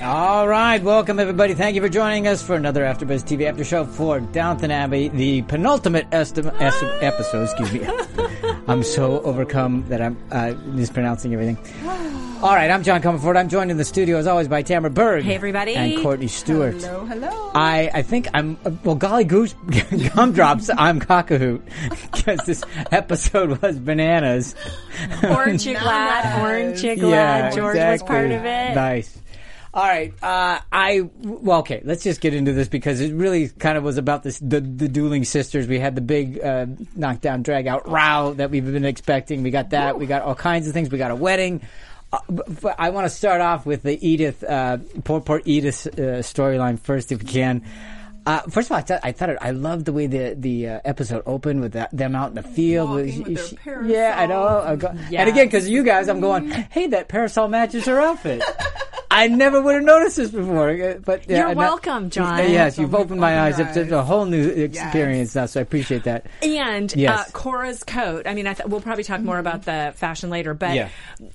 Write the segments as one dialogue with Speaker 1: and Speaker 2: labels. Speaker 1: All right, welcome everybody. Thank you for joining us for another AfterBuzz TV After Show for Downton Abbey, the penultimate esti- esti- episode. Excuse me, I'm so overcome that I'm uh, mispronouncing everything. All right, I'm John Comerford. I'm joined in the studio as always by Tamara Berg.
Speaker 2: Hey, everybody.
Speaker 1: And Courtney Stewart.
Speaker 3: Hello, hello.
Speaker 1: I, I think I'm uh, well. Golly goose, gumdrops. I'm cockahoot because this episode was bananas.
Speaker 2: Orange Chick Lad, Orange Chick
Speaker 1: yeah,
Speaker 2: Lad. George was
Speaker 1: exactly.
Speaker 2: part of it.
Speaker 1: Nice. All right, uh, I well, okay. Let's just get into this because it really kind of was about this the, the dueling sisters. We had the big uh, knockdown drag out row that we've been expecting. We got that. We got all kinds of things. We got a wedding. Uh, but, but I want to start off with the Edith, uh, poor poor Edith uh, storyline first, if we can. Uh, first of all, I, thought I thought it, I loved the way the the uh, episode opened with that, them out in the field.
Speaker 3: Walking with
Speaker 1: She-
Speaker 3: their
Speaker 1: yeah, I know.
Speaker 3: parasol.
Speaker 1: I go-
Speaker 2: Yes.
Speaker 1: And again, because you guys, I'm going, hey, that parasol matches her outfit. I never would have noticed this before. uh, But yeah,
Speaker 2: You're
Speaker 1: and that-
Speaker 2: welcome, John. Oh
Speaker 1: yes, you've opened my
Speaker 3: opened
Speaker 1: eyes
Speaker 3: your
Speaker 1: up to
Speaker 3: eyes.
Speaker 1: a whole new experience now, so I appreciate that.
Speaker 2: And
Speaker 1: Yes.
Speaker 2: uh, Cora's coat. I mean, I th- we'll probably talk more about the fashion later, but
Speaker 1: Yeah.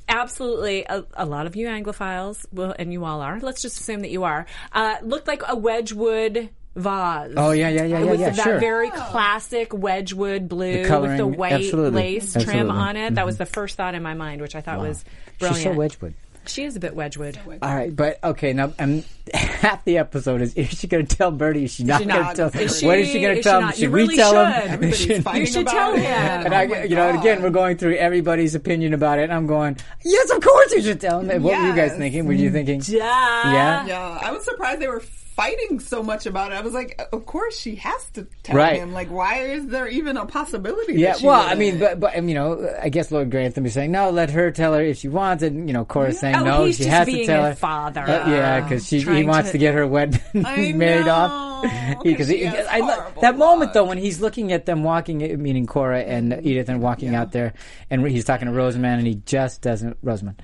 Speaker 2: absolutely, a, a lot of you Anglophiles will, and you all are. Let's just assume that you are. Uh, looked like a Wedgwood vase.
Speaker 1: Oh, yeah, yeah, yeah, yeah,
Speaker 2: With
Speaker 1: yeah,
Speaker 2: that
Speaker 1: sure.
Speaker 2: very classic Wedgwood blue with the
Speaker 1: coloring,
Speaker 2: white
Speaker 1: absolutely,
Speaker 2: lace trim
Speaker 1: absolutely. Mm-hmm.
Speaker 2: on it. That was the first thought in my mind, which I thought was brilliant.
Speaker 1: She's so Uh, Wedgwood.
Speaker 2: She is a bit Wedgwood.
Speaker 1: All right, but okay, now um, half the episode is is she going to tell Bertie? Is she not
Speaker 2: not?
Speaker 1: going to tell?
Speaker 2: Is
Speaker 1: what is she going to
Speaker 2: she- is she
Speaker 1: tell him?
Speaker 2: not?
Speaker 1: Should
Speaker 2: You
Speaker 1: we
Speaker 2: really
Speaker 1: tell
Speaker 2: should.
Speaker 1: him?
Speaker 2: Everybody's
Speaker 1: Should-
Speaker 3: fighting
Speaker 2: should
Speaker 3: about
Speaker 2: tell
Speaker 3: it.
Speaker 2: him.
Speaker 1: And I,
Speaker 3: Oh my
Speaker 1: you know, and
Speaker 3: God.
Speaker 1: again, we're going through everybody's opinion about it, and I'm going, yes, of course you should tell them. What were you guys
Speaker 3: Yes.
Speaker 1: thinking? Were you thinking?
Speaker 2: Duh.
Speaker 1: Yeah.
Speaker 3: Yeah, I was surprised they were fighting so much about it. I was like, of course she has to tell
Speaker 1: Right.
Speaker 3: him. Like, why is there even a possibility?
Speaker 1: Yeah,
Speaker 3: That she
Speaker 1: well, I
Speaker 3: wouldn't?
Speaker 1: mean, but, but um, you know, I guess Lord Grantham is saying no. Let her tell her if she wants, and you know, Cora's saying
Speaker 2: Oh,
Speaker 1: no.
Speaker 2: he's
Speaker 1: she
Speaker 2: just
Speaker 1: has to
Speaker 2: being
Speaker 1: tell
Speaker 2: a
Speaker 1: her
Speaker 2: father.
Speaker 1: Uh, yeah, because she he
Speaker 2: Trying
Speaker 1: wants
Speaker 2: to-
Speaker 1: to, get her wed
Speaker 3: I
Speaker 1: married
Speaker 3: know,
Speaker 1: off.
Speaker 3: 'cause
Speaker 1: he-
Speaker 3: she has
Speaker 1: I lo-
Speaker 3: horrible
Speaker 1: that moment
Speaker 3: luck.
Speaker 1: though when he's looking at them walking, meaning Cora and Edith, and walking out there, and he's talking to Rosamund, and he just doesn't Rosamund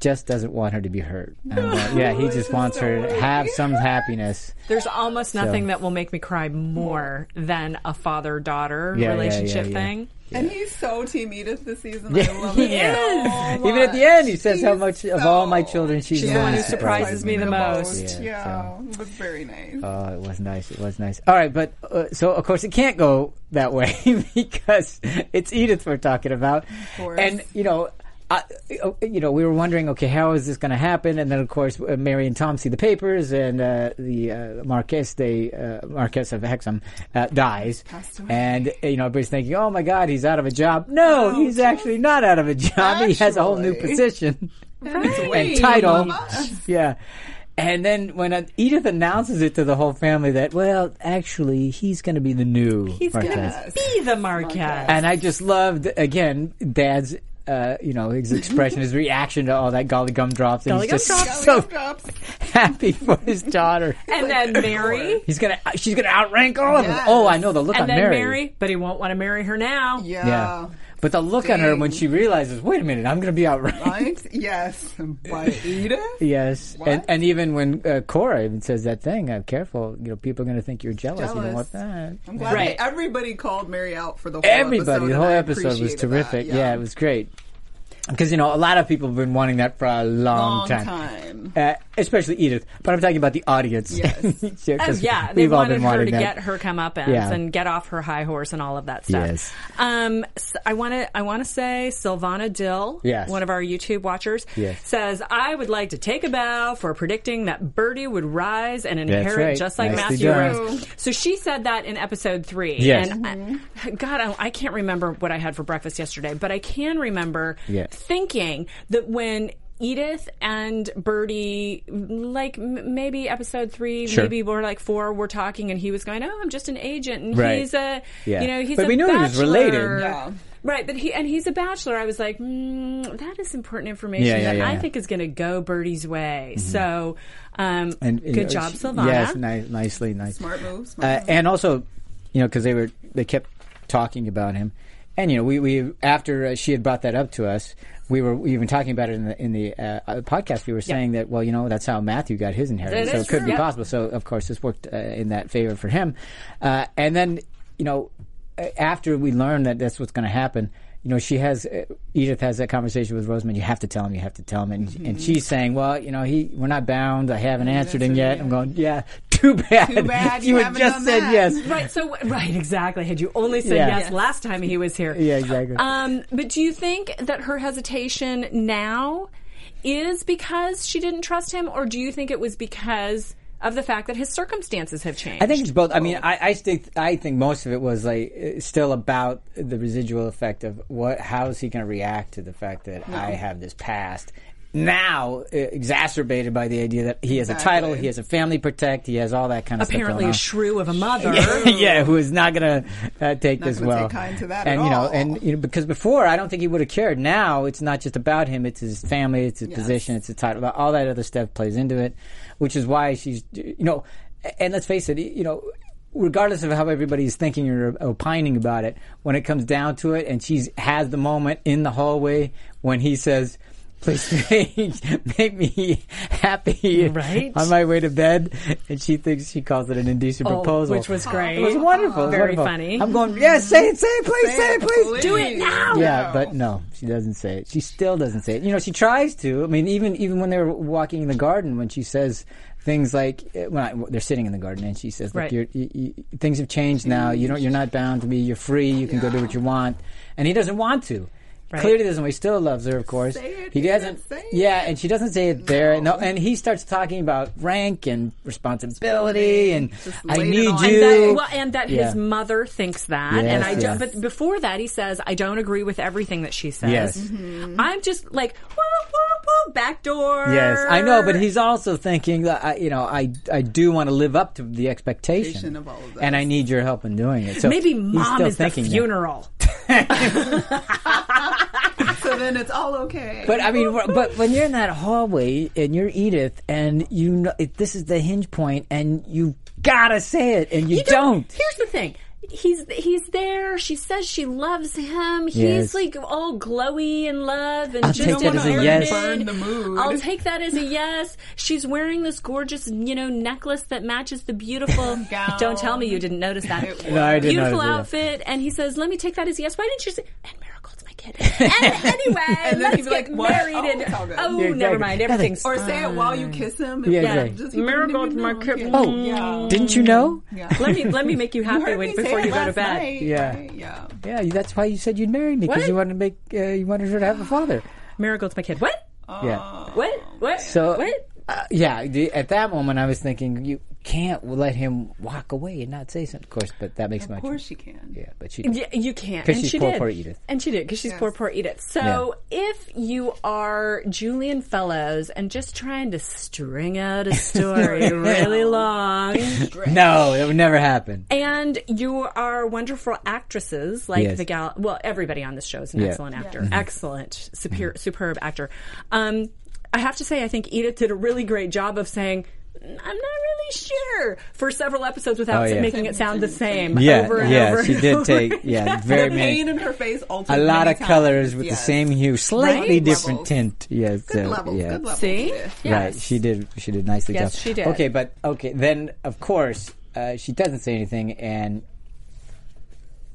Speaker 1: just doesn't want her to be hurt. And, uh, yeah, he just wants her to have some happiness.
Speaker 2: There's almost nothing that will make me cry more than a father daughter
Speaker 1: Yeah, yeah,
Speaker 2: relationship
Speaker 1: yeah, yeah.
Speaker 2: thing.
Speaker 3: and he's so Team Edith this season. I love
Speaker 1: he
Speaker 3: it Oh
Speaker 1: is.
Speaker 3: so much.
Speaker 1: Even at the end, he says how
Speaker 3: She's
Speaker 1: much of all my
Speaker 3: so-
Speaker 1: children she's,
Speaker 3: She's
Speaker 1: the one
Speaker 2: who
Speaker 1: who
Speaker 2: surprises me the most.
Speaker 3: Yeah,
Speaker 1: Yeah,
Speaker 3: it was very nice.
Speaker 1: Oh, it was nice. It was nice. All right, but uh, so of course it can't go that way because it's Edith we're talking about,
Speaker 3: course.
Speaker 1: and you know. I, uh, you know, we were wondering, okay, how is this going to happen? And then, of course, uh, Mary and Tom see the papers, and uh, the uh, Marquess, they uh, Marquess of Hexham, uh, dies,
Speaker 3: away.
Speaker 1: and uh, you know, everybody's thinking, oh my God, he's out of a job. No,
Speaker 3: No,
Speaker 1: he's actually not out of a job. He has a whole new
Speaker 3: Oh, Actually.
Speaker 1: position
Speaker 3: Wait,
Speaker 1: and title.
Speaker 3: mama.
Speaker 1: Yeah. And then when uh, Edith announces it to the whole family that, well, actually, he's going to be the new
Speaker 2: He's going to
Speaker 1: Marquez.
Speaker 2: be the Marquette.
Speaker 1: And I just loved, again, Dad's, uh, you know, his expression, his reaction to all that golly gumdrops. And
Speaker 2: Golly
Speaker 1: he's
Speaker 2: gumdrops.
Speaker 1: just
Speaker 3: Belly
Speaker 1: so
Speaker 3: drops.
Speaker 1: happy for his daughter.
Speaker 2: And then Mary.
Speaker 1: He's gonna, uh, she's gonna outrank all of them.
Speaker 3: Yes.
Speaker 1: Oh, I know the look
Speaker 2: And
Speaker 1: on
Speaker 2: then
Speaker 1: Mary.
Speaker 2: Mary. Oh, But he won't want to marry her now.
Speaker 3: Yeah.
Speaker 1: Yeah, but the look on her when
Speaker 3: Dang.
Speaker 1: she realizes, wait a minute, I'm gonna be outranked.
Speaker 3: Right? Yes. By Edith?
Speaker 1: Yes, and,
Speaker 3: What?
Speaker 1: and even when uh, Cora even says that thing, uh, careful, you know, people are going to think you're jealous. You don't
Speaker 3: Jealous.
Speaker 1: want that.
Speaker 3: I'm glad
Speaker 2: Right.
Speaker 3: that everybody called Mary out for the whole
Speaker 1: Everybody,
Speaker 3: episode.
Speaker 1: the
Speaker 3: and
Speaker 1: whole
Speaker 3: I
Speaker 1: episode was
Speaker 3: appreciated
Speaker 1: terrific.
Speaker 3: that,
Speaker 1: yeah. it was great. because you know a lot of people have been wanting that for a long,
Speaker 3: Long time.
Speaker 1: Uh, especially Edith. But I'm talking about the audience.
Speaker 3: Yes.
Speaker 1: Yeah,
Speaker 2: Oh
Speaker 1: 'cause
Speaker 2: yeah, they
Speaker 1: we've all
Speaker 2: wanted
Speaker 1: been
Speaker 2: her
Speaker 1: wanting
Speaker 2: to
Speaker 1: that.
Speaker 2: get her comeuppance
Speaker 1: Yeah.
Speaker 2: and get off her high horse and all of that stuff.
Speaker 1: Yes.
Speaker 2: Um, s I I want to I want to say Sylvana Dill,
Speaker 1: Yes.
Speaker 2: one of our YouTube watchers,
Speaker 1: Yes.
Speaker 2: says I would like to take a bow for predicting that Birdie would rise and inherit
Speaker 1: right.
Speaker 2: just like
Speaker 1: Nicely
Speaker 2: Matthew
Speaker 1: done.
Speaker 2: Rose. So she said that in episode three.
Speaker 1: Yes.
Speaker 2: And I, God, I, I can't remember what I had for breakfast yesterday, but I can remember
Speaker 1: Yes.
Speaker 2: thinking that when. Edith and Birdie, like m- maybe episode three,
Speaker 1: Sure.
Speaker 2: maybe we're like four, we're talking, and he was going, "Oh, I'm just an agent," and
Speaker 1: Right.
Speaker 2: he's a,
Speaker 1: Yeah.
Speaker 2: you know, he's
Speaker 1: But
Speaker 2: a
Speaker 1: we knew he was
Speaker 2: bachelor.
Speaker 1: related.
Speaker 3: Yeah.
Speaker 2: Right, but he and he's a bachelor. I was like, mm, that is important information
Speaker 1: Yeah, yeah,
Speaker 2: that
Speaker 1: yeah,
Speaker 2: I
Speaker 1: yeah. Mm-hmm.
Speaker 2: think is going to go Birdie's way. So, um,
Speaker 1: And, you
Speaker 2: good
Speaker 1: know,
Speaker 2: job,
Speaker 1: she-
Speaker 2: Silvana.
Speaker 1: Yes, ni- nicely, nice.
Speaker 3: Smart move. Smart
Speaker 1: Uh,
Speaker 3: move.
Speaker 1: and also, you know, because they were they kept talking about him, and you know, we we after uh, she had brought that up to us, we were even talking about it in the in the uh, uh, podcast. We were saying that well, you know, that's how Matthew got his inheritance,
Speaker 2: That
Speaker 1: so
Speaker 2: is
Speaker 1: it could
Speaker 2: true.
Speaker 1: be
Speaker 2: Yeah.
Speaker 1: possible. So of course, this worked uh, in that favor for him. Uh, and then, you know, a- after we learned that that's what's going to happen. You know, she has uh, Edith has that conversation with Rosamund. You have to tell him. You have to tell him. And,
Speaker 2: Mm-hmm.
Speaker 1: and she's saying, "Well, you know, he we're not bound. I haven't answered him yet." I'm going, "Yeah, too bad.
Speaker 3: Too bad
Speaker 1: you
Speaker 3: you
Speaker 1: had
Speaker 3: haven't
Speaker 1: just
Speaker 3: done
Speaker 1: said
Speaker 3: that.
Speaker 1: yes.
Speaker 2: Right, so right, exactly. Had you only said
Speaker 1: Yeah.
Speaker 2: yes
Speaker 1: Yes.
Speaker 2: last time he was here,
Speaker 1: Yeah, exactly.
Speaker 2: Um, but do you think that her hesitation now is because she didn't trust him, or do you think it was because of the fact that his circumstances have changed?
Speaker 1: I think it's both. I mean, I, I think I think most of it was like uh, still about the residual effect of what. How is he going to react to the fact that I have this past? Now uh, exacerbated by the idea that he has a title,
Speaker 3: Exactly.
Speaker 1: he has a family protect, he has all that kind of
Speaker 2: apparently a
Speaker 1: stuff.
Speaker 2: shrew of a mother.
Speaker 1: Apparently, yeah, who is not going to uh, take this
Speaker 3: gonna
Speaker 1: well.
Speaker 3: take kind to that
Speaker 1: and
Speaker 3: at
Speaker 1: you know,
Speaker 3: all.
Speaker 1: and you know, because before I don't think he would have cared. Now it's not just about him; it's his family, it's his position, it's his title. All that other stuff plays into it, which is why she's, you know, and let's face it, you know, regardless of how everybody's thinking or opining about it, when it comes down to it, and she's has the moment in the hallway when he says. Please make, make me happy
Speaker 2: Right.
Speaker 1: on my way to bed, and she thinks she calls it an indecent
Speaker 2: Oh,
Speaker 1: proposal,
Speaker 2: which was great.
Speaker 1: It was wonderful, it was
Speaker 2: Very
Speaker 1: wonderful.
Speaker 2: funny.
Speaker 1: I'm going, yes, say it, say it, please, say, it, please.
Speaker 2: Do it now!
Speaker 1: Yeah, but no, she doesn't say it. She still doesn't say it. You know, she tries to. I mean, even even when they were walking in the garden, when she says things like eh, when I, they're sitting in the garden and she says, "Look,
Speaker 2: Right.
Speaker 1: you're, you, you, things have changed now. You don't. You're not bound to me. You're free. You can go do what you want." And he doesn't want to.
Speaker 2: Right.
Speaker 1: Clearly doesn't. He still loves her, of course.
Speaker 3: it,
Speaker 1: he
Speaker 3: he
Speaker 1: doesn't.
Speaker 3: didn't say it.
Speaker 1: Yeah, and she doesn't say it there. No, and he starts talking about rank and responsibility, and
Speaker 3: Just
Speaker 1: I
Speaker 3: laid it
Speaker 1: need
Speaker 3: on.
Speaker 1: you.
Speaker 3: And
Speaker 2: That, well, and that
Speaker 1: Yeah.
Speaker 2: his mother thinks that, and I
Speaker 1: Yes,
Speaker 2: don't,
Speaker 1: yes.
Speaker 2: but before that he says, "I don't agree with everything that she says."
Speaker 1: Yes.
Speaker 2: I'm just like, whoa, whoa, whoa, back door.
Speaker 1: Yes, I know, but he's also thinking that I, you know I I do want to live up to the expectation,
Speaker 3: Expectation of all of this.
Speaker 1: and I need your help in doing it. So
Speaker 2: maybe
Speaker 1: he's
Speaker 2: mom
Speaker 1: still
Speaker 2: is the
Speaker 1: thinking that.
Speaker 2: funeral.
Speaker 3: so then it's all okay.
Speaker 1: But I mean, wh- but when you're in that hallway and you're Edith, and you know it, this is the hinge point, and you gotta say it, and you,
Speaker 2: You
Speaker 1: don't.
Speaker 2: Here's the thing. He's he's there. She says she loves him.
Speaker 1: Yes.
Speaker 2: He's like all glowy in love, and
Speaker 1: I'll
Speaker 2: just
Speaker 1: take that as a
Speaker 2: wanna
Speaker 1: yes.
Speaker 2: burn
Speaker 3: Burn the mood.
Speaker 2: I'll take that as a yes. She's wearing this gorgeous, you know, necklace that matches the beautiful.
Speaker 3: Gown.
Speaker 2: Don't tell me you didn't notice that.
Speaker 3: No, I
Speaker 1: did
Speaker 2: beautiful
Speaker 1: notice it.
Speaker 2: outfit, and he says, "Let me take that as a yes." Why didn't you say? And miracle, it's my kid. And anyway,
Speaker 3: And then
Speaker 2: let's
Speaker 3: he'd
Speaker 2: get
Speaker 3: be like, what?
Speaker 2: married.
Speaker 3: Oh,
Speaker 2: and
Speaker 3: it's all good.
Speaker 2: oh,
Speaker 3: Yeah,
Speaker 2: never
Speaker 1: exactly.
Speaker 2: mind.
Speaker 1: Nothing.
Speaker 2: Everything's
Speaker 3: or say it while you kiss him.
Speaker 1: Yeah,
Speaker 3: It's
Speaker 1: exactly.
Speaker 3: just- he wouldn't
Speaker 2: Miracle
Speaker 3: even
Speaker 2: to my
Speaker 3: know.
Speaker 2: kid.
Speaker 3: Yeah.
Speaker 1: Oh,
Speaker 3: yeah.
Speaker 1: didn't you know?
Speaker 3: Yeah.
Speaker 2: let me let me make you
Speaker 3: You
Speaker 2: happy
Speaker 3: heard
Speaker 2: when,
Speaker 3: me say
Speaker 2: before
Speaker 3: it
Speaker 2: you go to
Speaker 3: last
Speaker 2: bed.
Speaker 3: night,
Speaker 1: Yeah.
Speaker 3: right? Yeah.
Speaker 1: Yeah, that's why you said you'd marry me because
Speaker 2: What?
Speaker 1: you wanted to make uh, you wanted her to have a father.
Speaker 2: Miracle, it's my kid. What?
Speaker 1: yeah.
Speaker 2: What? What?
Speaker 1: So
Speaker 2: what?
Speaker 1: Uh, yeah, the, at that moment I was thinking you can't let him walk away and not say something. Of course, but that makes
Speaker 3: Of
Speaker 1: much.
Speaker 3: course she can.
Speaker 1: Yeah, but she.
Speaker 2: Yeah, you can't.
Speaker 1: 'Cause
Speaker 2: And
Speaker 1: she's
Speaker 2: she
Speaker 1: poor,
Speaker 2: did.
Speaker 1: poor Edith.
Speaker 2: And she did because she's poor, poor Edith. So if you are Julian Fellows and just trying to string out a story really long,
Speaker 1: No, it would never happen.
Speaker 2: and you are wonderful actresses like
Speaker 1: Yes.
Speaker 2: the gal, well, everybody on this show is an
Speaker 1: Yeah. Mm-hmm.
Speaker 2: excellent actor, excellent, super, superb actor. Um, I have to say, I think Edith did a really great job of saying. I'm not really sure for several episodes without
Speaker 1: Oh, yeah.
Speaker 2: making it sound the same
Speaker 1: Yeah,
Speaker 2: over and
Speaker 1: yeah,
Speaker 2: over.
Speaker 1: she
Speaker 2: and
Speaker 1: did
Speaker 2: over
Speaker 1: take
Speaker 2: again.
Speaker 1: yeah, very
Speaker 3: the
Speaker 1: many,
Speaker 3: pain in her face
Speaker 1: a
Speaker 3: altered
Speaker 1: lot
Speaker 3: many
Speaker 1: of
Speaker 3: times.
Speaker 1: colors with the
Speaker 3: Yes.
Speaker 1: same hue, slightly
Speaker 3: Right?
Speaker 1: different
Speaker 3: Levels.
Speaker 1: tint. Yes,
Speaker 3: Good
Speaker 1: uh,
Speaker 3: levels,
Speaker 1: yeah.
Speaker 3: good levels.
Speaker 2: See?
Speaker 3: Yeah.
Speaker 1: Right, she did. She did nicely.
Speaker 2: Yes,
Speaker 1: job.
Speaker 2: she did.
Speaker 1: Okay, but okay, then of course uh, she doesn't say anything, and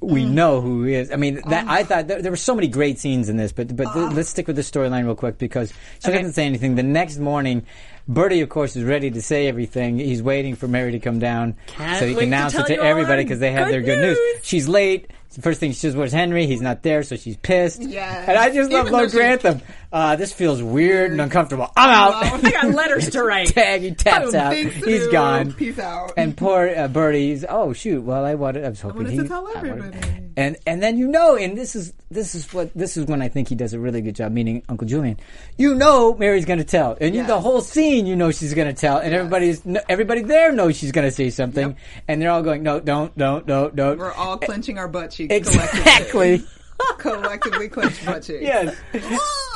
Speaker 1: we
Speaker 2: Hmm.
Speaker 1: know who he is. I mean,
Speaker 2: Um.
Speaker 1: that, I thought there, there were so many great scenes in this, but but
Speaker 2: Uh.
Speaker 1: th- let's stick with the storyline real quick because she doesn't say anything. The next morning, Bertie, of course, is ready to say everything. He's waiting for Mary to come down so he
Speaker 2: wait
Speaker 1: can
Speaker 2: to
Speaker 1: announce
Speaker 2: tell
Speaker 1: it to
Speaker 2: you all
Speaker 1: everybody
Speaker 2: our
Speaker 1: because they have
Speaker 2: good
Speaker 1: their good news.
Speaker 2: news.
Speaker 1: She's late. The first thing she says, "Where's Henry? He's not there," so she's pissed.
Speaker 3: Yes.
Speaker 1: And I just love
Speaker 3: Even though
Speaker 1: Lord
Speaker 3: she-
Speaker 1: Grantham. Uh, this feels weird and uncomfortable. I'm
Speaker 3: Wow.
Speaker 1: out.
Speaker 2: I got letters to write.
Speaker 1: Tag, he taps
Speaker 3: Boom,
Speaker 1: out.
Speaker 3: thanks to
Speaker 1: He's
Speaker 3: you.
Speaker 1: gone.
Speaker 3: Peace out.
Speaker 1: And poor uh, Bertie's. Oh shoot! Well, I wanted. I was hoping
Speaker 3: wanted
Speaker 1: he.
Speaker 3: to tell
Speaker 1: I wanted-
Speaker 3: everybody.
Speaker 1: And and then you know, and this is this is what this is when I think he does a really good job. Meaning Uncle Julian, you know, Mary's going to tell, and you, the
Speaker 3: Yes.
Speaker 1: whole scene, you know, she's going to tell, and everybody's no, everybody there knows she's going to say something, and they're all going, no, don't, don't, don't, don't.
Speaker 3: We're all clenching our butt cheeks
Speaker 1: Eh, exactly.
Speaker 3: collectively. collectively clench butt cheeks.
Speaker 1: yes.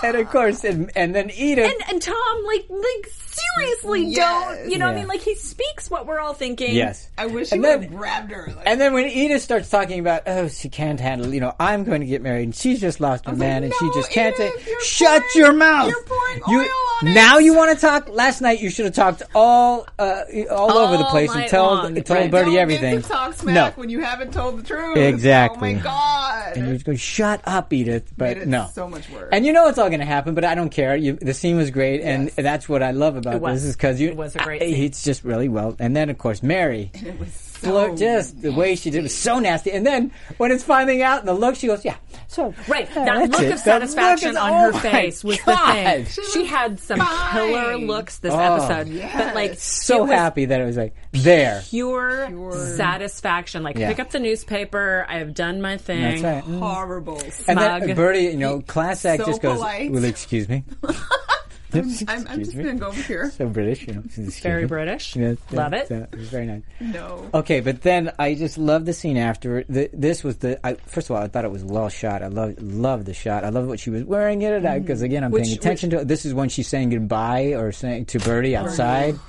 Speaker 1: and of course, and, and then Edith.
Speaker 2: and, and Tom, like, like seriously,
Speaker 3: Yes.
Speaker 2: don't you know? what I
Speaker 1: Yeah.
Speaker 2: mean, like, he speaks what we're all thinking.
Speaker 1: yes.
Speaker 3: I wish he
Speaker 1: And
Speaker 3: would
Speaker 1: then-
Speaker 3: have grabbed her. Like,
Speaker 1: And then when Edith starts talking about, oh, she can't handle, you know, I'm going to get married, and she's just lost her man,
Speaker 3: like,
Speaker 1: and she
Speaker 3: "No,
Speaker 1: just can't
Speaker 3: Edith,
Speaker 1: take.
Speaker 3: you're
Speaker 1: Shut
Speaker 3: pouring-
Speaker 1: your mouth!
Speaker 3: you're pouring oil on it."
Speaker 1: now you want to talk? Last night you should have talked all uh, all, over the
Speaker 2: All
Speaker 1: place and
Speaker 2: night
Speaker 1: told
Speaker 2: long,
Speaker 1: told
Speaker 2: right.
Speaker 1: Bertie
Speaker 3: Don't
Speaker 1: everything.
Speaker 3: Get to talk smack
Speaker 1: no,
Speaker 3: when you haven't told the truth.
Speaker 1: Exactly.
Speaker 3: Oh my god.
Speaker 1: and you just go, shut up, Edith. But
Speaker 3: Made it
Speaker 1: no,
Speaker 3: so much worse.
Speaker 1: And you know it's all going to happen, but I don't care. You, the scene was great, and that's what I love about
Speaker 2: was.
Speaker 1: this is because you.
Speaker 2: It was a great
Speaker 1: I-
Speaker 2: scene.
Speaker 1: It's just really well, and then of course Mary.
Speaker 3: it was so
Speaker 1: Flirt,
Speaker 2: Oh.
Speaker 1: just the way she did it was so nasty. And then when it's finding out and the look, she goes, "Yeah, so
Speaker 2: Right,
Speaker 1: yeah,
Speaker 2: that
Speaker 1: that's
Speaker 2: look
Speaker 1: it.
Speaker 2: of
Speaker 1: That look
Speaker 2: satisfaction
Speaker 1: is-
Speaker 2: on
Speaker 1: oh
Speaker 2: her
Speaker 1: my
Speaker 2: face was
Speaker 1: God.
Speaker 2: the thing.
Speaker 3: She
Speaker 2: She
Speaker 3: was
Speaker 2: had some
Speaker 3: fine.
Speaker 2: killer looks this
Speaker 1: Oh,
Speaker 2: episode, but like
Speaker 3: yes.
Speaker 1: So
Speaker 2: it was
Speaker 1: happy that it was like there.
Speaker 2: pure, satisfaction. Like
Speaker 1: Yeah.
Speaker 2: pick up the newspaper. I have done my thing.
Speaker 1: That's right.
Speaker 3: horrible.
Speaker 1: And
Speaker 2: Smug.
Speaker 1: then Bertie, you know, class act
Speaker 3: So
Speaker 1: just goes,
Speaker 3: polite.
Speaker 1: "Will excuse me."
Speaker 3: I'm, I'm
Speaker 1: Excuse
Speaker 3: just
Speaker 1: me.
Speaker 3: gonna go over here.
Speaker 1: So British, you know. excuse
Speaker 2: Very
Speaker 1: me.
Speaker 2: British.
Speaker 1: Yes,
Speaker 2: Love
Speaker 1: yes,
Speaker 2: it.
Speaker 1: Mm-hmm. yeah, It was very nice.
Speaker 3: No.
Speaker 1: Okay, but then I just love the scene after. The, this was the I, first of all. I thought it was well shot. I love love the shot. I love what she was wearing it because again, I'm paying
Speaker 2: Mm-hmm. Which-
Speaker 1: attention to. This is when she's saying goodbye or saying to Birdie outside,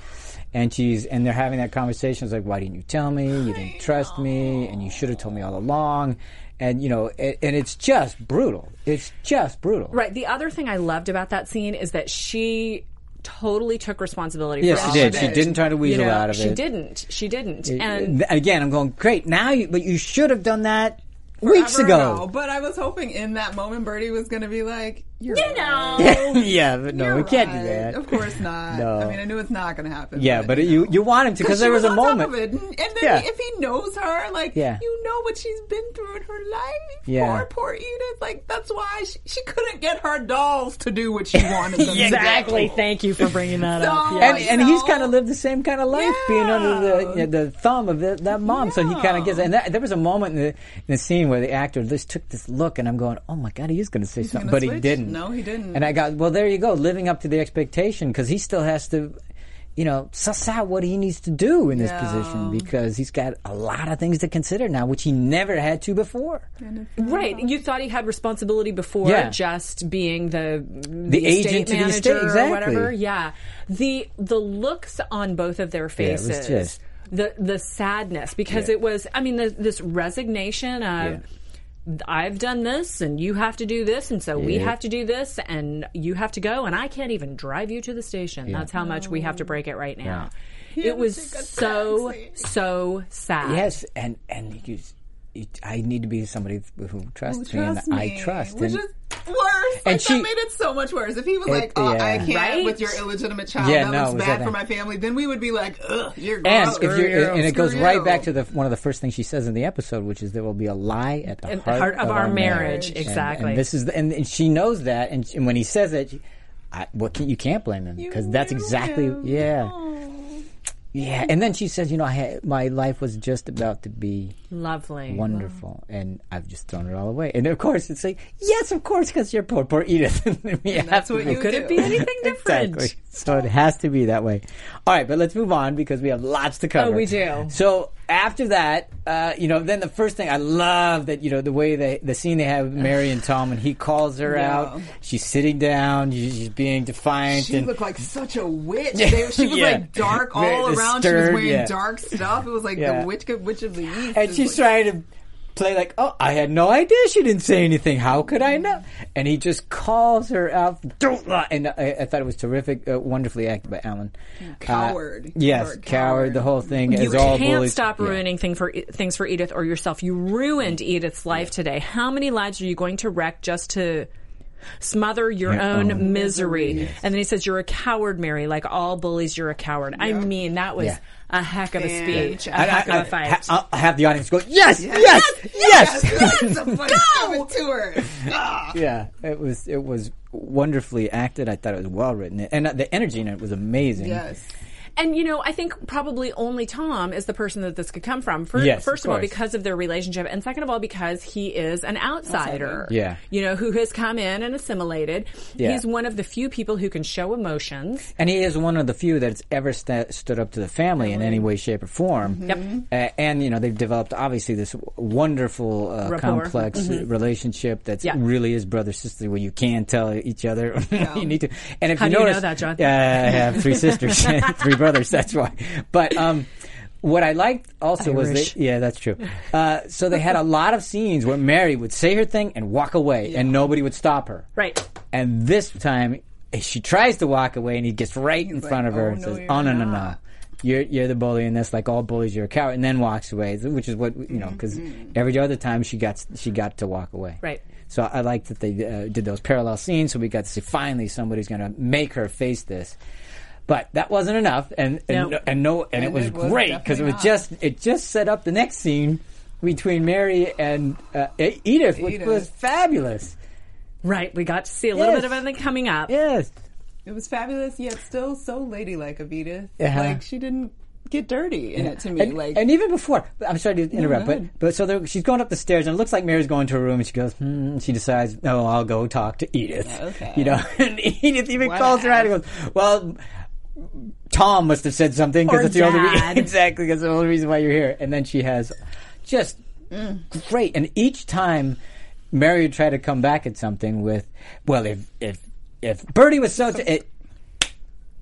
Speaker 1: and she's and they're having that conversation. It's like, why didn't you tell me? You didn't trust me, and you should have told me all along. And you know, and, and it's just brutal. It's just brutal.
Speaker 2: Right. The other thing I loved about that scene is that she totally took responsibility.
Speaker 1: Yes,
Speaker 2: for
Speaker 1: she
Speaker 2: all
Speaker 1: did.
Speaker 2: Of
Speaker 1: She
Speaker 2: it.
Speaker 1: didn't try to
Speaker 2: You
Speaker 1: weasel
Speaker 2: know,
Speaker 1: out of
Speaker 2: she
Speaker 1: it.
Speaker 2: didn't. She didn't. And
Speaker 1: And again, I'm going great now, you, but you should have done that weeks
Speaker 3: Forever
Speaker 1: ago.
Speaker 3: But I was hoping in that moment Bertie was gonna be like, You're
Speaker 2: you know.
Speaker 1: yeah, but no,
Speaker 3: You're
Speaker 1: we can't do
Speaker 3: right.
Speaker 1: that.
Speaker 3: Of course not.
Speaker 1: No.
Speaker 3: I mean, I knew it's not going to happen.
Speaker 1: Yeah, but it, you you want him to because
Speaker 3: she
Speaker 1: there was, a
Speaker 3: on top
Speaker 1: moment.
Speaker 3: of it. And, and then
Speaker 1: Yeah.
Speaker 3: if he knows her, like,
Speaker 1: Yeah.
Speaker 3: you know what she's been through in her life.
Speaker 1: Yeah.
Speaker 3: Poor, poor Edith. Like, that's why she, she couldn't get her dolls to do what she wanted them
Speaker 2: Exactly.
Speaker 3: to do.
Speaker 2: Thank you for bringing that up.
Speaker 3: So-
Speaker 2: Yeah.
Speaker 1: And, and he's
Speaker 3: No.
Speaker 1: kind of lived the same kind of life, being under the
Speaker 3: Yeah.
Speaker 1: you know, the thumb of the, that mom. So he kind of gets. And that, there was a moment in the, in the scene where the actor just took this look, and I'm going, "Oh my god, he is going to say something,"
Speaker 3: gonna
Speaker 1: but he
Speaker 3: switch?
Speaker 1: didn't.
Speaker 3: No, he didn't.
Speaker 1: And I got, well, there you go, living up to the expectation because he still has to, you know, suss out what he needs to do in this
Speaker 3: Yeah.
Speaker 1: position because he's got a lot of things to consider now, which he never had to before.
Speaker 2: Right. You thought he had responsibility before
Speaker 1: Uh-huh. Yeah.
Speaker 2: just being the the,
Speaker 1: agent
Speaker 2: estate
Speaker 1: to the
Speaker 2: manager
Speaker 1: estate, exactly.
Speaker 2: or whatever. Yeah. The the looks on both of their
Speaker 1: it was
Speaker 2: faces.
Speaker 1: just-
Speaker 2: the the sadness because
Speaker 1: Yeah.
Speaker 2: it was I mean the, this resignation of
Speaker 1: Yeah.
Speaker 2: I've done this and you have to do this and so we
Speaker 1: Yeah.
Speaker 2: have to do this and you have to go and I can't even drive you to the station. That's how much we have to break it right now. It was so so sad.
Speaker 1: Yes, and and you, you, I need to be somebody who trusts me,
Speaker 3: Trust
Speaker 1: and
Speaker 3: me.
Speaker 1: I trust.
Speaker 3: Which
Speaker 1: and-
Speaker 3: is worse. Like,
Speaker 1: And she-
Speaker 3: that made it so much worse. If he was like, oh, I
Speaker 1: yeah.
Speaker 3: can't
Speaker 2: Right?
Speaker 3: with your illegitimate child.
Speaker 1: Yeah,
Speaker 3: that
Speaker 1: no,
Speaker 3: was
Speaker 1: it was
Speaker 3: bad
Speaker 1: that
Speaker 3: for
Speaker 1: bad.
Speaker 3: my family. Then we would be like, ugh, you're
Speaker 1: and
Speaker 3: gross.
Speaker 1: if you
Speaker 3: Screw
Speaker 1: and it goes
Speaker 3: Screw
Speaker 1: right
Speaker 3: you.
Speaker 1: back to the one of the first things she says in the episode, which is there will be a lie at the,
Speaker 2: At the
Speaker 1: heart,
Speaker 2: heart of our marriage,
Speaker 1: And- And,
Speaker 2: exactly.
Speaker 1: this is the, and, and she knows that, and, and when he says it, she- I, what can, you can't blame him because that's
Speaker 3: knew
Speaker 1: exactly
Speaker 3: him.
Speaker 1: yeah. Yeah, and then she says, "You know, I had, my life was just about to be
Speaker 2: Lovely.
Speaker 1: wonderful, and I've just thrown it all away." And of course, it's like, "Yes, of course, because you're poor, poor Edith."
Speaker 3: That's what you
Speaker 2: Could
Speaker 3: do.
Speaker 2: it be anything different?
Speaker 1: Exactly. So it has to be that way. All right, but let's move on because we have lots to cover.
Speaker 2: Oh, we do.
Speaker 1: So after that, uh, you know, then the first thing I love that you know the way they the scene they have with Mary and Tom and he calls her
Speaker 3: Yeah.
Speaker 1: out. She's sitting down. she- She's being defiant.
Speaker 3: She
Speaker 1: and
Speaker 3: looked like such a witch. They, she was
Speaker 1: Yeah.
Speaker 3: like dark all
Speaker 1: Very
Speaker 3: around. she
Speaker 1: disturbed,
Speaker 3: was wearing
Speaker 1: yeah.
Speaker 3: dark stuff. It was like
Speaker 1: Yeah.
Speaker 3: the witch, witch of the east.
Speaker 1: and
Speaker 3: It's
Speaker 1: she's
Speaker 3: like,
Speaker 1: trying to play like, oh, I had no idea she didn't say anything. How could I know? And he just calls her out. Don't lie. And I, I thought it was terrific, uh, wonderfully acted by Alan. Uh,
Speaker 3: Coward.
Speaker 1: yes,
Speaker 3: Coward,
Speaker 1: coward,
Speaker 3: coward.
Speaker 1: The whole thing
Speaker 2: You
Speaker 1: is all
Speaker 2: can't
Speaker 1: bullies.
Speaker 2: stop
Speaker 1: Yeah.
Speaker 2: ruining thing for, E, things for Edith or yourself. You ruined Edith's life today. How many lives are you going to wreck just to smother your
Speaker 1: Your
Speaker 2: own,
Speaker 1: own.
Speaker 2: misery? And then he says, "You're a coward, Mary. Like all bullies, you're a coward." I mean, that was
Speaker 1: Yeah.
Speaker 2: a heck of a
Speaker 3: Man.
Speaker 2: speech, a
Speaker 1: I,
Speaker 2: heck
Speaker 1: I-
Speaker 2: of a
Speaker 1: I- um,
Speaker 2: fight.
Speaker 1: ha- I'll have the audience go, yes, yes, yes.
Speaker 3: That's a funny comment to her. Ah.
Speaker 1: yeah, it was it was wonderfully acted. I thought it was well written, and uh, the energy in it was amazing.
Speaker 3: Yes.
Speaker 2: And you know, I think probably only Tom is the person that this could come from. First,
Speaker 1: Yes, of
Speaker 2: first of, all,
Speaker 1: course.
Speaker 2: because of their relationship, and second of all, because he is an outsider.
Speaker 1: Yeah.
Speaker 2: you know, who has come in and assimilated.
Speaker 1: Yeah.
Speaker 2: He's one of the few people who can show emotions.
Speaker 1: And he is one of the few that's ever sta stood up to the family in any way, shape, or form.
Speaker 2: Yep.
Speaker 1: Uh, and you know they've developed obviously this w- wonderful, uh,
Speaker 2: Rapport. Mm-hmm.
Speaker 1: complex uh, relationship that's
Speaker 2: Yeah.
Speaker 1: really is brother sister where you can tell each other you need to. And if
Speaker 2: How
Speaker 1: you
Speaker 2: do you know
Speaker 1: notice,
Speaker 2: that, John?
Speaker 1: Yeah, I have three sisters, three brothers. That's why. But um, what I liked also was
Speaker 2: Irish.
Speaker 1: they, yeah, that's true. Uh, so they had a lot of scenes where Mary would say her thing and walk away, and nobody would stop her.
Speaker 2: Right.
Speaker 1: And this time, she tries to walk away, and he gets right in
Speaker 3: like,
Speaker 1: front of her
Speaker 3: "Oh,
Speaker 1: and
Speaker 3: no,
Speaker 1: says,
Speaker 3: you're
Speaker 1: "Oh no, no, no."
Speaker 3: not."
Speaker 1: You're, you're the bully in this, like all bullies, you're a coward, and then walks away, which is what you know. Because
Speaker 3: Mm-hmm.
Speaker 1: every other time she got she got to walk away.
Speaker 2: Right.
Speaker 1: So I like that they uh, did those parallel scenes, so we got to see finally somebody's going to make her face this. But that wasn't enough, and and
Speaker 2: No.
Speaker 1: no, and, no, and it
Speaker 3: And
Speaker 1: was
Speaker 3: it was
Speaker 1: great because it was
Speaker 3: definitely not.
Speaker 1: just it just set up the next scene between Mary and uh, E- Edith, which
Speaker 3: Edith.
Speaker 1: was fabulous.
Speaker 2: Right, we got to see a little
Speaker 1: Yes.
Speaker 2: bit of everything coming up.
Speaker 1: Yes.
Speaker 3: It was fabulous, yet still so ladylike of Edith.
Speaker 1: Uh-huh.
Speaker 3: Like she didn't get dirty in it to me.
Speaker 1: And,
Speaker 3: like
Speaker 1: and even before, I'm sorry to interrupt,
Speaker 3: ahead.
Speaker 1: but but so there, she's going up the stairs, and it looks like Mary's going to her room, and she goes, hmm, and she decides, no, I'll go talk to Edith.
Speaker 3: okay.
Speaker 1: You know, and Edith even calls her out and goes, well, Tom must have said something
Speaker 2: Or
Speaker 1: because that's the only
Speaker 2: Dad.
Speaker 1: re- exactly that's the only reason why you're here. And then she has just
Speaker 3: Mm.
Speaker 1: great, and each time Mary would try to come back at something with, well, if if if Bertie was so. it,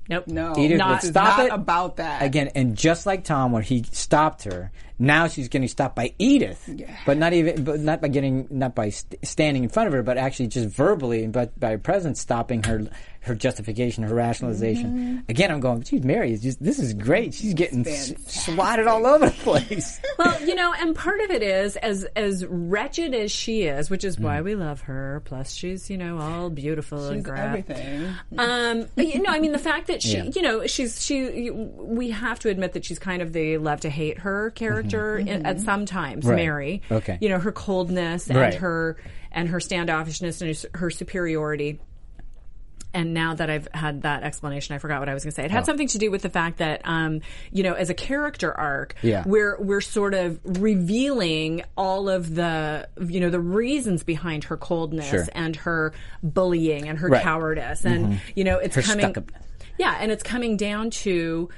Speaker 2: Nope.
Speaker 3: no,
Speaker 1: Edith
Speaker 3: not,
Speaker 1: would stop
Speaker 3: not
Speaker 1: it.
Speaker 3: about that.
Speaker 1: again, and just like Tom, where he stopped her, now she's getting stopped by Edith, but not even, but not by getting, not by st- standing in front of her, but actually just verbally, and but by presence, stopping her, her justification, her rationalization.
Speaker 3: Mm-hmm.
Speaker 1: Again, I'm going, geez, Mary is just, this is great. She's getting s- swatted all over the place.
Speaker 2: Well, you know, and part of it is as as wretched as she is, which is why we love her. Plus, she's you know all beautiful and
Speaker 3: She's
Speaker 2: crap.
Speaker 3: everything.
Speaker 2: Um, but, you know, I mean, the fact that she,
Speaker 1: Yeah.
Speaker 2: you know, she's she. We have to admit that she's kind of the love to hate her character in, at some times,
Speaker 1: Mm-hmm. Right.
Speaker 2: Mary.
Speaker 1: Okay.
Speaker 2: you know, her coldness and
Speaker 1: Right.
Speaker 2: her and her standoffishness and her, her superiority. And now that I've had that explanation, I forgot what I was going to say. It had
Speaker 1: Oh.
Speaker 2: something to do with the fact that, um, you know, as a character arc,
Speaker 1: Yeah.
Speaker 2: we're we're sort of revealing all of the, you know, the reasons behind her coldness
Speaker 1: Sure.
Speaker 2: and her bullying and her
Speaker 1: Right. Mm-hmm.
Speaker 2: cowardice, and you know, it's
Speaker 1: Her
Speaker 2: coming.
Speaker 1: stuck-upness.
Speaker 2: Yeah, and it's coming down to.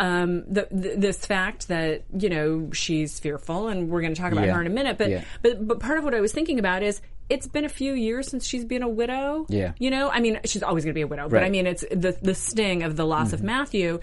Speaker 2: Um, the, th this fact that you know she's fearful, and we're going to talk about
Speaker 1: Yeah.
Speaker 2: her in a minute. But
Speaker 1: Yeah.
Speaker 2: but but part of what I was thinking about is it's been a few years since she's been a widow.
Speaker 1: Yeah.
Speaker 2: you know, I mean, she's always going to be a widow, but
Speaker 1: Right. Mm-hmm.
Speaker 2: I mean, it's the the sting of the loss of Matthew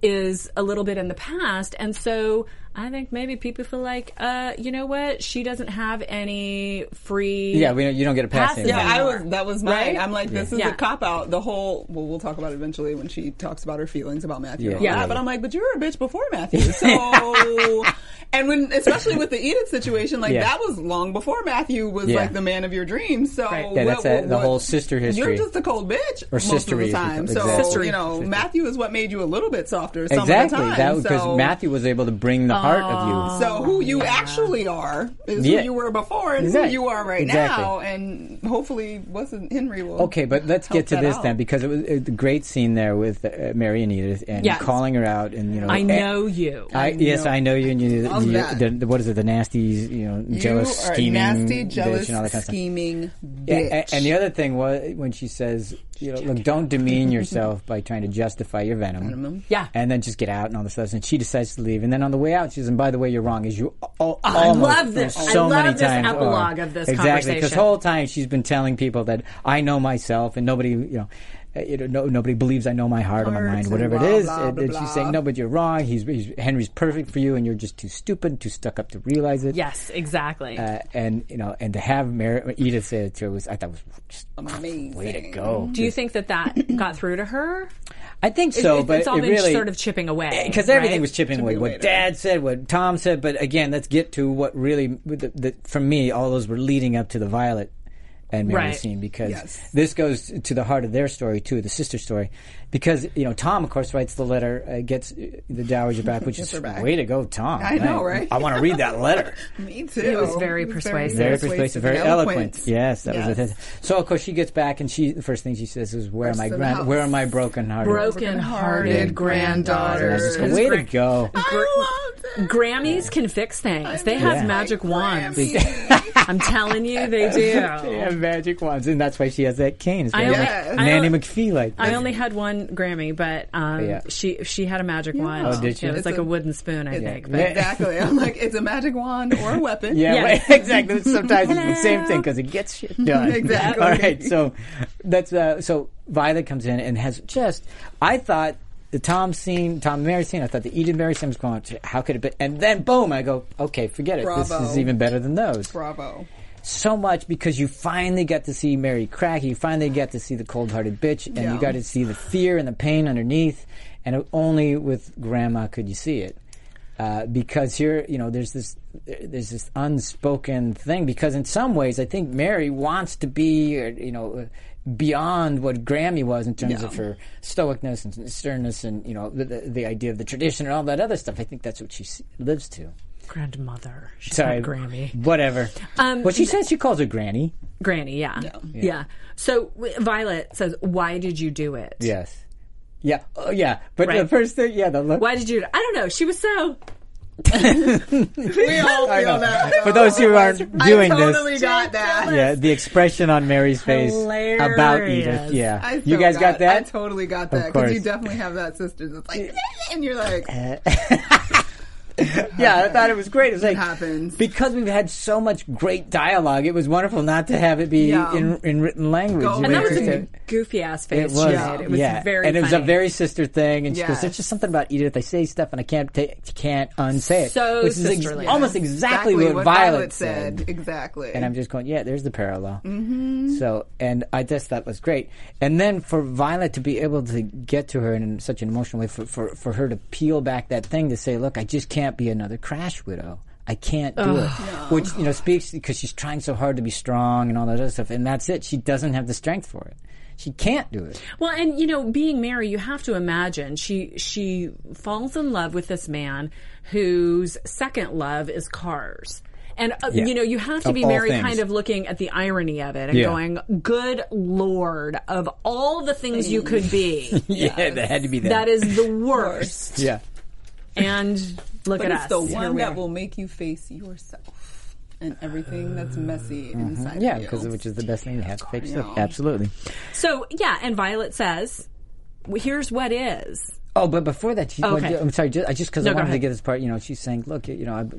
Speaker 2: is a little bit in the past, and so I think maybe people feel like, uh, you know what, she doesn't have any free.
Speaker 1: yeah, we don't, you don't get a pass.
Speaker 2: Passive.
Speaker 1: anymore.
Speaker 3: Yeah, I
Speaker 2: anymore.
Speaker 3: was. That was mine.
Speaker 2: Right?
Speaker 3: I'm like, this is
Speaker 2: Yeah.
Speaker 3: a cop out. The whole. Well, we'll talk about it eventually when she talks about her feelings about Matthew. and all
Speaker 1: Yeah.
Speaker 3: that.
Speaker 1: Yeah.
Speaker 3: But I'm like, but you were a bitch before Matthew. So, and when especially with the Edith situation, like
Speaker 1: Yeah.
Speaker 3: that was long before Matthew was
Speaker 1: Yeah.
Speaker 3: like the man of your dreams. So
Speaker 2: Right.
Speaker 1: Yeah, that's
Speaker 3: what-
Speaker 1: a-
Speaker 3: what-
Speaker 1: the
Speaker 3: what-
Speaker 1: whole sister history.
Speaker 3: You're just a cold bitch
Speaker 1: Or
Speaker 3: most of
Speaker 1: sistery, if
Speaker 3: the
Speaker 1: you
Speaker 3: time.
Speaker 1: call-
Speaker 3: So
Speaker 1: exactly.
Speaker 3: you know,
Speaker 1: Sistery.
Speaker 3: Matthew is what made you a little bit softer. Some
Speaker 1: exactly.
Speaker 3: Of the time.
Speaker 1: That was because
Speaker 3: so,
Speaker 1: Matthew was able to bring the heart of you.
Speaker 3: So who you actually are is
Speaker 1: Oh, Yeah.
Speaker 3: who you were before and
Speaker 1: Exact-
Speaker 3: who you are right
Speaker 1: exactly.
Speaker 3: now, and hopefully, wasn't Henry will.
Speaker 1: Okay, but let's
Speaker 3: help
Speaker 1: get to
Speaker 3: that
Speaker 1: this
Speaker 3: out.
Speaker 1: then because it was a great scene there with uh, Mary and Edith and
Speaker 2: Yes.
Speaker 1: calling her out and you know
Speaker 2: I
Speaker 1: eh,
Speaker 2: know you.
Speaker 1: I, yes,
Speaker 3: know.
Speaker 1: I know you. And you,
Speaker 3: Love
Speaker 1: you
Speaker 3: that.
Speaker 1: the, the, what is it? The nasty, you know, jealous,
Speaker 3: you are
Speaker 1: scheming,
Speaker 3: a nasty,
Speaker 1: bitch
Speaker 3: jealous,
Speaker 1: and all that kind of stuff.
Speaker 3: scheming
Speaker 1: Yeah,
Speaker 3: bitch.
Speaker 1: and, and the other thing was when she says, you know, look, don't demean yourself by trying to justify your venom.
Speaker 2: Yeah.
Speaker 1: And then just get out and all this stuff. And she decides to leave. And then on the way out, she says, and by the way, you're wrong. As you all,
Speaker 2: Oh, I love this.
Speaker 1: So
Speaker 2: I love
Speaker 1: many
Speaker 2: this
Speaker 1: times. are.
Speaker 2: epilogue of this
Speaker 1: Exactly.
Speaker 2: conversation.
Speaker 1: the whole time she's been telling people that I know myself and nobody, you know. uh, you know, no, nobody believes I know my heart or my
Speaker 3: Hearts
Speaker 1: mind,
Speaker 3: and
Speaker 1: whatever
Speaker 3: blah,
Speaker 1: it is.
Speaker 3: blah,
Speaker 1: and,
Speaker 3: blah,
Speaker 1: and she's saying, no,
Speaker 3: blah.
Speaker 1: but you're wrong. He's, he's Henry's perfect for you, and you're just too stupid, too stuck up to realize it.
Speaker 2: Yes, exactly.
Speaker 1: Uh, and you know, and to have Mer- Edith say it to her was, I thought was just
Speaker 3: Amazing.
Speaker 1: way to go.
Speaker 2: Do you think that that got through to her?
Speaker 1: I think
Speaker 2: It's-
Speaker 1: so,
Speaker 2: it's,
Speaker 1: but
Speaker 2: it's all
Speaker 1: it
Speaker 2: been
Speaker 1: really
Speaker 2: sort of chipping away
Speaker 1: because everything
Speaker 2: right?
Speaker 1: was chipping away.
Speaker 3: away.
Speaker 1: What Dad said, what Tom said, but again, let's get to what really. with The, the, for me, all those were leading up to the Violet and Mary
Speaker 2: Right.
Speaker 1: scene because
Speaker 3: Yes.
Speaker 1: this goes to the heart of their story too, the sister story. Because you know, Tom of course writes the letter, uh, gets uh, the dowager back, which is
Speaker 3: her back.
Speaker 1: way to go, Tom.
Speaker 3: I know, right?
Speaker 1: I want to read that letter.
Speaker 3: Me too.
Speaker 2: It was very persuasive.
Speaker 1: Very persuasive, very
Speaker 3: and
Speaker 1: eloquent. Yes, that was
Speaker 3: Yes.
Speaker 1: it. So of course she gets back, and she the first thing she says is, "Where am I?
Speaker 3: Rest in
Speaker 1: Grand-
Speaker 3: house.
Speaker 1: where am I broken heart?
Speaker 2: Broken-hearted
Speaker 3: Broken-hearted
Speaker 1: And I
Speaker 3: granddaughters.
Speaker 1: just go,
Speaker 2: It's
Speaker 1: way to
Speaker 2: great.
Speaker 1: go.
Speaker 3: I loved it.
Speaker 2: Grammys can fix things. they have
Speaker 1: Yeah.
Speaker 2: magic wands.
Speaker 3: Grammy.
Speaker 2: I'm telling you, they
Speaker 1: They
Speaker 2: do.
Speaker 1: have magic wands, and that's why she has that cane. It's
Speaker 2: I
Speaker 1: very
Speaker 2: only-
Speaker 3: Yes.
Speaker 2: I
Speaker 1: Nanny
Speaker 2: only-
Speaker 1: McPhee like.
Speaker 2: I only had one Grammy, but um,
Speaker 1: Yeah.
Speaker 2: she she had a magic wand.
Speaker 1: Oh, did she?
Speaker 2: It was
Speaker 1: It's
Speaker 2: like a,
Speaker 3: a-
Speaker 2: wooden spoon, I think. But
Speaker 1: Yeah.
Speaker 3: exactly. I'm like, it's a magic wand or a weapon.
Speaker 1: Yeah,
Speaker 2: Yeah.
Speaker 1: right, exactly. Sometimes it's the same thing because it gets shit done.
Speaker 3: Exactly.
Speaker 1: All right, so that's uh, so Violet comes in and has just. I thought the Tom scene, Tom and Mary scene. I thought the Eden Mary scene was going. How could it be? And then boom, I go. Okay, forget it. This
Speaker 3: Bravo.
Speaker 1: is even better than those.
Speaker 3: Bravo.
Speaker 1: so much because you finally got to see Mary crack. You finally got to see the cold-hearted bitch, and you
Speaker 3: Yeah.
Speaker 1: got to see the fear and the pain underneath. And it- only with Grandma could you see it, uh, because here, you know, there's this there's this unspoken thing. Because in some ways, I think Mary wants to be, uh, you know. Beyond what Grammy was in terms
Speaker 3: Yeah.
Speaker 1: of her stoicness and sternness, and you know the, the, the idea of the tradition and all that other stuff, I think that's what she s- lives to.
Speaker 2: grandmother, she's
Speaker 1: Sorry,
Speaker 2: not Grammy.
Speaker 1: Whatever.
Speaker 2: Um,
Speaker 1: well, she says she calls her Granny.
Speaker 2: Granny, yeah. Yeah. So w- Violet says, Why did you do it?
Speaker 1: Yes. Yeah. Oh, yeah. But the
Speaker 2: Right.
Speaker 1: first thing, yeah, the look.
Speaker 2: Why did you? I don't know. She was so.
Speaker 3: We all
Speaker 1: I know.
Speaker 3: feel that.
Speaker 1: For those who aren't doing
Speaker 3: I totally
Speaker 1: this,
Speaker 3: got that.
Speaker 1: yeah, the expression on Mary's face about
Speaker 2: Hilarious.
Speaker 1: Edith. Yeah.
Speaker 3: I
Speaker 1: you
Speaker 3: still
Speaker 1: guys got, that?
Speaker 3: I totally got that
Speaker 1: course.
Speaker 3: because you definitely have that sister that's like, and you're like,
Speaker 1: yeah, I thought it was great. It was like
Speaker 3: happens.
Speaker 1: because we've had so much great dialogue. It was wonderful not to have it be
Speaker 3: Yeah.
Speaker 1: in, in written language.
Speaker 3: Go
Speaker 1: You
Speaker 2: And that
Speaker 3: away.
Speaker 2: was
Speaker 1: just
Speaker 2: a
Speaker 1: have-
Speaker 2: goofy ass face.
Speaker 1: It was,
Speaker 2: She made. It was
Speaker 1: yeah.
Speaker 2: very.
Speaker 1: and it was a
Speaker 2: funny.
Speaker 1: very sister thing. And she goes,
Speaker 3: Yes.
Speaker 1: "There's just something about Edith. I say stuff and I can't ta- can't unsay it."
Speaker 2: So
Speaker 1: which is ex-
Speaker 2: sisterly.
Speaker 1: almost exactly, what, Violet, said.
Speaker 3: Exactly.
Speaker 1: And I'm just going, "Yeah, there's the parallel." Mm-hmm. So, and I just thought was great. And then for Violet to be able to get to her in such an emotional way, for for, for her to peel back that thing to say, "Look, I just can't be another crash widow." I can't do it, which you know speaks because she's trying so hard to be strong and all that other stuff, and that's it. She doesn't have the strength for it. She can't do it.
Speaker 2: Well, and you know, being Mary, you have to imagine she she falls in love with this man whose second love is cars. And uh,
Speaker 1: Yeah.
Speaker 2: you know, you have to
Speaker 1: Of
Speaker 2: be
Speaker 1: all
Speaker 2: Mary
Speaker 1: things.
Speaker 2: kind of looking at the irony of it and
Speaker 1: Yeah.
Speaker 2: going, "Good lord, of all the things you could be,
Speaker 1: Yeah, that had to be
Speaker 2: that is the worst."
Speaker 1: Yeah.
Speaker 2: And look
Speaker 3: but
Speaker 2: at
Speaker 3: it's
Speaker 2: us.
Speaker 3: the
Speaker 2: Here
Speaker 3: one
Speaker 2: we are.
Speaker 3: that will make you face yourself and everything that's messy inside.
Speaker 1: Mm-hmm. Yeah,
Speaker 3: you.
Speaker 1: because which is the best thing to have to fix stuff.
Speaker 3: Yeah.
Speaker 1: Absolutely.
Speaker 2: So yeah, and Violet says, well, "Here's what is."
Speaker 1: Oh, but before that, she,
Speaker 2: Okay.
Speaker 1: well, I'm sorry. Just, I just because
Speaker 2: No,
Speaker 1: I
Speaker 2: go
Speaker 1: wanted to
Speaker 2: ahead.
Speaker 1: get this part. You know, she's saying, "Look, you know,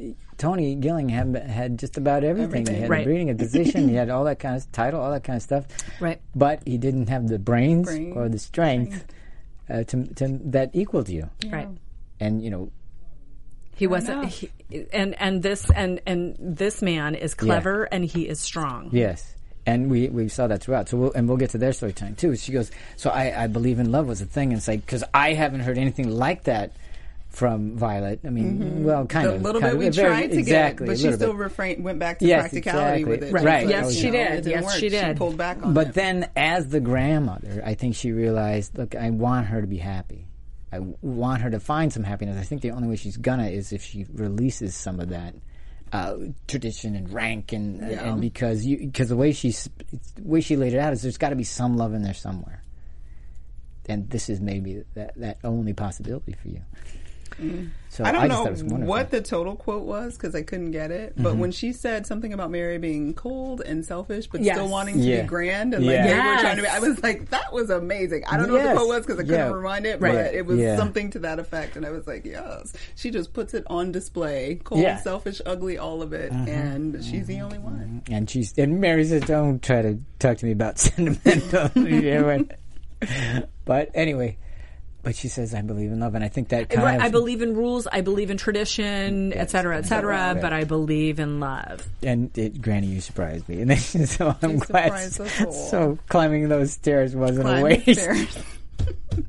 Speaker 1: I, Tony Gillingham had just about everything. He had
Speaker 2: Right.
Speaker 1: a breeding, a position, he had all that kind of title, all that kind of stuff.
Speaker 2: Right.
Speaker 1: But he didn't have the brains
Speaker 3: Brain.
Speaker 1: or the strength uh, to, to that equaled you.
Speaker 2: Right.
Speaker 1: And you know,
Speaker 2: He wasn't, he, and and this and and this man is clever and he is strong.
Speaker 1: Yes. And we, we saw that throughout. So we'll, and we'll get to their story time too. She goes, so I, I believe in love was a thing. And it's like, cause I haven't heard anything like that from Violet. I mean, well, kind
Speaker 3: Mm-hmm. A
Speaker 1: of.
Speaker 3: little
Speaker 1: kind
Speaker 3: bit
Speaker 1: of,
Speaker 3: we
Speaker 1: very-
Speaker 3: tried to
Speaker 1: exactly,
Speaker 3: get it, but
Speaker 1: a
Speaker 3: she
Speaker 1: little
Speaker 3: still
Speaker 1: bit.
Speaker 3: refrained, went back to
Speaker 1: Yes,
Speaker 3: practicality
Speaker 1: exactly.
Speaker 3: with it.
Speaker 1: Right.
Speaker 3: She was
Speaker 1: Yes,
Speaker 3: like,
Speaker 1: she
Speaker 3: you know,
Speaker 2: did.
Speaker 3: it didn't
Speaker 2: Yes,
Speaker 3: work.
Speaker 2: she did.
Speaker 3: pulled back on
Speaker 1: But
Speaker 3: it.
Speaker 1: then as the grandmother, I think she realized, look, I want her to be happy. I w- want her to find some happiness. I think the only way she's gonna is if she releases some of that uh, tradition and rank and and because you because the way she's the way she laid it out is there's got to be some love in there somewhere. And this is maybe that that only possibility for you. So
Speaker 3: Mm.
Speaker 1: just thought
Speaker 3: I don't
Speaker 1: it was
Speaker 3: know
Speaker 1: wonderful. Mm-hmm.
Speaker 3: what the total quote was because I couldn't get it. But when she said something about Mary being cold and selfish, but
Speaker 2: Yes.
Speaker 3: still wanting to
Speaker 1: Yeah.
Speaker 3: be grand and like
Speaker 1: Yeah.
Speaker 3: they were trying to be,
Speaker 2: Yes.
Speaker 3: I was like, that was amazing. I don't know what
Speaker 1: Yes.
Speaker 3: the quote was because I couldn't
Speaker 1: Yeah.
Speaker 3: rewind it,
Speaker 1: Right.
Speaker 3: but it was
Speaker 1: Yeah.
Speaker 3: something to that effect. And I was like, yes, she just puts it on display. Cold,
Speaker 1: Yeah. Uh-huh.
Speaker 3: selfish, ugly, all of it, and she's the only one.
Speaker 1: And she's and Mary says, "Don't try to talk to me about sentimental." You know, and- But anyway, but she says, "I believe in love," and I think that kind
Speaker 2: Right,
Speaker 1: of
Speaker 2: I believe in rules, I believe in tradition, et cetera, et cetera, but I believe in love.
Speaker 1: and it, Granny, you surprised me, and then, so I'm glad.
Speaker 3: surprised us all.
Speaker 1: So climbing those stairs wasn't a
Speaker 3: Climbing
Speaker 1: waste.
Speaker 3: stairs.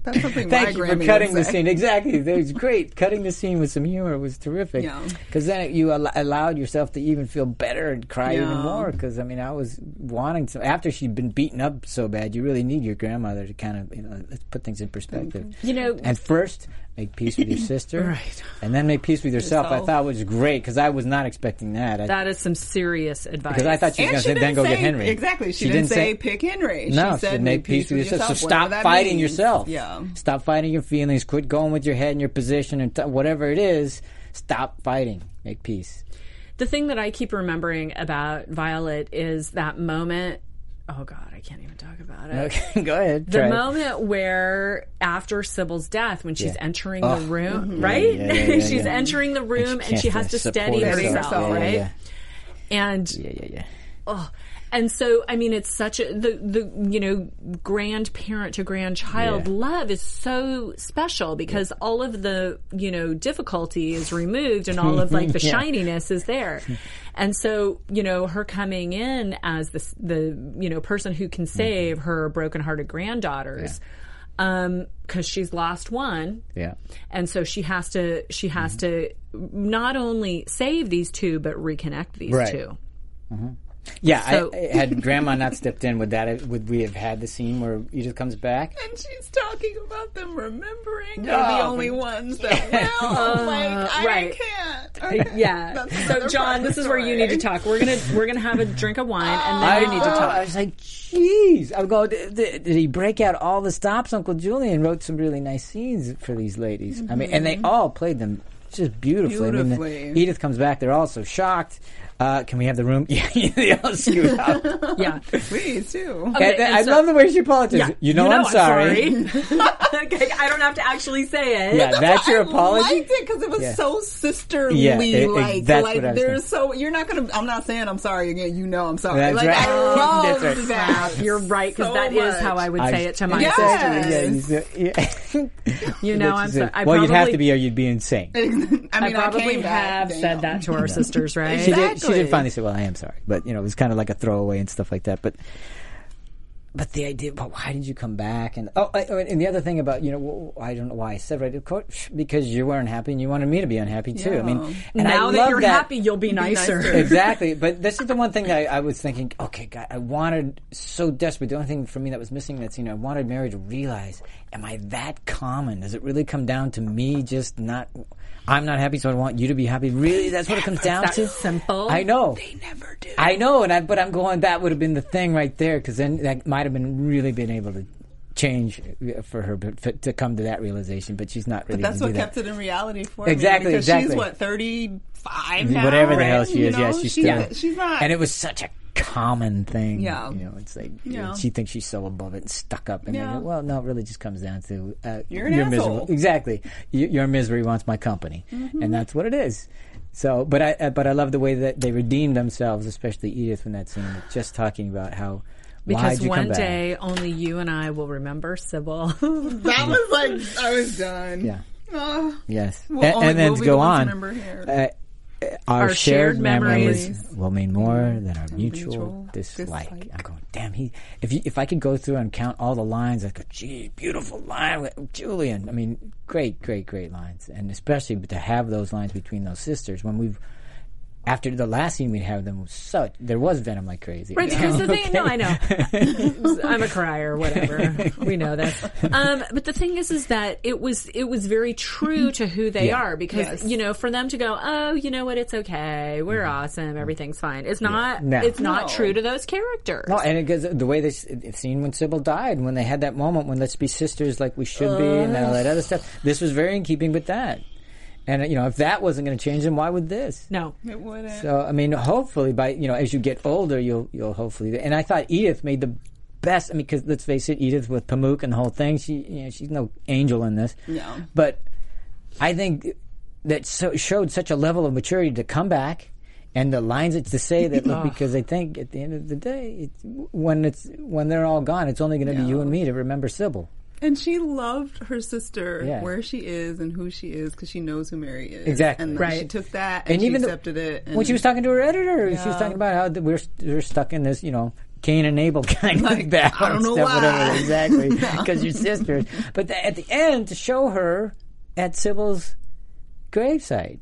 Speaker 3: That's something my
Speaker 1: Thank you
Speaker 3: Grammy
Speaker 1: for cutting
Speaker 3: would
Speaker 1: the
Speaker 3: say.
Speaker 1: scene. Exactly, that was great. Cutting the scene with some humor was terrific.
Speaker 3: Yeah.
Speaker 1: Because then it, you al- allowed yourself to even feel better and cry even
Speaker 3: Yeah.
Speaker 1: more. Because I mean, I was wanting to. After she'd been beaten up so bad, you really need your grandmother to kind of you know, let's put things in perspective.
Speaker 3: Mm-hmm.
Speaker 2: You know-
Speaker 1: and first make peace with your sister,
Speaker 2: Right.
Speaker 1: And then make peace with yourself. I
Speaker 3: Yourself.
Speaker 1: thought was great because I was not expecting that. I,
Speaker 2: That is some serious advice.
Speaker 1: because I thought she was
Speaker 3: And
Speaker 1: going
Speaker 3: she
Speaker 1: to say, then
Speaker 3: didn't
Speaker 1: go
Speaker 3: say
Speaker 1: get Henry.
Speaker 3: Exactly. She, didn't, say, pick Henry.
Speaker 1: No,
Speaker 3: she said
Speaker 1: make peace with yourself. So
Speaker 3: whatever
Speaker 1: stop
Speaker 3: that
Speaker 1: fighting
Speaker 3: means.
Speaker 1: yourself.
Speaker 3: Yeah.
Speaker 1: Stop fighting your feelings. Quit going with your head and your position and t- whatever it is. Stop fighting. Make peace.
Speaker 2: the thing that I keep remembering about Violet is that moment. Oh God, I can't even talk about it.
Speaker 1: Okay, go ahead.
Speaker 2: The
Speaker 1: try it.
Speaker 2: moment where after Sybil's death, when she's
Speaker 1: Yeah.
Speaker 2: entering
Speaker 1: Ugh. Mm-hmm.
Speaker 2: the room, right?
Speaker 1: yeah, yeah, yeah,
Speaker 2: she's
Speaker 1: yeah.
Speaker 2: entering the room and
Speaker 1: can't
Speaker 2: she has to
Speaker 1: support
Speaker 2: steady herself,
Speaker 3: herself,
Speaker 1: Yeah, yeah,
Speaker 2: right?
Speaker 1: yeah.
Speaker 2: And
Speaker 1: Yeah, yeah, yeah.
Speaker 2: and so I mean, it's such a the the you know grandparent to grandchild
Speaker 1: Yeah.
Speaker 2: love is so special because all of the you know difficulty is removed and all of like the
Speaker 1: Yeah.
Speaker 2: shininess is there, and so you know her coming in as the s- the you know person who can
Speaker 1: Mm-hmm.
Speaker 2: save her brokenhearted granddaughters, um because she's lost one,
Speaker 1: Yeah. Mm-hmm.
Speaker 2: and so she has to she has to not only save these two but reconnect these
Speaker 1: Right.
Speaker 2: two.
Speaker 1: Yeah,
Speaker 2: So-
Speaker 1: I, I- had Grandma not stepped in, would that have, would we have had the scene where Edith comes back?
Speaker 3: And she's talking about them remembering
Speaker 1: No.
Speaker 3: they're the only ones that will. like, I
Speaker 2: right.
Speaker 3: can't. Okay.
Speaker 2: Yeah.
Speaker 3: That's
Speaker 2: So
Speaker 3: another
Speaker 2: John,
Speaker 3: private
Speaker 2: this is where you
Speaker 3: story.
Speaker 2: need to talk. We're gonna we're gonna have a drink of wine and then you need to
Speaker 1: know.
Speaker 2: talk.
Speaker 1: uh, I was like, jeez. I'm going. Did, did did he break out all the stops? Uncle Julian wrote some really nice scenes for these ladies. I mean, and they
Speaker 2: Mm-hmm.
Speaker 1: all played them just beautifully. I mean,
Speaker 3: Beautifully.
Speaker 1: the- Edith comes back. They're all so shocked. Uh, can we have the room? Yeah, they all scoot out.
Speaker 2: Yeah.
Speaker 3: Please, too.
Speaker 2: Okay,
Speaker 1: And then-
Speaker 2: and
Speaker 1: I
Speaker 2: so-
Speaker 1: love the way she apologizes.
Speaker 2: Yeah.
Speaker 1: You know, I'm, sorry.
Speaker 2: sorry. okay, I don't have to actually say it.
Speaker 1: Yeah, that's your apology.
Speaker 3: I liked it because it was
Speaker 1: Yeah.
Speaker 3: so sisterly.
Speaker 1: Yeah, it- it-
Speaker 3: like,
Speaker 1: that's
Speaker 3: like
Speaker 1: what I was
Speaker 3: there's so you're not gonna. I'm not saying I'm sorry again. You know, I'm sorry.
Speaker 1: That's
Speaker 3: like
Speaker 1: right.
Speaker 3: I love
Speaker 1: That's right.
Speaker 3: that.
Speaker 2: Uh, You're right because
Speaker 3: So
Speaker 2: that is
Speaker 3: much.
Speaker 2: how I would
Speaker 1: I-
Speaker 2: say it to my
Speaker 3: Yes.
Speaker 2: sister.
Speaker 1: Yeah, you do- yeah.
Speaker 2: You know, I'm
Speaker 1: Which is
Speaker 2: sorry.
Speaker 1: it.
Speaker 2: I
Speaker 1: well, you'd have
Speaker 2: probably-
Speaker 1: to be, or you'd be insane.
Speaker 3: I mean, I,
Speaker 2: I probably
Speaker 3: came
Speaker 2: have
Speaker 3: back,
Speaker 2: said
Speaker 3: damn.
Speaker 2: that to our sisters, right?
Speaker 1: she did. She
Speaker 3: Exactly.
Speaker 1: did finally say, "Well, I am sorry," but you know, it was kind of like a throwaway and stuff like that. But but the idea, but why did you come back? And oh, I, oh, and the other thing about you know, w- w- I don't know why I said right, of course, because you weren't happy and you wanted me to be unhappy too. I mean, and I
Speaker 2: now that
Speaker 1: love
Speaker 2: you're
Speaker 1: that-
Speaker 2: happy, you'll be nicer.
Speaker 1: exactly. But this is the one thing that I, I was thinking. Okay, God, I wanted so desperate. The only thing for me that was missing in that scene, I wanted Mary to realize: Am I that common? Does it really come down to me just not? I'm not happy, so I want you to be happy. Really, that's what it comes down
Speaker 2: that
Speaker 1: to.
Speaker 2: simple.
Speaker 1: I know.
Speaker 3: They never do.
Speaker 1: I know, and I, but I'm going. That would have been the thing right there, because then that might have been really been able to change uh, for her but, for, to come to that realization. But she's not really.
Speaker 3: That's
Speaker 1: gonna
Speaker 3: what
Speaker 1: do
Speaker 3: kept
Speaker 1: that.
Speaker 3: it in reality for
Speaker 1: Exactly,
Speaker 3: me. Because
Speaker 1: exactly.
Speaker 3: She's what thirty five now,
Speaker 1: whatever the
Speaker 3: right?
Speaker 1: hell she
Speaker 3: You
Speaker 1: is.
Speaker 3: know?
Speaker 1: Yeah, she's
Speaker 3: she's,
Speaker 1: still.
Speaker 3: she's not.
Speaker 1: And it was such a common thing.
Speaker 3: Yeah.
Speaker 1: you know, it's like
Speaker 3: Yeah.
Speaker 1: she thinks she's so above it and stuck up. And
Speaker 3: Yeah.
Speaker 1: then, well, no, it really just comes down to uh,
Speaker 3: You're an
Speaker 1: miserable.
Speaker 3: asshole. Mm-hmm.
Speaker 1: Exactly, Y- your misery wants my company, and that's what it is. So, but I uh, but I love the way that they redeemed themselves, especially Edith in that scene, with just talking about how.
Speaker 2: Because
Speaker 1: Why'd you
Speaker 2: one
Speaker 1: come back?
Speaker 2: day only you and I will remember Sybil.
Speaker 3: that was like I was done.
Speaker 1: Yeah.
Speaker 3: Oh.
Speaker 1: Yes.
Speaker 3: Well,
Speaker 1: and,
Speaker 3: only
Speaker 1: and then
Speaker 3: will
Speaker 1: to
Speaker 3: be
Speaker 1: go
Speaker 3: the ones
Speaker 1: on.
Speaker 3: remember here.
Speaker 1: uh, uh, our, shared,
Speaker 2: shared
Speaker 1: memories,
Speaker 2: memories
Speaker 1: will mean more than our mutual,
Speaker 3: mutual
Speaker 1: dislike.
Speaker 3: dislike.
Speaker 1: I'm going, damn, he. If you, if I could go through and count all the lines, I'd go, gee, beautiful line with Julian. I mean, great, great, great lines. And especially to have those lines between those sisters when we've. After the last scene, we'd have them so there was venom like crazy.
Speaker 2: Right, because the thing, no, I know. I'm a crier, whatever. We know that. Um, but the thing is, is that it was it was very true to who they
Speaker 1: Yeah.
Speaker 2: are because
Speaker 3: Yes.
Speaker 2: you know, for them to go, oh, you know what, it's okay, we're awesome, everything's fine. It's not.
Speaker 1: Mm-hmm. No.
Speaker 2: It's not
Speaker 3: No.
Speaker 2: true to those characters.
Speaker 1: No, and it goes the way this it scene when Sybil died, when they had that moment when let's be sisters like we should be, and all that other stuff. This was very in keeping with that. And uh, you know, if that wasn't going to change, then why would this?
Speaker 2: No.
Speaker 3: It wouldn't.
Speaker 1: So I mean, hopefully, by you know, as you get older, you'll you'll hopefully. And I thought Edith made the best. I mean, because let's face it, Edith with Pamuk and the whole thing, she you know, she's no angel in this.
Speaker 3: No.
Speaker 1: But I think that so, showed such a level of maturity to come back and the lines that to say that look, because I think at the end of the day, it's, when it's when they're all gone, it's only going to be you and me to remember Sybil.
Speaker 3: And she loved her sister
Speaker 1: Yeah.
Speaker 3: where she is and who she is because she knows who Mary is.
Speaker 1: Exactly.
Speaker 3: And then
Speaker 1: Right.
Speaker 3: she took that and, she
Speaker 1: though-
Speaker 3: accepted it. And
Speaker 1: when she was talking to her editor, she was talking about how th- we're, st- we're stuck in this, you know, Cain and Abel kind
Speaker 3: Like,
Speaker 1: of battle.
Speaker 3: I don't know
Speaker 1: and stuff,
Speaker 3: why.
Speaker 1: Whatever, exactly, because you're sisters. But th- at the end, to show her at Sybil's gravesite.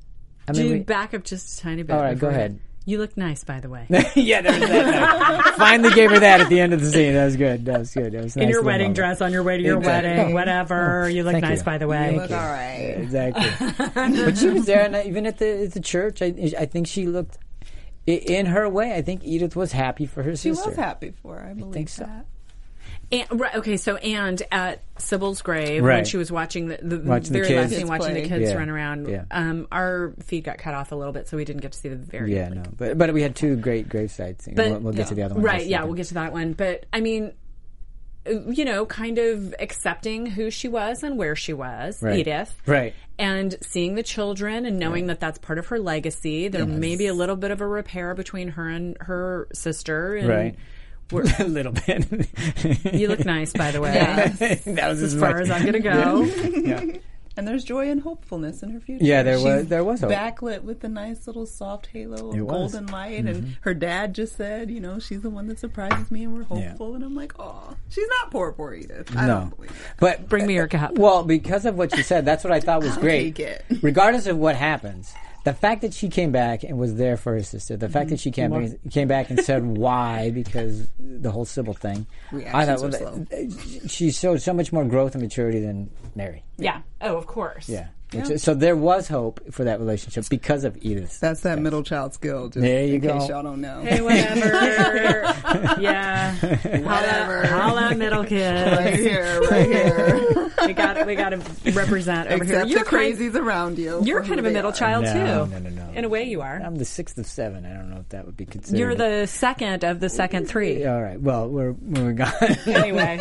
Speaker 1: I
Speaker 2: Do
Speaker 1: mean,
Speaker 2: you
Speaker 1: we-
Speaker 2: back up just a tiny bit?
Speaker 1: All right, go
Speaker 2: before-
Speaker 1: ahead.
Speaker 2: You look nice, by the way.
Speaker 1: yeah, there was that. no. Finally, gave her that at the end of the scene. That was good. That was good. That was nice
Speaker 2: In your
Speaker 1: little
Speaker 2: wedding
Speaker 1: moment.
Speaker 2: dress, on your way to your
Speaker 1: Exactly.
Speaker 2: wedding,
Speaker 1: Oh.
Speaker 2: whatever. You look
Speaker 1: Thank
Speaker 2: nice,
Speaker 1: you.
Speaker 2: by the way.
Speaker 3: Look all right.
Speaker 1: Exactly. but she was there, and I, even at the at the church, I I think she looked. i- In her way, I think Edith was happy for her
Speaker 3: She
Speaker 1: sister.
Speaker 3: was happy for her. I believe
Speaker 1: think so.
Speaker 3: that.
Speaker 2: And, right, okay, so and at Sybil's grave when
Speaker 1: Right.
Speaker 2: she was watching the, the
Speaker 1: Watching the
Speaker 2: very
Speaker 1: kids.
Speaker 2: last scene,
Speaker 3: Kids
Speaker 2: watching
Speaker 3: play.
Speaker 2: the kids
Speaker 1: Yeah.
Speaker 2: run around.
Speaker 1: Yeah.
Speaker 2: Um, our feed got cut off a little bit, so we didn't get to see the very.
Speaker 1: Yeah, no, but but we had two great gravesites. and
Speaker 2: But-
Speaker 1: we'll, we'll get to the other one. in
Speaker 2: Right.
Speaker 1: just a
Speaker 2: Yeah,
Speaker 1: second.
Speaker 2: we'll get to that one. But I mean, uh, you know, kind of accepting who she was and where she was,
Speaker 1: Right.
Speaker 2: Edith.
Speaker 1: Right.
Speaker 2: And seeing the children and knowing that that's part of her legacy. There may be a little bit of a repair between her and her sister. And
Speaker 1: Right.
Speaker 2: We're,
Speaker 1: a little bit.
Speaker 2: you look nice, by the way.
Speaker 1: that was
Speaker 2: As far as I'm going to go.
Speaker 3: And there's joy and hopefulness in her future.
Speaker 1: Yeah, there
Speaker 3: She's
Speaker 1: was- there was hope.
Speaker 3: backlit with a nice little soft halo
Speaker 1: It
Speaker 3: of
Speaker 1: was. Mm-hmm.
Speaker 3: golden light, and her dad just said, you know, she's the one that surprises me, and we're hopeful. And I'm like, oh, she's not poor, poor Edith. I don't
Speaker 1: No,
Speaker 3: believe it.
Speaker 1: but uh,
Speaker 2: Bring me your cup.
Speaker 1: Well, because of what you said, that's what I thought was great.
Speaker 3: take it.
Speaker 1: Regardless of what happens, the fact that she came back and was there for her sister, the
Speaker 2: Mm-hmm.
Speaker 1: fact that she came back, came back and said why because the whole Sybil thing. I thought
Speaker 3: Reactions
Speaker 1: well,
Speaker 3: were
Speaker 1: that- she showed so much more growth and maturity than Mary.
Speaker 2: Yeah. Oh, of course.
Speaker 1: Yeah. Which is- so there was hope for that relationship because of Edith.
Speaker 3: That's that middle child skill. Just
Speaker 1: There you
Speaker 3: in
Speaker 1: go.
Speaker 3: case y'all don't know.
Speaker 2: Hey, whatever. yeah. Holla,
Speaker 3: Whatever.
Speaker 2: holla, middle
Speaker 3: Right
Speaker 2: kid.
Speaker 3: here, right here.
Speaker 2: we got we got to represent over
Speaker 3: Except
Speaker 2: here.
Speaker 3: the crazies around you.
Speaker 2: Kind, you're
Speaker 3: for
Speaker 2: kind
Speaker 3: who
Speaker 2: of a
Speaker 3: they
Speaker 2: middle
Speaker 3: are.
Speaker 2: child
Speaker 1: No,
Speaker 2: too.
Speaker 1: no, no, no.
Speaker 2: In a way, you are.
Speaker 1: I'm the sixth of seven. I don't know if that would be considered.
Speaker 2: You're the second of the second three.
Speaker 1: All right. Well, we're we're gone.
Speaker 2: Anyway,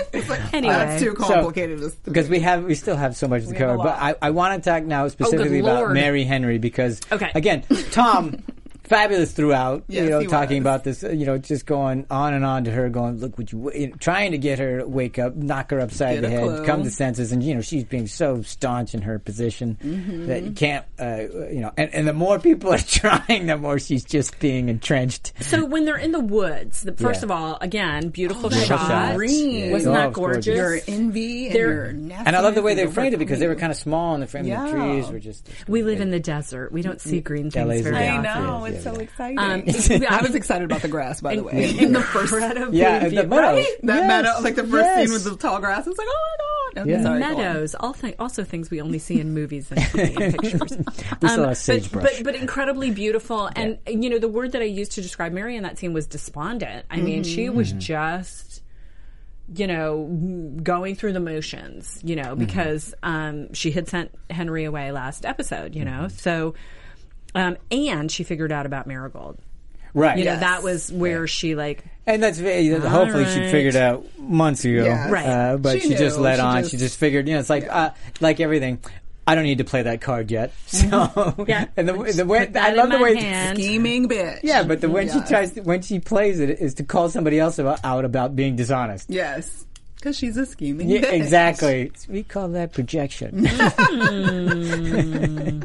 Speaker 2: anyway.
Speaker 3: That's too complicated. It's-
Speaker 1: because we have we still have so much to cover.
Speaker 3: a
Speaker 1: But I,
Speaker 3: lot.
Speaker 1: I want to talk now specifically about
Speaker 2: Lord.
Speaker 1: Mary Henry because
Speaker 2: Okay.
Speaker 1: again, Tom. Fabulous throughout,
Speaker 3: Yes,
Speaker 1: you know,
Speaker 3: he
Speaker 1: talking
Speaker 3: was.
Speaker 1: about this, uh, you know, just going on and on to her, going, look, would you, wa-" you know, trying to get her to wake up, knock her upside
Speaker 3: Get
Speaker 1: the
Speaker 3: a
Speaker 1: head,
Speaker 3: clue.
Speaker 1: come to senses, and you know, she's being so staunch in her position that you can't, uh, you know, and, and the more people are trying, the more she's just being entrenched.
Speaker 2: So when they're in the woods, the, first
Speaker 1: Yeah.
Speaker 2: of all, again, beautiful
Speaker 1: Beautiful
Speaker 2: shot.
Speaker 1: shots.
Speaker 3: Green.
Speaker 2: Wasn't
Speaker 1: Oh,
Speaker 2: that
Speaker 1: it's gorgeous.
Speaker 2: gorgeous?
Speaker 3: Your envy and
Speaker 2: They're-
Speaker 3: your
Speaker 1: And I love the way they
Speaker 3: nastiness
Speaker 1: framed it because they were
Speaker 3: overcoming.
Speaker 1: kind of small and the frame of the
Speaker 3: Yeah.
Speaker 1: trees were just.
Speaker 2: we live in the desert. We don't see
Speaker 1: LA
Speaker 2: green things
Speaker 1: is a desert.
Speaker 2: very
Speaker 3: I
Speaker 2: often.
Speaker 3: know.
Speaker 1: Yeah,
Speaker 3: it's
Speaker 1: yeah,
Speaker 3: so
Speaker 1: yeah.
Speaker 3: exciting.
Speaker 2: Um,
Speaker 3: I was excited about the grass, by the way.
Speaker 2: In the first incredibly
Speaker 1: Yeah, the
Speaker 2: beautiful-
Speaker 1: meadows.
Speaker 3: That
Speaker 1: Yes,
Speaker 3: meadow, like the first
Speaker 1: yes.
Speaker 3: scene with the tall grass, it's like, oh my god. Okay,
Speaker 1: Yeah.
Speaker 3: sorry, go on.
Speaker 2: meadows, all thi- also things we only see in movies and, TV and pictures.
Speaker 1: We still
Speaker 2: Um,
Speaker 1: have sagebrush.
Speaker 2: But, but, but incredibly beautiful. And, you know, the word that I used to describe Mary in that scene was despondent. I mean, she
Speaker 3: Mm-hmm.
Speaker 2: was just, you know, going through the motions, you
Speaker 3: Mm-hmm.
Speaker 2: know, because um, she had sent Henry away last episode, you
Speaker 3: Mm-hmm.
Speaker 2: know. So, um, and she figured out about Marigold.
Speaker 1: right.
Speaker 2: You know,
Speaker 3: Yes.
Speaker 2: that was where she, like,
Speaker 1: And that's ve- that- hopefully she
Speaker 2: right.
Speaker 1: figured out months ago,
Speaker 3: Yes.
Speaker 2: Right.
Speaker 1: Uh, but she,
Speaker 3: She
Speaker 1: just
Speaker 3: knew.
Speaker 1: let
Speaker 3: She
Speaker 1: on.
Speaker 3: just-
Speaker 1: she just figured, you know, it's like uh, like everything. I don't need to play that card yet. So
Speaker 2: Mm-hmm. Yeah.
Speaker 1: and the, the way
Speaker 2: put that
Speaker 1: I love
Speaker 2: in
Speaker 1: the
Speaker 2: my
Speaker 1: way.
Speaker 2: hand.
Speaker 3: Scheming bitch.
Speaker 1: Yeah, but the when she
Speaker 3: Yes.
Speaker 1: tries to, when she plays it is to call somebody else about, out about being dishonest.
Speaker 3: Yes. Because she's a scheming
Speaker 1: Yeah,
Speaker 3: bitch.
Speaker 1: exactly. We call that projection. Hmm.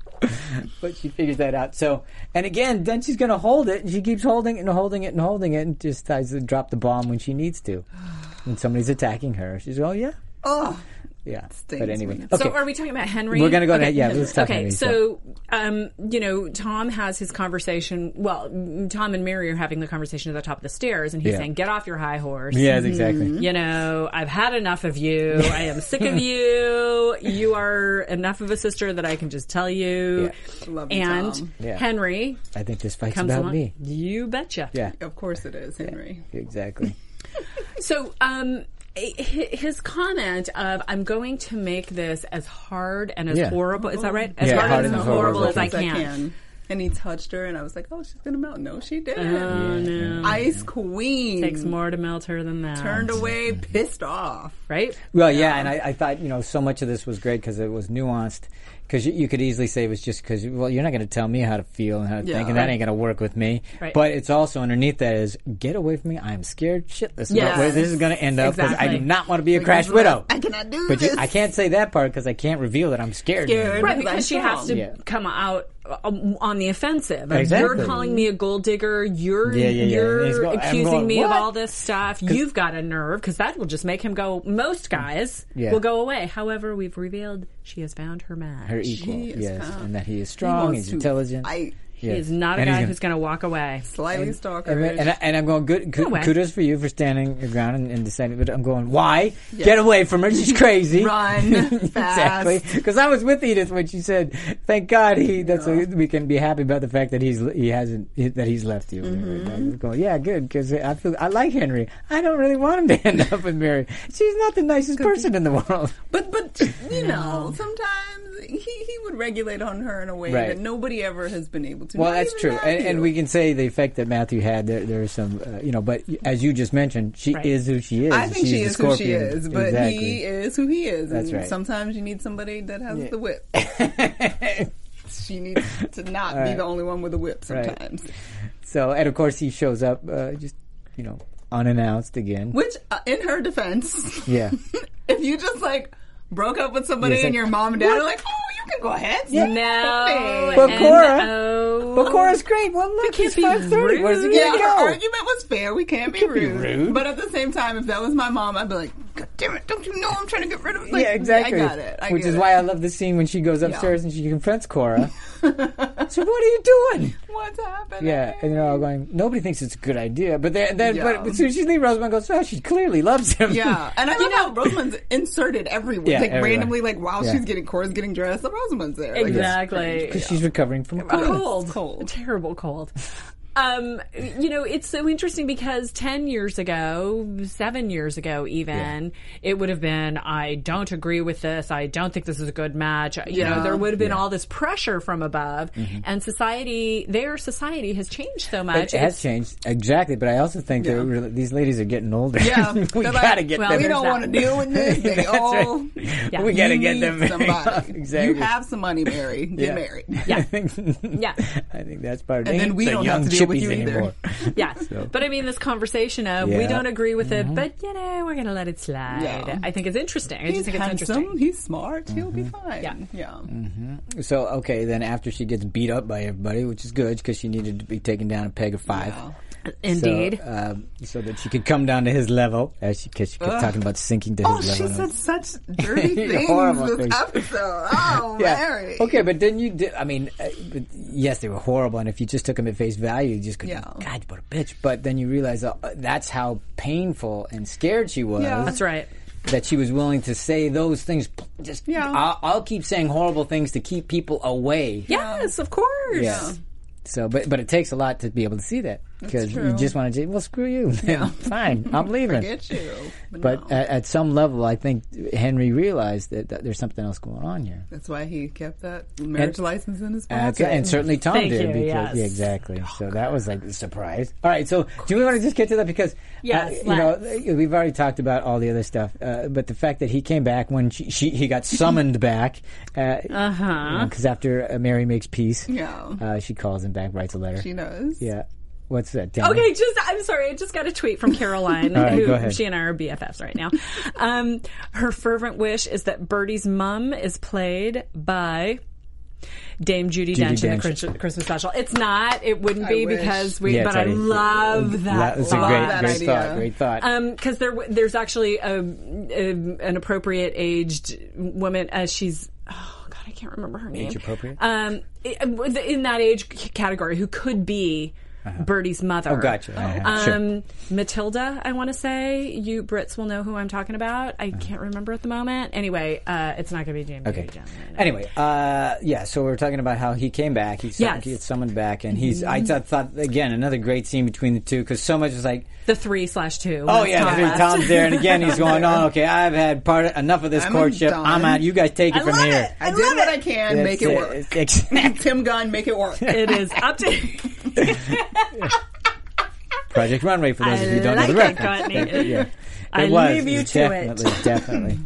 Speaker 1: but she figures that out. So, and again, then she's going to hold it, and she keeps holding it and holding it and holding it, and just decides to drop the bomb when she needs to. When somebody's attacking her, she's oh yeah,
Speaker 3: Oh,
Speaker 1: yeah. But
Speaker 3: Stings when
Speaker 1: anyway,
Speaker 3: it's-
Speaker 1: okay.
Speaker 2: So are we talking about Henry?
Speaker 1: We're gonna go to-
Speaker 2: okay.
Speaker 1: yeah, let's talk
Speaker 2: okay.
Speaker 1: Henry,
Speaker 2: so, um, you know, Tom has his conversation. Well, mm, Tom and Mary are having the conversation at the top of the stairs, and he's
Speaker 1: Yeah.
Speaker 2: saying, "Get off your high horse."
Speaker 1: yes, exactly.
Speaker 2: You know, I've had enough of you. I am sick of you. You are enough of a sister that I can just tell you.
Speaker 3: Yeah. Love you,
Speaker 2: and
Speaker 3: Tom.
Speaker 1: Yeah.
Speaker 2: Henry
Speaker 1: I think this fight's
Speaker 2: comes
Speaker 1: about
Speaker 2: along.
Speaker 1: me.
Speaker 2: You betcha.
Speaker 1: Yeah,
Speaker 3: of course it is, Henry.
Speaker 1: exactly.
Speaker 2: So, um, hi- his comment of "I'm going to make this as hard and as
Speaker 1: Yeah.
Speaker 2: horrible" is that right? As
Speaker 1: Yeah,
Speaker 2: hard,
Speaker 1: hard
Speaker 2: and
Speaker 1: and
Speaker 2: as horrible, as I
Speaker 3: Yes,
Speaker 2: can.
Speaker 3: And he touched her, and I was like, oh, she's going to melt. No, she didn't.
Speaker 2: Oh no.
Speaker 3: Ice Queen.
Speaker 2: Takes more to melt her than that.
Speaker 3: Turned away, pissed off.
Speaker 2: right?
Speaker 1: Well, yeah, and I, I thought you know so much of this was great because it was nuanced because you, you could easily say it was just because well you're not going to tell me how to feel and how to
Speaker 3: Yeah.
Speaker 1: think and that
Speaker 3: Right.
Speaker 1: ain't going to work with me
Speaker 2: Right.
Speaker 1: but it's also underneath that is get away from me i'm scared shitless about
Speaker 2: Yes.
Speaker 1: where this is going to end up because i
Speaker 2: Exactly.
Speaker 1: do not want to be a crash widow
Speaker 3: I cannot do
Speaker 1: but you,
Speaker 3: this.
Speaker 1: i can't say that part because i can't reveal that i'm scared,
Speaker 3: Scared.
Speaker 2: Right,
Speaker 3: Because
Speaker 2: because
Speaker 3: I'm
Speaker 2: she has
Speaker 3: strong.
Speaker 2: to
Speaker 1: Yeah.
Speaker 2: come out um, on the offensive. Like,
Speaker 1: Exactly.
Speaker 2: You're calling me a gold digger. You're
Speaker 1: Yeah, yeah, yeah. And he's
Speaker 2: you're
Speaker 1: go- I'm
Speaker 2: accusing
Speaker 1: going,
Speaker 2: me of
Speaker 1: "What?"
Speaker 2: all this stuff. You've got a nerve because that will just make him go. Most guys
Speaker 1: Yeah.
Speaker 2: will go away. However, we've revealed she has found her match.
Speaker 1: her equal
Speaker 3: is
Speaker 1: yes
Speaker 3: found-
Speaker 1: and that he is
Speaker 3: He
Speaker 1: strong
Speaker 3: wants
Speaker 1: he's
Speaker 3: to
Speaker 1: intelligent
Speaker 3: fight.
Speaker 2: he is not a
Speaker 1: And he's
Speaker 2: guy
Speaker 1: gonna-
Speaker 2: who's going to walk away.
Speaker 3: Slightly stalker.
Speaker 1: And, and, I, and I'm going, good, kud-
Speaker 2: away.
Speaker 1: kudos for you for standing your ground and, and deciding, but I'm going, why? Get away from her. She's crazy.
Speaker 3: Run
Speaker 1: exactly.
Speaker 3: fast.
Speaker 1: Because I was with Edith when she said, thank God he, that's a, we can be happy about the fact that he's, he hasn't, he, that he's left you. I was going, yeah, good. Because I feel, I like Henry. I don't really want him to end up with Mary. She's not the nicest person in the world.
Speaker 3: But but you know, sometimes he, he would regulate on her in a way
Speaker 1: Right.
Speaker 3: that nobody ever has been able to.
Speaker 1: Well,
Speaker 3: not
Speaker 1: that's
Speaker 3: even
Speaker 1: true, and, and
Speaker 3: Matthew.
Speaker 1: we can say the effect that Matthew had. There, there is some, uh, you know. But as you just mentioned, she
Speaker 2: Right.
Speaker 1: is who she is.
Speaker 3: I think
Speaker 1: She's
Speaker 3: she
Speaker 1: the
Speaker 3: is who she
Speaker 1: scorpion.
Speaker 3: is, but
Speaker 1: exactly.
Speaker 3: he is who he is.
Speaker 1: That's
Speaker 3: and
Speaker 1: right.
Speaker 3: Sometimes you need somebody that has the whip. she needs to not be the only one with a whip
Speaker 1: Right.
Speaker 3: sometimes.
Speaker 1: So, and of course, he shows up uh, just, you know, unannounced again.
Speaker 3: Which, uh, in her defense,
Speaker 1: Yeah.
Speaker 3: if you just like broke up with somebody
Speaker 1: Yes,
Speaker 3: and
Speaker 1: I-
Speaker 3: your mom and dad are like, "Oh, you can go ahead."
Speaker 2: No,
Speaker 3: But
Speaker 1: Cora-
Speaker 2: no.
Speaker 1: But Cora's great. Well, look,
Speaker 2: can't
Speaker 1: he's
Speaker 2: be
Speaker 1: 530. Where's he going
Speaker 2: rude.
Speaker 1: to
Speaker 3: Yeah, her
Speaker 1: go?
Speaker 3: argument was fair. We can't be,
Speaker 1: Oh. be
Speaker 3: rude.
Speaker 1: rude.
Speaker 3: But at the same time, if that was my mom, I'd be like, God damn it, don't you know I'm trying to get rid of like,
Speaker 1: yeah, exactly.
Speaker 3: I got it. I
Speaker 1: Which
Speaker 3: get
Speaker 1: is
Speaker 3: it.
Speaker 1: why I love the scene when she goes upstairs and she confronts Cora. so what are you doing?
Speaker 3: What's happening?
Speaker 1: Yeah, and they're all going. Nobody thinks it's a good idea, but then, then
Speaker 3: Yeah.
Speaker 1: but, but Susie Lee Rosemont goes, "Oh, she clearly loves him."
Speaker 3: Yeah, and I love how Rosamund's inserted everywhere,
Speaker 1: Yeah,
Speaker 3: like
Speaker 1: everywhere.
Speaker 3: randomly, like while
Speaker 1: Yeah.
Speaker 3: she's getting Cora's getting dressed, the Rosamund's there. Like,
Speaker 2: Exactly.
Speaker 1: because she's recovering from a
Speaker 2: A
Speaker 1: cold.
Speaker 2: cold,
Speaker 3: cold.
Speaker 2: A terrible cold. Um, you know, it's so interesting because 10 years ago, seven years ago, even, it would have been, I don't agree with this. I don't think this is a good match. You know, there would have been all this pressure from above.
Speaker 1: Mm-hmm.
Speaker 2: And society, their society has changed so much.
Speaker 1: It has
Speaker 2: It's-
Speaker 1: changed exactly, but I also think that really, these ladies are getting older.
Speaker 3: Yeah,
Speaker 1: we
Speaker 3: they're
Speaker 1: gotta
Speaker 3: like,
Speaker 1: get
Speaker 2: well,
Speaker 1: them.
Speaker 3: we
Speaker 2: There's
Speaker 3: don't
Speaker 2: that.
Speaker 3: want to deal with this. They
Speaker 1: That's
Speaker 3: all
Speaker 1: right. We gotta
Speaker 3: you
Speaker 1: get
Speaker 3: need
Speaker 1: them married off.
Speaker 3: somebody.
Speaker 1: Exactly.
Speaker 3: You have some money, Mary. Get
Speaker 1: Yeah.
Speaker 3: married.
Speaker 1: I
Speaker 2: Yeah.
Speaker 1: think,
Speaker 2: Yeah.
Speaker 1: I think that's part of it.
Speaker 3: And then
Speaker 1: Ain't
Speaker 3: we
Speaker 1: the
Speaker 3: don't
Speaker 1: young
Speaker 3: have to deal with
Speaker 1: chippies
Speaker 3: you either.
Speaker 1: anymore.
Speaker 2: Yeah.
Speaker 1: So-
Speaker 2: But I mean, this conversation of, we
Speaker 1: Yeah. Mm-hmm.
Speaker 2: don't agree with it, but, you know, we're going to let it slide.
Speaker 3: Yeah.
Speaker 2: I think it's interesting. I
Speaker 3: He's
Speaker 2: just think it's
Speaker 3: handsome.
Speaker 2: interesting.
Speaker 3: He's smart. He'll be
Speaker 1: Mm-hmm.
Speaker 3: fine.
Speaker 2: Yeah.
Speaker 3: yeah.
Speaker 1: So okay, then after she gets beat up by everybody, which is good because she needed to be taken down a peg of five. So,
Speaker 2: Indeed.
Speaker 1: um, so that she could come down to his level, as she, cause she kept talking about sinking to his
Speaker 3: Oh,
Speaker 1: level.
Speaker 3: she
Speaker 1: And I
Speaker 3: said
Speaker 1: was-
Speaker 3: such dirty things
Speaker 1: Horrible
Speaker 3: this
Speaker 1: things.
Speaker 3: episode. Oh, Mary.
Speaker 1: Okay, but then you did. I mean, uh, but yes, they were horrible, and if you just took them at face value, you just could.
Speaker 3: Yeah.
Speaker 1: God, what a bitch! But then you realize uh, that's how painful and scared she was.
Speaker 3: Yeah.
Speaker 2: That's right.
Speaker 1: That she was willing to say those things. p- Just
Speaker 3: Yeah.
Speaker 1: I'll, I'll keep saying horrible things to keep people away.
Speaker 2: Yes, of course.
Speaker 1: Yeah. So, but but it takes a lot to be able to see that because you
Speaker 3: true.
Speaker 1: just want to say, well, screw you. Fine, I'm leaving.
Speaker 3: Get you. But,
Speaker 1: But uh,
Speaker 3: no.
Speaker 1: at, at some level, I think Henry realized that, that there's something else going on here.
Speaker 3: that's why he kept that marriage license in his
Speaker 1: That's
Speaker 3: pocket.
Speaker 1: right. uh, And certainly Tom
Speaker 2: Thank
Speaker 1: did
Speaker 2: you,
Speaker 1: because
Speaker 2: yes. Oh,
Speaker 1: yeah, exactly. so that was like a surprise. All right, so do we want to just get to that because uh,
Speaker 2: Yes,
Speaker 1: you know we've already talked about all the other stuff, uh, but the fact that he came back when she, she he got summoned back, because uh,
Speaker 2: Uh-huh.
Speaker 1: you know, 'cause after uh, Mary makes peace,
Speaker 3: Yeah.
Speaker 1: uh, she calls him back, writes a letter.
Speaker 3: she knows.
Speaker 1: yeah, what's that? Tammy?
Speaker 2: Okay, just I'm sorry. I just got a tweet from Caroline,
Speaker 1: right,
Speaker 2: who
Speaker 1: go ahead.
Speaker 2: she and I are BFFs right now. Um, her fervent wish is that Bertie's mum is played by Dame Judy,
Speaker 1: Judi
Speaker 2: Dench, in
Speaker 1: Dench.
Speaker 2: the Christ- Christmas special. It's not. It wouldn't be
Speaker 3: wish.
Speaker 2: because we.
Speaker 1: Yeah,
Speaker 2: but
Speaker 1: it's
Speaker 2: I
Speaker 1: already-
Speaker 2: love that.
Speaker 1: was a
Speaker 2: thought.
Speaker 1: great,
Speaker 3: that
Speaker 1: great
Speaker 3: idea.
Speaker 1: thought. Great thought.
Speaker 2: because Um, there w- there's actually a, a an appropriate aged woman as she's oh god I can't remember her name
Speaker 1: appropriate?
Speaker 2: um i- in that age c- category who could be Bertie's mother
Speaker 1: oh, gotcha. Uh-huh. Sure.
Speaker 2: um Matilda I want to say you Brits will know who I'm talking about I can't remember at the moment anyway uh, it's not going to be James
Speaker 1: Uh-huh. Okay. Anyway, uh, yeah. So we are talking about how he came back. He sum-
Speaker 2: Yes. Mm-hmm.
Speaker 1: he gets summoned back, and he's. I thought, thought again another great scene between the two because so much is like,
Speaker 2: the three slash two
Speaker 1: oh
Speaker 2: when it's
Speaker 1: yeah,
Speaker 2: Tom
Speaker 1: the three
Speaker 2: left.
Speaker 1: Tom's there, and again he's going, oh okay, I've had part enough of this
Speaker 3: I'm
Speaker 1: courtship.
Speaker 3: done.
Speaker 1: I'm out. You guys take it
Speaker 2: I
Speaker 1: from
Speaker 2: love
Speaker 1: here.
Speaker 2: it.
Speaker 3: I, did what I can.
Speaker 1: That's
Speaker 3: make it, work.
Speaker 1: It's-
Speaker 3: Tim Gunn, make it work.
Speaker 2: it is up to
Speaker 1: Project Runway for those
Speaker 2: I
Speaker 1: of you who don't know the
Speaker 2: like it,
Speaker 1: reference.
Speaker 2: Courtney.
Speaker 1: yeah.
Speaker 2: I
Speaker 1: It was.
Speaker 2: leave you
Speaker 1: was
Speaker 2: to it.
Speaker 1: definitely, Definitely.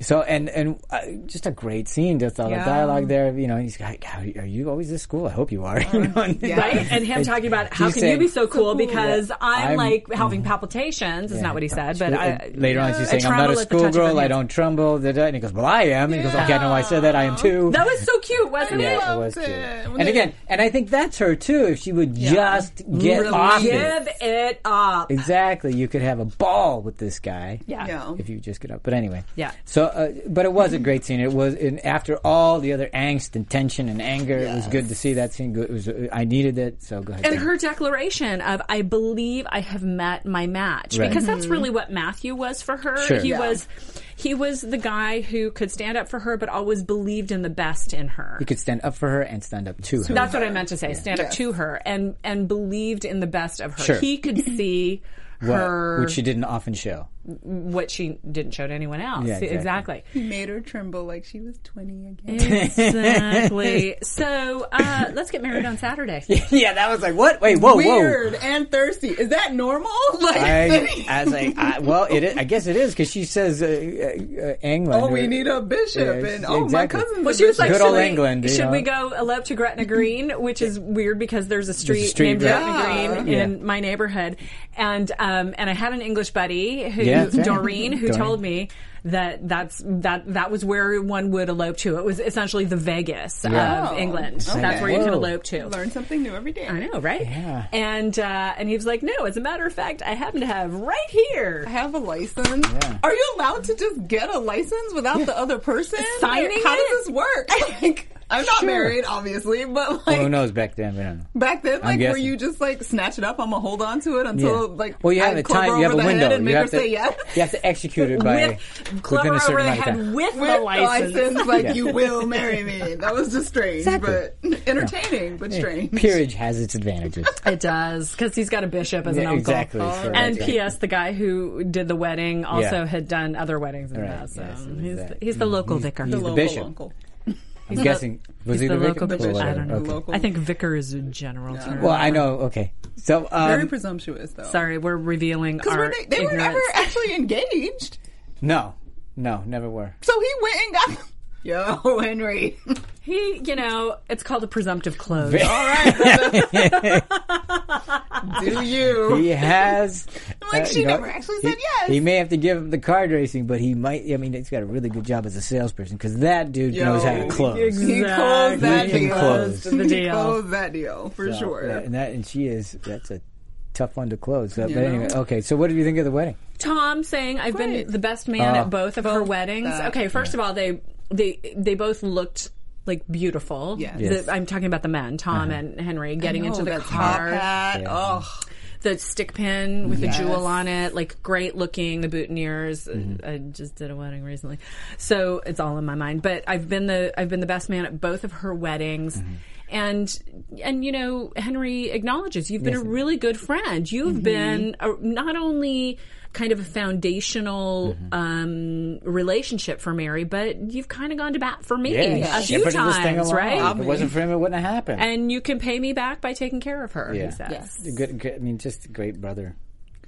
Speaker 1: So and and uh, just a great scene, just all
Speaker 3: Yeah.
Speaker 1: the dialogue there. You know, he's like, "How- "Are you always this cool? I hope you are." You know, and-
Speaker 3: Yeah.
Speaker 2: Right? And him talking about how
Speaker 1: He's
Speaker 2: can you
Speaker 1: saying-
Speaker 2: be so cool, because I'm,
Speaker 1: I'm- Mm-hmm.
Speaker 2: like having palpitations. Is
Speaker 1: Yeah.
Speaker 2: not what he said, but
Speaker 1: She-
Speaker 2: I,
Speaker 1: later on she's
Speaker 2: I
Speaker 1: saying, "I'm not
Speaker 2: tremble
Speaker 1: a
Speaker 2: at the touch of her
Speaker 1: schoolgirl. I
Speaker 2: hands."
Speaker 1: don't tremble." da, da. And he goes, "Well, I am." And he goes, "Okay, I know I said that. I am too."
Speaker 2: That was so cute, wasn't
Speaker 1: yeah,
Speaker 2: it?
Speaker 1: it was
Speaker 3: loved
Speaker 1: cute.
Speaker 3: it.
Speaker 1: And again, and I think that's her too. If she would just get
Speaker 2: Really
Speaker 1: off
Speaker 2: give
Speaker 1: it,
Speaker 2: it up.
Speaker 1: exactly, you could have a ball with this guy.
Speaker 2: Yeah.
Speaker 3: Yeah.
Speaker 1: if you just get up. But anyway,
Speaker 2: Yeah.
Speaker 1: So, uh, but it was a great scene. It was, and after all the other angst and tension and anger, it was good to see that scene. Go- It was, uh, I needed it. So go ahead.
Speaker 2: And
Speaker 1: Sarah.
Speaker 2: her declaration of "I believe I have met my match,"
Speaker 1: Right.
Speaker 2: because that's really what Matthew was for her.
Speaker 1: Sure.
Speaker 2: He
Speaker 1: Yeah.
Speaker 2: was, he was the guy who could stand up for her, but always believed in the best in her.
Speaker 1: you could stand up for her and stand up to her.
Speaker 2: That's what I meant to say. Stand up to her and and believed in the best of her.
Speaker 1: Sure.
Speaker 2: He could see
Speaker 1: What-
Speaker 2: her
Speaker 1: which she didn't often show.
Speaker 2: what she didn't show to anyone else.
Speaker 1: Yeah, exactly.
Speaker 2: exactly.
Speaker 3: Made her tremble like she was 20 again.
Speaker 2: Exactly. so uh, let's get married on Saturday.
Speaker 1: yeah, that was like what? Wait, whoa, whoa.
Speaker 3: Weird and thirsty. Is that normal? Like,
Speaker 1: I, I was like, I, well, it is, I guess it is because she says uh, uh, uh, England.
Speaker 3: oh,
Speaker 1: or-
Speaker 3: we need a bishop,
Speaker 1: Yeah,
Speaker 3: and oh, my
Speaker 1: exactly.
Speaker 3: cousin's
Speaker 2: Well,
Speaker 3: a
Speaker 2: she was like,
Speaker 1: Good
Speaker 2: should,
Speaker 1: old
Speaker 2: we,
Speaker 1: England, you
Speaker 2: should
Speaker 1: know?
Speaker 2: we go elope to Gretna Green? Which is weird because there's a street,
Speaker 1: street
Speaker 2: named
Speaker 1: right-
Speaker 2: Gretna Green
Speaker 1: Yeah.
Speaker 2: in my neighborhood, and um, and I had an English buddy who
Speaker 1: Yeah, that's right.
Speaker 2: Doreen who
Speaker 1: Doreen.
Speaker 2: told me that that's that that was where one would elope to. It was essentially the Vegas
Speaker 1: Yeah. Oh,
Speaker 2: of England.
Speaker 3: okay.
Speaker 2: That's where you can
Speaker 1: Whoa.
Speaker 2: elope to.
Speaker 3: learn something new every day.
Speaker 2: I know, right?
Speaker 1: Yeah.
Speaker 2: And uh, and he was like, no, as a matter of fact, I happen to have right here.
Speaker 3: I have a license. Are you allowed to just get a license without the other person
Speaker 2: Signing
Speaker 3: How
Speaker 2: it?
Speaker 3: does this work? Like, I'm not
Speaker 1: Sure.
Speaker 3: married, obviously, but
Speaker 1: Well,
Speaker 3: like
Speaker 1: who knows back then? We don't know.
Speaker 3: back then, like were
Speaker 1: guessing.
Speaker 3: you just like snatch it up? I'm gonna hold on to it until
Speaker 1: Yeah.
Speaker 3: like
Speaker 1: well, you have
Speaker 3: I
Speaker 1: a
Speaker 3: club her
Speaker 1: time. You have a
Speaker 3: over the head
Speaker 1: window.
Speaker 3: and make
Speaker 1: you
Speaker 3: her
Speaker 1: have to,
Speaker 3: say yes.
Speaker 1: You have to execute it by
Speaker 2: with
Speaker 1: within
Speaker 2: Clever
Speaker 1: a
Speaker 2: over
Speaker 1: certain
Speaker 2: the
Speaker 1: amount of
Speaker 2: head
Speaker 1: time.
Speaker 2: with,
Speaker 3: With
Speaker 2: the license.
Speaker 3: like
Speaker 1: Yeah.
Speaker 3: you will marry me. That was just strange,
Speaker 1: Exactly.
Speaker 3: but entertaining, but strange.
Speaker 1: Peerage has its advantages.
Speaker 2: It does because he's got a bishop as an
Speaker 1: Yeah,
Speaker 2: uncle.
Speaker 1: exactly, so
Speaker 2: and
Speaker 1: that's right.
Speaker 2: P.S. The guy who did the wedding also
Speaker 1: Yeah.
Speaker 2: had done other weddings in
Speaker 1: Right,
Speaker 2: past. So
Speaker 1: yes,
Speaker 2: he's,
Speaker 1: exactly. Mm-hmm.
Speaker 2: he's the local vicar.
Speaker 1: he's the
Speaker 3: Local
Speaker 1: bishop.
Speaker 3: uncle.
Speaker 1: I'm
Speaker 2: the-
Speaker 1: guessing was he
Speaker 2: He's the
Speaker 1: the,
Speaker 2: local
Speaker 1: vicar?
Speaker 2: bishop.
Speaker 1: Or
Speaker 2: I
Speaker 1: whatever.
Speaker 2: don't know.
Speaker 1: Okay.
Speaker 3: Local.
Speaker 2: I think vicar is a general term.
Speaker 1: Well, I know. Okay. So
Speaker 3: Very
Speaker 1: um,
Speaker 3: presumptuous though.
Speaker 2: Sorry, we're revealing
Speaker 3: Because
Speaker 2: our
Speaker 3: they, they were
Speaker 2: ignorance.
Speaker 3: never actually engaged.
Speaker 1: no, no, never were.
Speaker 3: So he went and got. Yo, Henry.
Speaker 2: He, you know, it's called a presumptive close.
Speaker 3: All right. Do you?
Speaker 1: He has.
Speaker 3: Like,
Speaker 1: uh,
Speaker 3: she
Speaker 1: you know,
Speaker 3: never actually
Speaker 1: he-
Speaker 3: said yes.
Speaker 1: He may have to give up the card racing, but he might. I mean, he's got a really good job as a salesperson because that dude knows how to
Speaker 3: Yo,
Speaker 1: close.
Speaker 3: He closed that
Speaker 1: He can
Speaker 3: deal.
Speaker 1: close
Speaker 2: the
Speaker 3: He
Speaker 2: deal.
Speaker 3: closed that deal for
Speaker 1: So,
Speaker 3: sure.
Speaker 1: yeah, and that, and she is. That's a tough one to close. So, but anyway, okay. So, what did you think of the wedding?
Speaker 2: Tom saying I've been
Speaker 3: Great.
Speaker 2: the best man
Speaker 1: Oh.
Speaker 2: at both of her weddings.
Speaker 3: that.
Speaker 2: Okay, first of all, they they they both looked like beautiful.
Speaker 3: Yes.
Speaker 1: Yes. Uh-huh.
Speaker 2: The, I'm talking about the men, Tom and Henry, getting into the
Speaker 3: that
Speaker 2: car.
Speaker 3: top Oh, hat. Oh,
Speaker 2: the stick pin with the jewel on it, like great looking. The boutonnieres. uh,
Speaker 1: Mm-hmm.
Speaker 2: I just did a wedding recently, so it's all in my mind. But I've been the I've been the best man at both of her weddings.
Speaker 1: Mm-hmm.
Speaker 2: And and you know Henry acknowledges you've been a really good friend.
Speaker 1: Mm-hmm.
Speaker 2: You've been a, not only kind of a foundational
Speaker 1: Mm-hmm.
Speaker 2: um, relationship for Mary, but you've kind of gone to bat for me a
Speaker 1: he
Speaker 2: few
Speaker 1: shepherded this thing
Speaker 2: times,
Speaker 1: along.
Speaker 2: right?
Speaker 1: If it wasn't for him, it wouldn't have happened.
Speaker 2: And you can pay me back by taking care of her.
Speaker 1: Yeah.
Speaker 2: He says.
Speaker 3: Yes.
Speaker 1: good, good, I mean, just a great brother.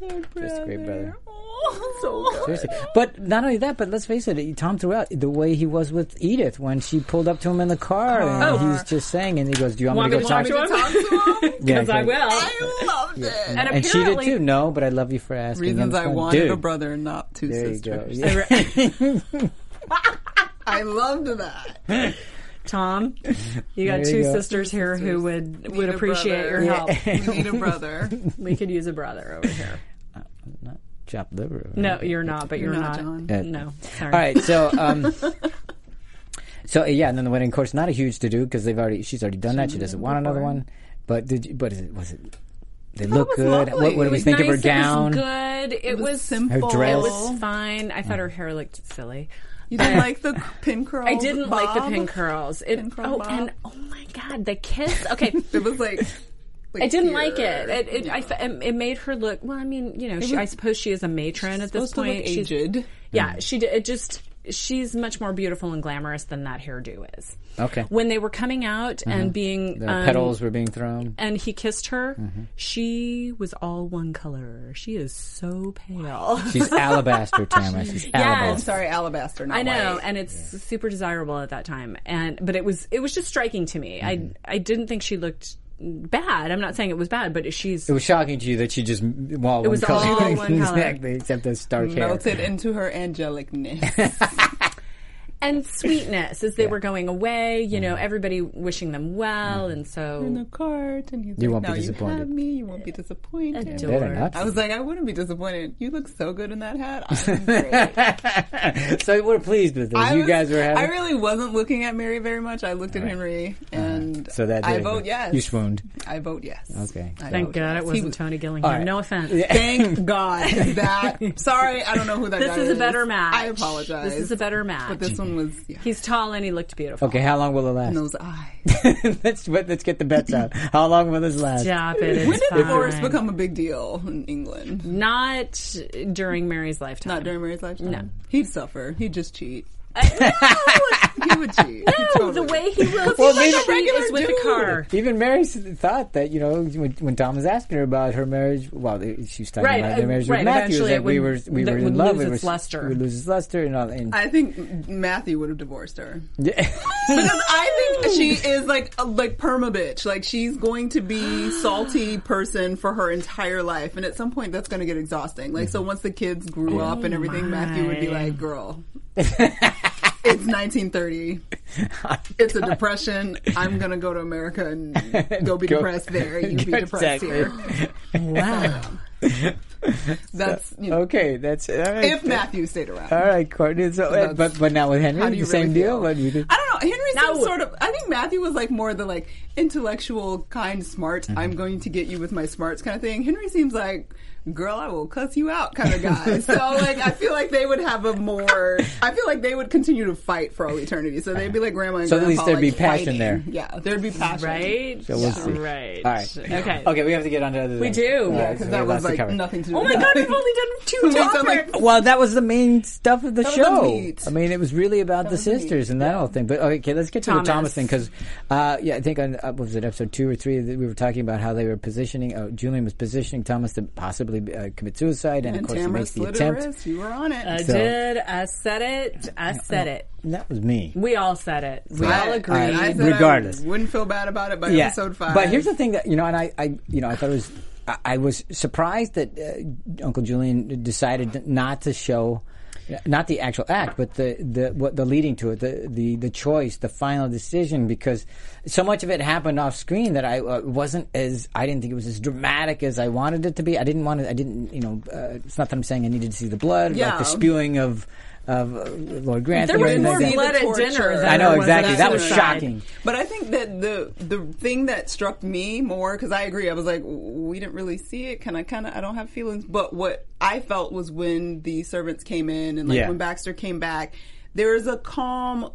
Speaker 3: good brother.
Speaker 1: Just a great brother.
Speaker 3: Oh, so good.
Speaker 1: Seriously. But not only that, but let's face it, Tom threw out the way he was with Edith when she pulled up to him in the car, and he's just saying, and he goes, "Do you want,
Speaker 2: Oh. Want
Speaker 1: me
Speaker 2: me
Speaker 1: to go
Speaker 2: to
Speaker 1: talk
Speaker 2: walk
Speaker 1: to
Speaker 2: you
Speaker 3: Talk
Speaker 2: up?
Speaker 1: him?"
Speaker 3: to him.
Speaker 1: Yeah,
Speaker 2: Because I
Speaker 1: exactly.
Speaker 2: will.
Speaker 3: I loved it.
Speaker 2: And
Speaker 1: And she did
Speaker 2: apparently-
Speaker 1: too. No, but I love you for asking.
Speaker 3: Reasons
Speaker 1: I'm
Speaker 3: I
Speaker 1: fine.
Speaker 3: wanted
Speaker 1: Dude,
Speaker 3: a brother, not two
Speaker 1: There you go.
Speaker 3: sisters.
Speaker 1: Yeah.
Speaker 3: I loved that.
Speaker 2: Tom, you got
Speaker 1: There
Speaker 2: two
Speaker 1: you go.
Speaker 2: sisters here who would would
Speaker 3: a
Speaker 2: appreciate your
Speaker 3: brother.
Speaker 2: help.
Speaker 3: We need a brother.
Speaker 2: we could use a brother over here.
Speaker 1: Not chopped liver.
Speaker 2: No, you're not, but you're,
Speaker 3: not,
Speaker 2: not.
Speaker 3: John.
Speaker 1: Uh,
Speaker 2: No, sorry.
Speaker 1: All right, so um, so yeah, and then the wedding, of course, not a huge to do because they've already she's already done that. She doesn't want another one. But did you, but is it was it? They look
Speaker 3: was
Speaker 1: good.
Speaker 3: lovely.
Speaker 1: What, what do we
Speaker 3: It was
Speaker 1: think of
Speaker 2: nice,
Speaker 1: her
Speaker 2: It was
Speaker 1: gown?
Speaker 2: good. It,
Speaker 3: It was
Speaker 2: was
Speaker 3: simple.
Speaker 1: dress.
Speaker 2: It was fine. I thought her hair looked silly.
Speaker 3: You didn't like the pin curl.
Speaker 2: I didn't like the pin curls. It,
Speaker 3: Pin curl
Speaker 2: oh,
Speaker 3: bob.
Speaker 2: and oh my god, the kiss. Okay.
Speaker 3: It was like. like
Speaker 2: I didn't
Speaker 3: here.
Speaker 2: like it. It it, I fe- um, it made her look. Well, I mean, you know, she, I suppose she is a matron at this
Speaker 3: supposed to look
Speaker 2: point. She's-
Speaker 1: Hmm.
Speaker 3: aged.
Speaker 2: Yeah, she did. It just she's much more beautiful and glamorous than that hairdo is.
Speaker 1: Okay.
Speaker 2: When they were coming out and being
Speaker 1: The
Speaker 2: um,
Speaker 1: petals Mm-hmm. were being thrown.
Speaker 2: and he kissed her, she was all one color. She is so pale.
Speaker 1: She's alabaster, Tamara. She's
Speaker 3: I'm
Speaker 1: alabaster.
Speaker 3: sorry, alabaster. Not
Speaker 2: I know,
Speaker 3: white.
Speaker 2: and it's super desirable at that time. And but it was it was just striking to me.
Speaker 1: Mm-hmm.
Speaker 2: I I didn't think she looked bad. I'm not saying it was bad, but she's
Speaker 1: It was shocking to you that she just well,
Speaker 2: was
Speaker 1: one color.
Speaker 2: all one color.
Speaker 1: exactly, except those dark hair.
Speaker 3: melted into her angelicness.
Speaker 2: and sweetness as they were going away. You
Speaker 1: Mm-hmm.
Speaker 2: know, everybody wishing them well, and
Speaker 3: in the
Speaker 2: so
Speaker 3: cart, and he's
Speaker 1: You
Speaker 3: like,
Speaker 1: won't be
Speaker 3: "No,
Speaker 1: disappointed."
Speaker 3: you have me. You won't be disappointed."
Speaker 2: Adorable.
Speaker 1: Better not.
Speaker 3: I was like, "I wouldn't be disappointed. You look so good in that hat." I'm great.
Speaker 1: so we're pleased with this.
Speaker 3: I
Speaker 1: you
Speaker 3: was-
Speaker 1: guys were happy.
Speaker 3: I really wasn't looking at Mary very much. I looked at Henry, and
Speaker 1: Uh, so that
Speaker 3: I
Speaker 1: did it.
Speaker 3: vote yes.
Speaker 1: You swooned.
Speaker 3: I vote yes.
Speaker 1: Okay.
Speaker 3: I
Speaker 2: thank
Speaker 3: vote
Speaker 2: God it
Speaker 3: yes. He
Speaker 2: wasn't
Speaker 3: was-
Speaker 2: Tony Gillingham.
Speaker 1: right.
Speaker 2: No offense.
Speaker 3: Thank God that. Sorry, I don't know who that.
Speaker 2: This
Speaker 3: guy
Speaker 2: is a better match.
Speaker 3: I apologize.
Speaker 2: This is a better match.
Speaker 3: But this one was yeah,
Speaker 2: He's tall and he looked beautiful.
Speaker 1: Okay, how long will it last?
Speaker 3: those eyes.
Speaker 1: let's but let's get the bets out. How long will this last?
Speaker 2: Stop it. It's
Speaker 3: When did divorce
Speaker 2: fine.
Speaker 3: become a big deal in England?
Speaker 2: Not during Mary's lifetime. Uh,
Speaker 3: Not during Mary's lifetime. No, he'd suffer. He'd just cheat.
Speaker 2: no,
Speaker 3: He would cheat.
Speaker 2: Oh, no, the way he was.
Speaker 1: Well,
Speaker 2: well,
Speaker 1: maybe-
Speaker 2: maybe is with the car.
Speaker 1: Even Mary s- thought that you know when, when Tom was asking her about her marriage, well, she was talking
Speaker 2: Right,
Speaker 1: about their
Speaker 2: uh,
Speaker 1: marriage with
Speaker 2: right,
Speaker 1: Matthew.
Speaker 2: eventually
Speaker 1: That
Speaker 2: it
Speaker 1: we were
Speaker 2: would-
Speaker 1: we
Speaker 2: that
Speaker 1: were in
Speaker 2: would
Speaker 1: love.
Speaker 2: lose
Speaker 1: we
Speaker 2: its
Speaker 1: were,
Speaker 2: luster.
Speaker 1: We lose its luster and all. And
Speaker 3: I think Matthew would have divorced her
Speaker 1: yeah.
Speaker 3: because I think she is like a, like perma bitch. Like she's going to be salty person for her entire life, and at some point that's going to get exhausting. Like so, once the kids
Speaker 1: Oh
Speaker 3: grew up and everything, Matthew would be like, "Girl, it's 1930. It's a depression. I'm going to go to America and go be
Speaker 1: Go-
Speaker 3: depressed there. You be depressed
Speaker 1: Exactly.
Speaker 3: here.
Speaker 2: Wow.
Speaker 3: That's you know,
Speaker 1: okay. That's all right.
Speaker 3: if Matthew stayed around.
Speaker 1: all right, Courtney. So, uh,
Speaker 3: that's-
Speaker 1: but but now with Henry,
Speaker 3: How
Speaker 1: the
Speaker 3: do you
Speaker 1: same
Speaker 3: really
Speaker 1: deal.
Speaker 3: feel?
Speaker 1: What do you think?
Speaker 3: I don't know. Henry seems
Speaker 2: No.
Speaker 3: sort of. I think Matthew was like more the like intellectual, kind, smart.
Speaker 1: Mm-hmm.
Speaker 3: I'm going to get you with my smarts kind of thing. Henry seems like, girl, I will cuss you out kind of guy. so like, I feel like they would have a more. I feel like they would continue to fight for all eternity. So they'd be like grandma and
Speaker 1: So at
Speaker 3: grandpa.
Speaker 1: least there'd be
Speaker 3: like,
Speaker 1: passion
Speaker 3: fighting.
Speaker 1: there.
Speaker 3: Yeah, there'd be passion.
Speaker 2: Right?
Speaker 1: So we'll see.
Speaker 2: Right.
Speaker 1: All right.
Speaker 2: Okay.
Speaker 1: Okay, we have to get on to other.
Speaker 2: We do.
Speaker 3: Yeah, because that was like nothing to do.
Speaker 2: Oh my
Speaker 3: with
Speaker 2: god, we've
Speaker 3: nothing.
Speaker 2: only done two
Speaker 3: Two weeks, I'm like,
Speaker 2: topics.
Speaker 1: Well, that was the main stuff of the
Speaker 3: That was
Speaker 1: show.
Speaker 3: the meat.
Speaker 1: I mean, it was really about the
Speaker 3: was the meat,
Speaker 1: sisters and that whole thing. But okay, let's get to
Speaker 2: Thomas.
Speaker 1: the Thomas thing because, uh, yeah, I think on uh, what was it episode two or three that we were talking about how they were positioning. Uh, Julian was positioning Thomas to possibly uh, commit suicide, and, of
Speaker 3: And
Speaker 1: course he
Speaker 3: Tamara
Speaker 1: makes the
Speaker 3: slid her
Speaker 1: attempt.
Speaker 3: wrist. You were on it.
Speaker 2: I
Speaker 1: So-
Speaker 2: Uh, did. I said it. I said it.
Speaker 1: And that was me.
Speaker 2: We all said it. We
Speaker 3: I-
Speaker 2: all agreed.
Speaker 3: I said I
Speaker 1: Regardless.
Speaker 3: wouldn't feel bad about it by episode five.
Speaker 1: But here's the thing that you know, and I, I you know, I thought it was, I, I was surprised that uh, Uncle Julian decided not to show. Not the actual act, but the, the what the leading to it, the, the the choice, the final decision, because so much of it happened off screen that I uh, wasn't as I didn't think it was as dramatic as I wanted it to be. I didn't want to. I didn't. You know, uh, it's not that I'm saying I needed to see the blood, like
Speaker 3: Yeah.
Speaker 1: the spewing of of uh, Lord Grant.
Speaker 2: There
Speaker 1: and everything
Speaker 2: was
Speaker 1: like
Speaker 2: more
Speaker 1: that.
Speaker 2: blood at
Speaker 3: Torture.
Speaker 2: dinner. Than
Speaker 1: I know,
Speaker 2: there was at
Speaker 1: exactly. That was
Speaker 2: suicide.
Speaker 1: shocking.
Speaker 3: But I think that the the thing that struck me more because I agree, I was like, we didn't really see it. Kind of, kind of. I don't have feelings. But what I felt was when the servants came in and like
Speaker 1: Yeah.
Speaker 3: when Baxter came back. There is a calm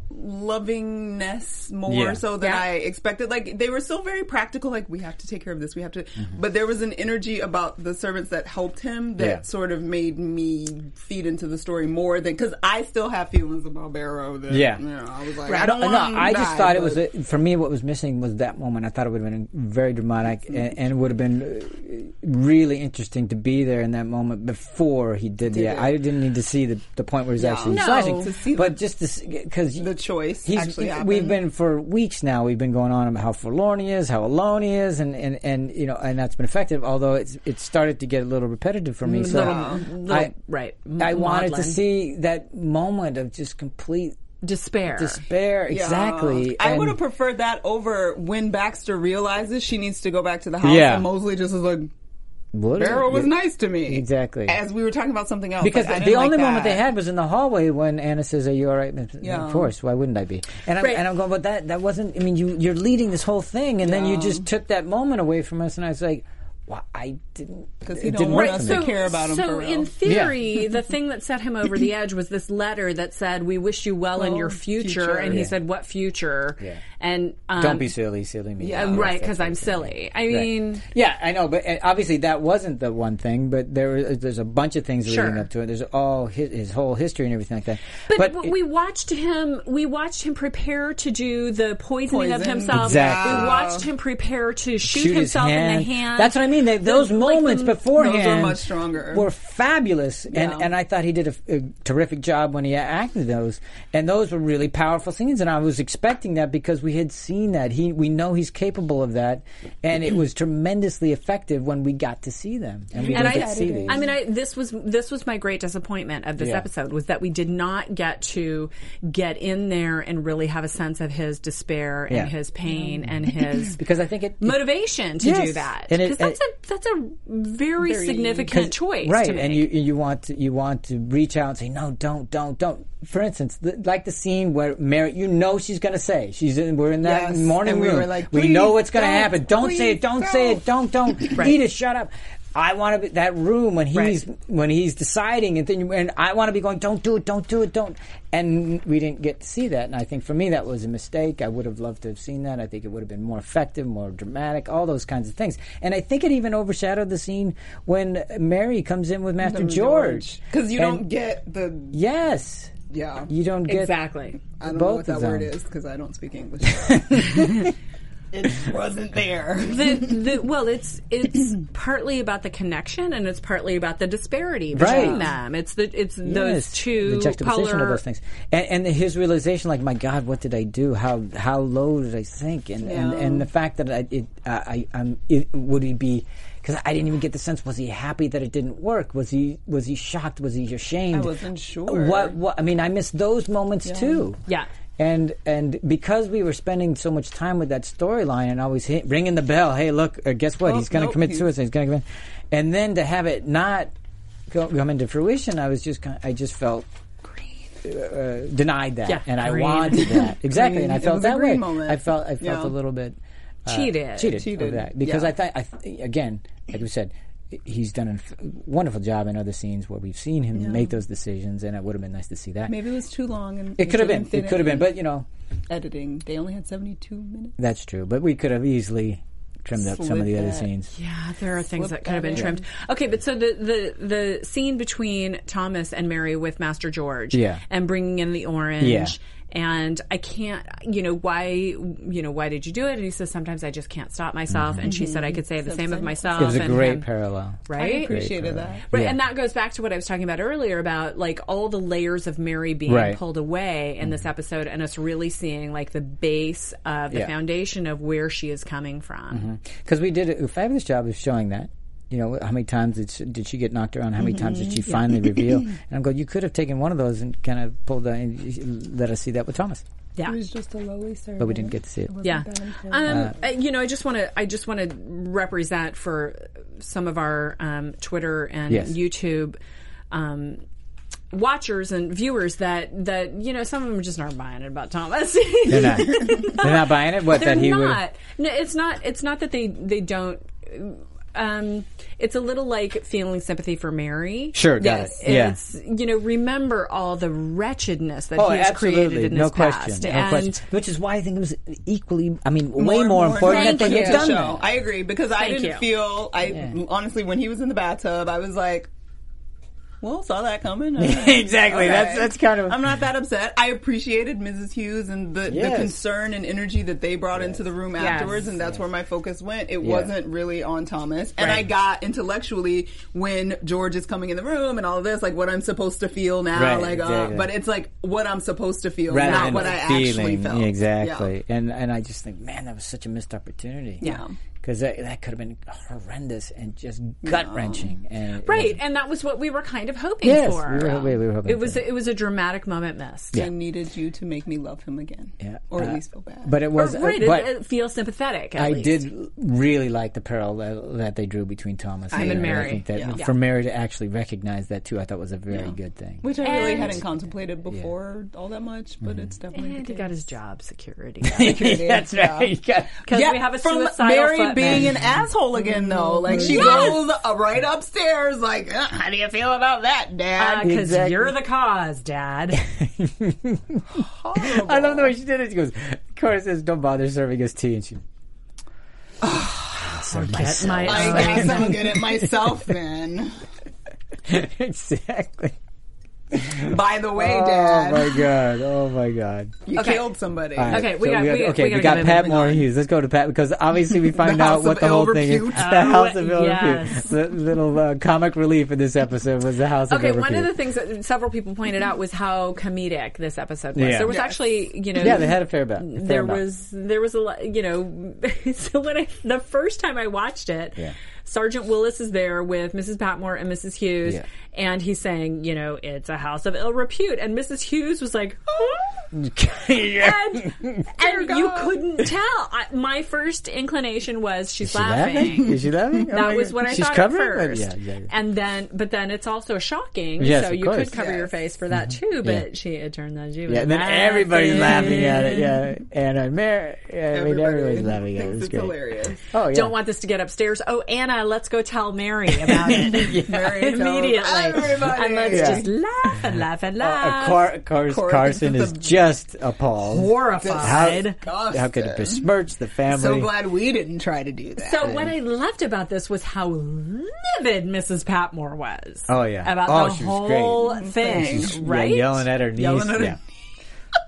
Speaker 3: lovingness more
Speaker 1: Yeah.
Speaker 3: so than
Speaker 2: Yeah.
Speaker 3: I expected. Like they were still very practical. Like we have to take care of this. We have to.
Speaker 1: Mm-hmm.
Speaker 3: But there was an energy about the servants that helped him that
Speaker 1: Yeah.
Speaker 3: sort of made me feed into the story more than because I still have feelings about Barrow. That,
Speaker 1: Yeah.
Speaker 3: you know, I was like,
Speaker 1: Right.
Speaker 3: I don't
Speaker 1: No,
Speaker 3: want him to
Speaker 1: I just
Speaker 3: die,
Speaker 1: thought it
Speaker 3: but-
Speaker 1: was a, for me. What was missing was that moment. I thought it would have been very dramatic and, and would have been uh, really interesting to be there in that moment before he did, the.
Speaker 3: Did it.
Speaker 1: I didn't need to see the, the point where he's actually
Speaker 2: No.
Speaker 1: slashing,
Speaker 2: To
Speaker 3: see
Speaker 1: but just because
Speaker 3: the choice
Speaker 1: He's,
Speaker 3: actually happened.
Speaker 1: we've been for weeks now. We've been going on about how forlorn he is, how alone he is, and, and, and you know, and that's been effective. Although it's it started to get a little repetitive for me. So
Speaker 2: Mm, Little-
Speaker 1: I,
Speaker 2: right.
Speaker 1: I wanted to
Speaker 2: Maudlin.
Speaker 1: see that moment of just complete
Speaker 2: despair.
Speaker 1: despair. Exactly.
Speaker 3: I
Speaker 1: And-
Speaker 3: would have preferred that over when Baxter realizes she needs to go back to the house
Speaker 1: Yeah.
Speaker 3: and Mosley just was like,
Speaker 1: Would have-
Speaker 3: Barrow was nice to me.
Speaker 1: Exactly.
Speaker 3: As we were talking about something else.
Speaker 1: Because
Speaker 3: like, I
Speaker 1: the
Speaker 3: didn't like
Speaker 1: only moment
Speaker 3: that.
Speaker 1: they had was in the hallway when Anna says, "Are you all right?"
Speaker 3: Yeah.
Speaker 1: Of course. Why wouldn't I be? And I'm,
Speaker 2: Right.
Speaker 1: and I'm going, but that that wasn't. I mean, you you're leading this whole thing, and then you just took that moment away from us, and I was like. well, I didn't.
Speaker 3: 'Cause he
Speaker 1: it
Speaker 3: don't
Speaker 1: didn't
Speaker 3: want
Speaker 1: work
Speaker 3: us
Speaker 1: for
Speaker 3: to
Speaker 1: me.
Speaker 3: care. about him
Speaker 2: So
Speaker 3: for real.
Speaker 2: in theory, the thing that set him over the edge was this letter that said, "We wish you well, in
Speaker 3: Well,
Speaker 2: your future,",
Speaker 3: future.
Speaker 2: and he
Speaker 3: Yeah.
Speaker 2: said, "What future?"
Speaker 1: Yeah.
Speaker 2: And um,
Speaker 1: Don't be silly, silly me.
Speaker 3: Yeah,
Speaker 2: uh,
Speaker 1: That's
Speaker 2: right because I'm
Speaker 1: what it
Speaker 2: silly. I
Speaker 1: Right.
Speaker 2: mean,
Speaker 1: yeah, I know, but uh, obviously that wasn't the one thing. But there, was- there's a bunch of things
Speaker 2: Sure.
Speaker 1: leading up to it. There's all his, his whole history and everything like that.
Speaker 2: but, w- we watched him. We watched him prepare to do the poisoning of
Speaker 3: Poison.
Speaker 2: himself.
Speaker 1: Exactly.
Speaker 2: We watched him prepare to shoot,
Speaker 1: shoot his
Speaker 2: himself
Speaker 1: hand.
Speaker 2: in the hand.
Speaker 1: That's what I mean. They, those
Speaker 2: like,
Speaker 1: moments
Speaker 2: the-
Speaker 1: beforehand
Speaker 3: Those are much stronger.
Speaker 1: were fabulous, and
Speaker 3: Yeah.
Speaker 1: and I thought he did a, a terrific job when he acted those. And those were really powerful scenes, and I was expecting that because we had seen that he we know he's capable of that, and it was tremendously effective when we got to see them. And we
Speaker 2: and
Speaker 1: didn't
Speaker 2: I,
Speaker 1: get to see these.
Speaker 2: I mean, I, this was this was my great disappointment of this
Speaker 1: Yeah.
Speaker 2: episode was that we did not get to get in there and really have a sense of his despair and
Speaker 1: Yeah.
Speaker 2: his pain and his
Speaker 1: because I think it, it
Speaker 2: motivation to do
Speaker 1: Yes.
Speaker 2: that
Speaker 1: And it-
Speaker 2: because that's a that's a very, significant
Speaker 1: 'Cause-
Speaker 2: choice,
Speaker 1: right?
Speaker 2: To make.
Speaker 1: And you you want to, you want to reach out and say no, don't, don't, don't. For instance, the, like the scene where Mary, you know she's going to say she's in, we're in that
Speaker 3: Yes,
Speaker 1: morning
Speaker 3: and we
Speaker 1: room.
Speaker 3: were like,
Speaker 1: we know
Speaker 3: "Please
Speaker 1: what's going to
Speaker 3: don't,
Speaker 1: happen. Don't say it.
Speaker 3: please
Speaker 1: Don't say it. Don't don't. Edith, shut up. I want to be that room when he's when he's deciding and then and I want to be going. Don't do it. Don't do it. Don't. And we didn't get to see that. And I think for me that was a mistake. I would have loved to have seen that. I think it would have been more effective, more dramatic, all those kinds of things. And I think it even overshadowed the scene when Mary comes in with Master George
Speaker 3: because you
Speaker 1: And-
Speaker 3: don't get the
Speaker 1: Yes.
Speaker 3: yeah.
Speaker 1: You don't get
Speaker 2: exactly.
Speaker 3: I don't know
Speaker 1: both
Speaker 3: what
Speaker 1: of
Speaker 3: that word
Speaker 1: them.
Speaker 3: is because I don't speak English. it wasn't there.
Speaker 2: the, the, well, it's it's partly about the connection, and it's partly about the disparity
Speaker 1: Right.
Speaker 2: between them. It's the it's those
Speaker 1: Yes,
Speaker 2: two
Speaker 1: the juxtaposition
Speaker 2: polar
Speaker 1: of those things, and, and the- his realization, like, my God, what did I do? How how low did I sink? And and, and the fact that I it uh, I, I I'm it, would he be because I didn't even get the sense was he happy that it didn't work? Was he was he shocked? Was he ashamed?
Speaker 3: I wasn't sure.
Speaker 1: What what I mean, I missed those moments too.
Speaker 2: Yeah.
Speaker 1: And and because we were spending so much time with that storyline and always hit, ringing the bell, hey, look, uh, guess what?
Speaker 3: Oh,
Speaker 1: he's going to
Speaker 3: nope,
Speaker 1: commit
Speaker 3: he's-
Speaker 1: suicide. He's going to commit, and then to have it not go, come into fruition, I was just kind I just felt uh, denied that,
Speaker 2: Yeah,
Speaker 1: and I
Speaker 2: green.
Speaker 1: wanted that exactly,
Speaker 3: Green.
Speaker 1: and I
Speaker 3: It
Speaker 1: felt
Speaker 3: was a
Speaker 1: that
Speaker 3: green
Speaker 1: way.
Speaker 3: moment.
Speaker 1: I felt I felt
Speaker 3: Yeah.
Speaker 1: a little bit uh,
Speaker 2: Cheated.
Speaker 1: cheated, of
Speaker 3: Cheated.
Speaker 1: that because
Speaker 3: Yeah.
Speaker 1: I thought I th- again, like we said. He's done a f- wonderful job in other scenes where we've seen him make those decisions, and it would have been nice to see that.
Speaker 3: Maybe it was too long and
Speaker 1: It could have been.
Speaker 3: didn't fit
Speaker 1: It could have been.
Speaker 3: in.
Speaker 1: But you know,
Speaker 3: editing. They only had seventy-two minutes.
Speaker 1: that's true. But we could have easily trimmed up some of
Speaker 3: Slid
Speaker 1: the other
Speaker 3: that.
Speaker 1: scenes.
Speaker 2: Yeah, there are things that
Speaker 3: Slip
Speaker 2: could have
Speaker 3: that
Speaker 2: been
Speaker 3: in.
Speaker 2: trimmed. Okay, but so the, the the scene between Thomas and Mary with Master George,
Speaker 1: Yeah.
Speaker 2: and bringing in the orange,
Speaker 1: Yeah.
Speaker 2: and I can't, you know, why, you know, why did you do it? And he says, sometimes I just can't stop myself, and she said, I could say the same of myself.
Speaker 1: Mm-hmm. It was a
Speaker 2: and
Speaker 1: great
Speaker 2: him,
Speaker 1: parallel.
Speaker 3: I
Speaker 2: right?
Speaker 3: appreciated that.
Speaker 2: Right,
Speaker 1: Yeah.
Speaker 2: and that goes back to what I was talking about earlier about like all the layers of Mary being
Speaker 1: Right. Mm-hmm.
Speaker 2: pulled away in this episode, and us really seeing like the base of the
Speaker 1: Yeah. Mm-hmm.
Speaker 2: foundation of where she is coming from.
Speaker 1: Because we did a fabulous job of showing that. You know, how many times did she, did she get knocked around? How many times did she finally reveal? And I'm going, you could have taken one of those and kind of pulled the, and let us see that with Thomas.
Speaker 2: Yeah,
Speaker 3: It was just a lowly service.
Speaker 1: But we didn't get to see it.
Speaker 2: yeah um, uh, you know i just want to i just want to represent for some of our um, twitter and
Speaker 1: Yes.
Speaker 2: youtube um, watchers and viewers that that you know some of them just aren't buying it about thomas
Speaker 1: They're not. They're not buying it. What
Speaker 2: they're
Speaker 1: that he
Speaker 2: not no it's not it's not that they they don't um, it's a little like feeling sympathy for Mary.
Speaker 1: Sure, got
Speaker 3: Yes.
Speaker 1: it. Yeah.
Speaker 2: It's, you know, remember all the wretchedness that
Speaker 1: Oh,
Speaker 2: he has
Speaker 1: absolutely,
Speaker 2: created in
Speaker 1: no
Speaker 2: his
Speaker 1: question,
Speaker 2: past.
Speaker 1: no
Speaker 2: and
Speaker 1: question. Which is why I think it was equally, I mean, way more, important
Speaker 3: than
Speaker 1: that
Speaker 2: Thank
Speaker 1: they
Speaker 2: you.
Speaker 1: had done
Speaker 3: show.
Speaker 1: that.
Speaker 3: I agree because I
Speaker 2: Thank
Speaker 3: didn't
Speaker 2: you.
Speaker 3: feel. I
Speaker 1: Yeah.
Speaker 3: honestly, when he was in the bathtub, I was like, "Well, saw that coming." All right.
Speaker 1: Exactly. That's-
Speaker 3: Okay.
Speaker 1: that's kind of-
Speaker 3: I'm not that upset. I appreciated Mrs. Hughes and the,
Speaker 1: Yes.
Speaker 3: the concern and energy that they brought into the room afterwards, and that's where my focus went. It wasn't really on Thomas, and I got intellectually when George is coming in the room and all of this, like what I'm supposed to feel now,
Speaker 1: Right,
Speaker 3: like,
Speaker 1: exactly.
Speaker 3: uh, but it's like what I'm supposed to feel,
Speaker 1: rather
Speaker 3: not
Speaker 1: than
Speaker 3: what I actually
Speaker 1: feeling.
Speaker 3: felt.
Speaker 1: Yeah,
Speaker 3: Yeah.
Speaker 1: Exactly. And and I just think, man, that was such a missed opportunity.
Speaker 3: Yeah.
Speaker 1: Because that, that could have been horrendous and just gut wrenching. And it
Speaker 2: Right,
Speaker 1: wasn't.
Speaker 2: and that was what we were kind of hoping
Speaker 1: Yes,
Speaker 2: for.
Speaker 1: we were- we- we were hoping
Speaker 2: it was
Speaker 1: for.
Speaker 2: it was a dramatic moment missed.
Speaker 3: I needed you to make me love him again,
Speaker 1: Yeah.
Speaker 3: or
Speaker 1: Uh,
Speaker 3: at least feel bad.
Speaker 1: But it
Speaker 2: Or,
Speaker 1: was. uh,
Speaker 2: right, it-
Speaker 1: but
Speaker 2: it feels sympathetic. At
Speaker 1: I
Speaker 2: least.
Speaker 1: did really like the parallel that they drew between Thomas and,
Speaker 2: and
Speaker 1: Mary.
Speaker 2: Mary.
Speaker 1: I think that
Speaker 3: Yeah.
Speaker 1: for Mary to actually recognize that too, I thought was a very
Speaker 3: Yeah.
Speaker 1: good thing.
Speaker 3: Which I really
Speaker 2: And-
Speaker 3: hadn't contemplated before all that much,
Speaker 1: Mm-hmm.
Speaker 3: but it's definitely.
Speaker 2: And
Speaker 3: the
Speaker 2: he
Speaker 3: case.
Speaker 2: got his job security
Speaker 3: Security,
Speaker 1: That's
Speaker 2: uh,
Speaker 3: yeah.
Speaker 1: right.
Speaker 2: because we have a
Speaker 3: from
Speaker 2: suicidal
Speaker 3: Mary
Speaker 2: foot up,
Speaker 3: being
Speaker 2: man. Mm-hmm.
Speaker 3: an asshole again, though. Like she
Speaker 2: Yes!
Speaker 3: goes uh, right upstairs. Like, "Uh, how do you feel about that, Dad?
Speaker 2: because you're the cause, Dad.
Speaker 3: Oh,
Speaker 1: I love the way she did it. She goes, Cora says, don't bother serving us tea. And she,
Speaker 2: Get my own-
Speaker 3: I guess I'm good at myself then.
Speaker 1: exactly.
Speaker 3: By the way,
Speaker 1: Oh
Speaker 3: Dad,
Speaker 1: my God. Oh my God.
Speaker 3: you
Speaker 2: Okay.
Speaker 3: killed somebody.
Speaker 1: All right,
Speaker 2: Okay, we got- we-
Speaker 1: okay,
Speaker 2: we
Speaker 1: we,
Speaker 2: gotta
Speaker 1: got
Speaker 2: get
Speaker 1: Pat
Speaker 2: moving
Speaker 1: Moore Hughes. Let's go to Pat because obviously we find
Speaker 3: The
Speaker 1: out
Speaker 3: House
Speaker 1: what
Speaker 3: of
Speaker 1: the whole
Speaker 3: Ill
Speaker 1: thing is.
Speaker 3: Repute.
Speaker 1: The
Speaker 2: Oh,
Speaker 1: House of Ill
Speaker 2: yes.
Speaker 1: Repute. The little uh, comic relief in this episode was the House of
Speaker 2: Okay,
Speaker 1: Ill
Speaker 2: one of the
Speaker 1: Repute.
Speaker 2: things that several people pointed out was how comedic this episode was.
Speaker 1: Yeah.
Speaker 2: There was
Speaker 3: Yes.
Speaker 2: actually, you know,
Speaker 1: Yeah, they had a fair bit.
Speaker 2: there was there was a lot, you know. so when I the first time I watched it,
Speaker 1: Yeah.
Speaker 2: Sergeant Willis is there with Mrs. Patmore and Mrs. Hughes,
Speaker 1: Yeah.
Speaker 2: and he's saying, you know, it's a house of ill repute, and Mrs. Hughes was like. "Huh?" And, and you
Speaker 3: God.
Speaker 2: couldn't tell. I, my first inclination was she's
Speaker 1: Is she
Speaker 2: laughing.
Speaker 1: laughing? Is she laughing? Oh
Speaker 2: That
Speaker 1: my
Speaker 2: was
Speaker 1: God.
Speaker 2: what I
Speaker 1: She's
Speaker 2: thought
Speaker 1: covering
Speaker 2: at
Speaker 1: it?
Speaker 2: first.
Speaker 1: Yeah, exactly.
Speaker 2: And then, but then it's also shocking.
Speaker 1: Yes,
Speaker 2: so
Speaker 1: of
Speaker 2: you
Speaker 1: course.
Speaker 2: could cover your face for that too. But she had turned that. She was
Speaker 1: Yeah, and then everybody's laughing at it. Yeah, Anna and Mary. I mean, everybody's laughing at it. It
Speaker 3: thinks
Speaker 1: was
Speaker 3: it's
Speaker 1: great.
Speaker 3: hilarious.
Speaker 1: Oh yeah.
Speaker 2: Don't want this to get upstairs. Oh, Anna, let's go tell Mary about it
Speaker 3: Mary tells
Speaker 2: immediately.
Speaker 3: everybody.
Speaker 2: And let's
Speaker 1: Yeah.
Speaker 2: just laugh and laugh and
Speaker 1: Uh,
Speaker 2: laugh.
Speaker 1: Car- Cars-
Speaker 3: Cora
Speaker 1: Carson
Speaker 3: thinks
Speaker 1: is
Speaker 3: it's a-
Speaker 1: just appalled.
Speaker 2: Horrified.
Speaker 1: How could it besmirch the family?
Speaker 3: So glad we didn't try to do that.
Speaker 2: So what I loved about this was how livid Mrs. Patmore was.
Speaker 1: Oh, yeah.
Speaker 2: about
Speaker 1: Oh,
Speaker 2: the
Speaker 1: she was great.
Speaker 2: whole thing,
Speaker 1: She's, yeah,
Speaker 2: right?
Speaker 1: yelling at her niece.
Speaker 3: Yelling at her
Speaker 1: yeah.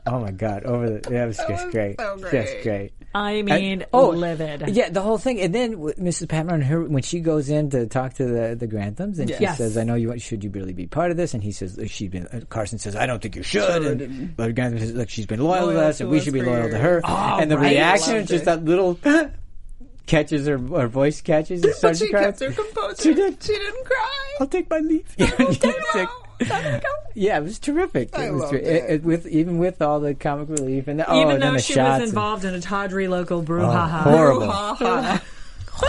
Speaker 1: oh my god! Over the that was just
Speaker 3: was
Speaker 1: great.
Speaker 3: so
Speaker 1: Just
Speaker 3: great.
Speaker 1: great.
Speaker 2: I
Speaker 1: And-
Speaker 2: mean, livid.
Speaker 1: oh, Yeah, the whole thing. And then w- Mrs. Patmore and her when she goes in to talk to the the Granthams, and she
Speaker 2: Yes.
Speaker 1: says, "I know you. want- Should you really be part of this?" And he says, "She been." uh, Carson says, "I don't think you should." and but Grantham says, "Look, she's been loyal, to
Speaker 3: Loyal
Speaker 1: us,
Speaker 3: to
Speaker 1: and we
Speaker 3: us
Speaker 1: should be
Speaker 3: for
Speaker 1: loyal to
Speaker 3: years." Oh,
Speaker 1: her." and the
Speaker 2: right.
Speaker 1: reaction is
Speaker 3: Loved
Speaker 1: just
Speaker 3: it.
Speaker 1: that little catches her, her voice catches and
Speaker 3: But
Speaker 1: starts
Speaker 3: she
Speaker 1: crying.
Speaker 3: kept her composure.
Speaker 1: She did.
Speaker 3: She didn't
Speaker 1: I'll
Speaker 3: cry.
Speaker 1: take my leave.
Speaker 3: Take it out.
Speaker 1: Yeah, it was terrific.
Speaker 3: I
Speaker 1: it was
Speaker 3: loved
Speaker 1: ter-
Speaker 3: it.
Speaker 1: with even with all the comic relief and the, oh,
Speaker 2: Even
Speaker 1: and then
Speaker 2: though
Speaker 1: the
Speaker 2: she
Speaker 1: shots
Speaker 2: was involved in a tawdry local brouhaha.
Speaker 1: and, horrible,
Speaker 3: Ha ha.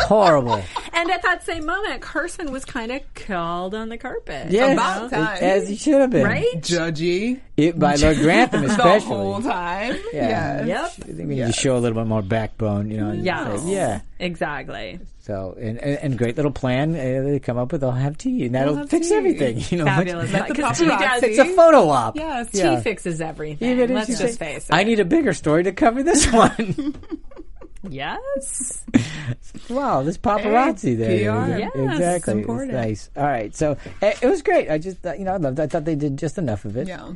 Speaker 1: horrible.
Speaker 2: And at that same moment, Carson was kind of called on the carpet.
Speaker 1: Yes,
Speaker 3: About time.
Speaker 1: as he should have been,
Speaker 2: Right?
Speaker 3: Judgy
Speaker 1: It, by Lord Grantham,
Speaker 3: the
Speaker 1: especially.
Speaker 3: whole time.
Speaker 1: Yeah.
Speaker 3: Yes.
Speaker 2: Yep.
Speaker 1: I think we need to show a little bit more backbone, you know. and
Speaker 2: Yes.
Speaker 1: say, yeah.
Speaker 2: Exactly.
Speaker 1: So, and, and, and great little plan uh, they come up with. I'll have tea, and that'll
Speaker 3: have
Speaker 1: fix
Speaker 3: tea.
Speaker 1: everything. You know,
Speaker 2: Fabulous.
Speaker 1: Like,
Speaker 2: Because he does.
Speaker 1: it's a photo op.
Speaker 3: Yes.
Speaker 2: He
Speaker 1: Yeah.
Speaker 2: fixes everything.
Speaker 1: Even if
Speaker 2: Let's
Speaker 1: you
Speaker 2: just
Speaker 1: say,
Speaker 2: face it.
Speaker 1: I need a bigger story to cover this one.
Speaker 2: yes.
Speaker 1: Wow, this paparazzi there.
Speaker 3: PR.
Speaker 2: Yes,
Speaker 1: exactly. It's
Speaker 2: important.
Speaker 1: nice. All right, so eh, it was great. I just, thought, you know, I loved. I thought they did just enough of it.
Speaker 3: Yeah.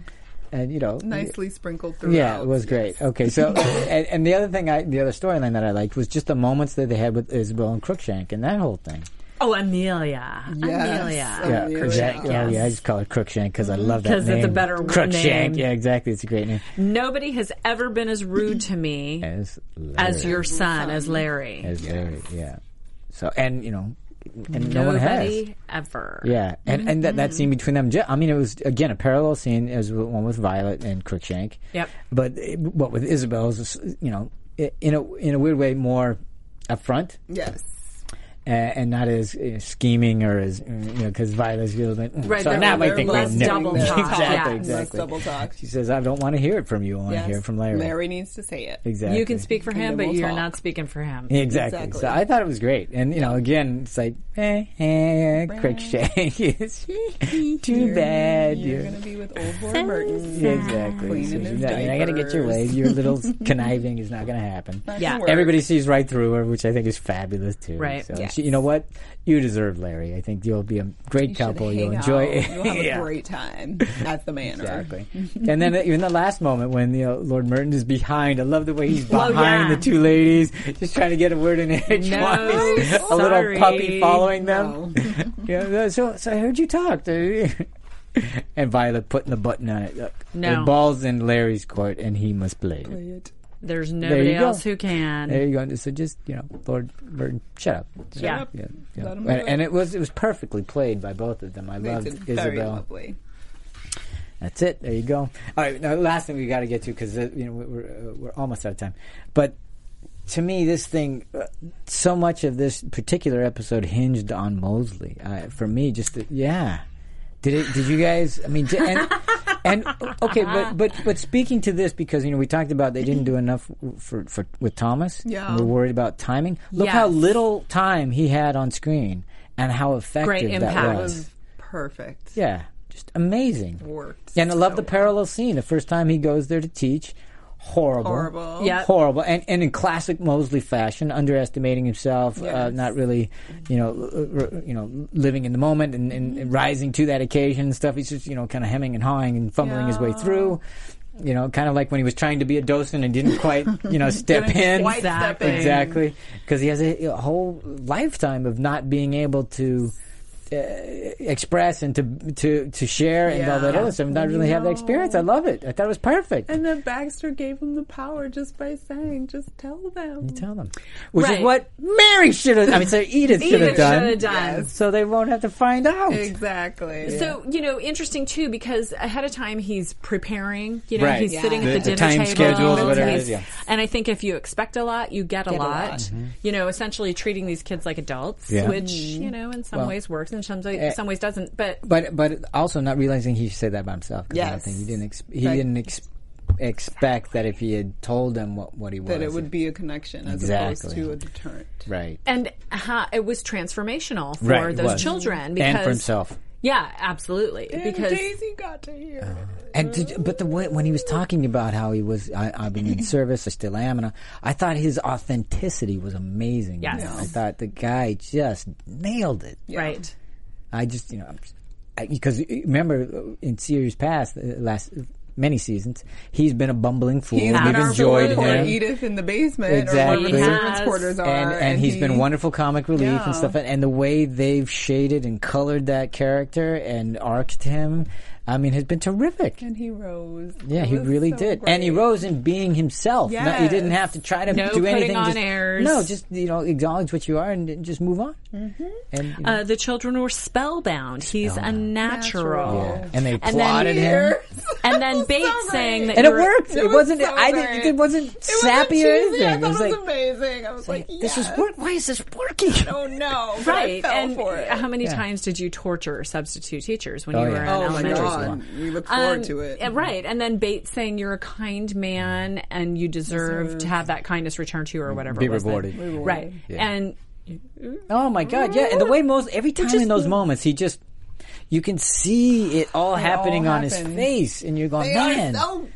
Speaker 1: and you know,
Speaker 3: Nicely sprinkled throughout.
Speaker 1: Yeah, it was great. Okay, so and, and the other thing, I the other storyline that I liked was just the moments that they had with Isabel and Crookshank and that whole thing.
Speaker 2: Oh, Amelia.
Speaker 3: Yes.
Speaker 2: Amelia.
Speaker 3: Yeah,
Speaker 1: Yeah,
Speaker 3: Crookshank,
Speaker 1: exactly.
Speaker 2: yes.
Speaker 1: Oh, yeah, I just call it Crookshank because I love that
Speaker 2: Oh, Mm-hmm. 'Cause
Speaker 1: name.
Speaker 2: it's a better w-
Speaker 1: Crookshank.
Speaker 2: name.
Speaker 1: Yeah, exactly. It's a great name.
Speaker 2: Nobody has ever been as rude to me
Speaker 1: As
Speaker 2: as
Speaker 1: Larry.
Speaker 2: your son, as Larry.
Speaker 1: as Larry. Yeah. So and you know, and no one has.
Speaker 2: Nobody Mm-hmm. ever.
Speaker 1: Yeah, and and that, that scene between them, ju- I mean, it was again a parallel scene as the one with Violet and Crookshank.
Speaker 2: Yep.
Speaker 1: But it- what with Isabel's, you know, i- in a in a weird way, more upfront
Speaker 3: Yes.
Speaker 1: uh, and not as uh, scheming or as mm, you know, because Violet's you know, like, mm,
Speaker 2: Right,
Speaker 1: So
Speaker 2: they're-
Speaker 1: now I
Speaker 2: they're
Speaker 1: think
Speaker 2: less
Speaker 1: we'll know.
Speaker 2: double talk.
Speaker 1: exactly,
Speaker 2: Yeah.
Speaker 3: Let's
Speaker 1: exactly.
Speaker 3: double talk.
Speaker 1: She says, "I don't want to hear it from you. I want
Speaker 3: Yes.
Speaker 1: to hear it from Larry."
Speaker 3: Larry needs to say it.
Speaker 1: Exactly.
Speaker 2: You can speak for him,
Speaker 3: then
Speaker 2: but
Speaker 3: we'll
Speaker 2: you're
Speaker 3: talk.
Speaker 2: not speaking for him.
Speaker 1: Exactly.
Speaker 3: Exactly.
Speaker 1: So I thought it was great. And, you know, again, it's like, eh, eh, quick shake. It's too bad.
Speaker 3: You're
Speaker 1: You're-
Speaker 3: gonna be with old Laura Merton.
Speaker 1: Exactly.
Speaker 3: Cleaning
Speaker 1: So
Speaker 3: his
Speaker 1: you're not, you're not gonna get your way.
Speaker 3: diapers.
Speaker 1: Your little conniving is not gonna happen.
Speaker 3: Not
Speaker 2: Yeah.
Speaker 3: gonna work.
Speaker 1: Everybody sees right through her, which I think is fabulous too.
Speaker 2: Right.
Speaker 1: So
Speaker 3: Yes.
Speaker 1: she, you know what? You deserve Larry. I think you'll be a great
Speaker 3: You should
Speaker 1: couple. You'll
Speaker 3: hang
Speaker 1: enjoy
Speaker 3: out.
Speaker 1: it.
Speaker 3: You'll have a
Speaker 1: Yeah.
Speaker 3: great time at the manor.
Speaker 1: Exactly. and then uh, even the last moment when you know, Lord Merton is behind. I love the way he's
Speaker 2: Well,
Speaker 1: behind
Speaker 2: yeah.
Speaker 1: the two ladies, just trying to get a word in edgewise. a
Speaker 2: sorry.
Speaker 1: little puppy following
Speaker 3: No.
Speaker 1: them. Yeah, no, so, so I heard you talk. dude. and Violet putting the button on it. Look,
Speaker 2: No.
Speaker 1: The ball's in Larry's court, and he must play it.
Speaker 2: There's nobody
Speaker 1: go.
Speaker 2: else who can.
Speaker 1: There you go. So just you know, Lord Merton, shut up.
Speaker 2: yeah.
Speaker 3: Yep.
Speaker 1: Yeah, yeah.
Speaker 3: Let 'em
Speaker 1: And,
Speaker 3: do it.
Speaker 1: and it was it was perfectly played by both of them. I
Speaker 3: Makes
Speaker 1: loved
Speaker 3: it very
Speaker 1: Isabel.
Speaker 3: lovely.
Speaker 1: That's it. There you go. All right. Now, last thing we got to get to because uh, you know we- we're uh, we're almost out of time. But to me, this thing, uh, so much of this particular episode hinged on Mosley. Uh, for me, just the, yeah. Did it? Did you guys? I mean, di- and, and okay, but but but speaking to this because you know we talked about they didn't do enough for for with Thomas.
Speaker 3: Yeah.
Speaker 1: and we're worried about timing. Look
Speaker 2: Yes.
Speaker 1: how little time he had on screen and how effective
Speaker 2: Great impact.
Speaker 1: that was.
Speaker 3: Perfect.
Speaker 1: Yeah, just amazing.
Speaker 3: Worked.
Speaker 1: And I love the parallel scene. The first time he goes there to teach, horrible.
Speaker 3: Horrible.
Speaker 2: Yeah.
Speaker 1: Horrible. And, and in classic Mosley fashion, underestimating himself, uh,
Speaker 3: Yes.
Speaker 1: not really, you know, l- r- you know, living in the moment and, and, and rising to that occasion and stuff. He's just, you know, kind of hemming and hawing and fumbling his way
Speaker 3: Yeah.
Speaker 1: through. You know, kind of like when he was trying to be a docent and didn't quite, you know, step in.
Speaker 3: White
Speaker 2: Exactly.
Speaker 3: stepping.
Speaker 1: Exactly, because he has a, a whole lifetime of not being able to uh, express and to to to share and all that
Speaker 3: Yeah.
Speaker 1: other stuff. and Not really have that experience. I love it. I thought it was perfect.
Speaker 3: And then Baxter gave him the power just by saying, "Just tell them."
Speaker 1: Tell them, which
Speaker 2: Right.
Speaker 1: is what Mary should have. I mean, so Edith should have
Speaker 2: Edith
Speaker 1: done,
Speaker 2: should've done. Yes.
Speaker 1: so they won't have to find out.
Speaker 3: Exactly.
Speaker 2: So you know, interesting too, because ahead of time he's preparing. You know,
Speaker 1: Right.
Speaker 2: he's
Speaker 1: Yeah.
Speaker 2: sitting
Speaker 1: The-
Speaker 2: at the,
Speaker 1: the
Speaker 2: dinner
Speaker 1: time
Speaker 2: table.
Speaker 1: schedules, whatever it
Speaker 2: he's-
Speaker 1: is, yeah.
Speaker 2: And I think if you expect a lot, you get, a lot. Mm-hmm.
Speaker 3: lot.
Speaker 2: You know, essentially treating these kids like adults,
Speaker 1: Yeah. eh,
Speaker 2: which you know, in some ways works, and some some ways doesn't. But
Speaker 1: But but also not realizing he said that about himself. 'cause I
Speaker 3: Yes.
Speaker 1: think he didn't. Ex- he
Speaker 3: Right.
Speaker 1: didn't ex- expect that if he had told them what what he was,
Speaker 3: that it would be a connection as opposed
Speaker 1: Exactly.
Speaker 3: to a deterrent.
Speaker 1: right.
Speaker 2: and ha- it was transformational for
Speaker 1: Right, it
Speaker 2: those
Speaker 1: was.
Speaker 2: children because
Speaker 1: and for himself.
Speaker 2: Yeah, absolutely. because
Speaker 3: Daisy got to hear. it.
Speaker 1: And did, but the way, when he was talking about how he was, I, I've been in service, I still am, and I, I thought his authenticity was amazing.
Speaker 2: Yes.
Speaker 1: I thought the guy just nailed it.
Speaker 2: right.
Speaker 1: I just, you know, I'm just- I, because remember uh, in series past, uh, last many seasons, he's been a bumbling fool.
Speaker 3: He's
Speaker 1: We've
Speaker 3: been our
Speaker 1: enjoyed
Speaker 3: poor
Speaker 1: him.
Speaker 3: Edith in the basement, or
Speaker 1: Exactly.
Speaker 3: where the servants'
Speaker 2: Yes.
Speaker 3: quarters are,
Speaker 1: and, and he's
Speaker 3: he-
Speaker 1: been wonderful comic relief
Speaker 3: Yeah.
Speaker 1: and stuff. And, and the way they've shaded and colored that character and arced him, I mean, has been terrific.
Speaker 3: And he rose.
Speaker 1: Yeah,
Speaker 3: It
Speaker 1: he
Speaker 3: was
Speaker 1: really
Speaker 3: so
Speaker 1: did,
Speaker 3: great.
Speaker 1: and he rose in being himself. No- he didn't
Speaker 3: Yes.
Speaker 1: have to try to
Speaker 2: No
Speaker 1: do
Speaker 2: putting
Speaker 1: anything.
Speaker 2: on
Speaker 1: just,
Speaker 2: airs.
Speaker 1: No, just you know, acknowledge what you are and, and just move on. Mm-hmm. And, you know,
Speaker 2: Uh, the children were spellbound. He's a natural.
Speaker 3: Natural.
Speaker 1: and they
Speaker 2: Uh, oh. then
Speaker 1: applauded him,
Speaker 2: And then Bates saying that
Speaker 1: and it
Speaker 2: you're-
Speaker 1: worked. It,
Speaker 3: was
Speaker 1: wasn't.
Speaker 3: so
Speaker 1: I didn't.
Speaker 3: great.
Speaker 1: It wasn't
Speaker 3: It wasn't
Speaker 1: sappy or
Speaker 3: cheesy,
Speaker 1: anything.
Speaker 3: I thought it was,
Speaker 1: like,
Speaker 3: amazing. I was like,
Speaker 1: this
Speaker 3: yes.
Speaker 1: is work. Why is this working?
Speaker 3: Oh no! but
Speaker 2: Right.
Speaker 3: I fell
Speaker 2: And
Speaker 3: for it.
Speaker 2: how many
Speaker 1: Yeah.
Speaker 2: times did you torture substitute teachers when
Speaker 1: Oh,
Speaker 2: you
Speaker 1: yeah.
Speaker 2: were
Speaker 1: Oh,
Speaker 2: in
Speaker 1: my
Speaker 3: Oh my
Speaker 2: elementary
Speaker 1: God.
Speaker 2: school?
Speaker 3: god! We look
Speaker 2: Um,
Speaker 3: forward to it.
Speaker 2: yeah, Right. And then Bates saying you're a kind man and you deserve, to have that kindness returned to you or whatever.
Speaker 1: Be
Speaker 2: it was then.
Speaker 1: rewarded. Rewarded.
Speaker 2: Right.
Speaker 1: Yeah.
Speaker 2: And
Speaker 1: Oh my god! Yeah, and the way most every time in those moments, he just you can see it all happening on his
Speaker 3: happened.
Speaker 1: face, and you're going,
Speaker 3: They
Speaker 1: man,
Speaker 3: are so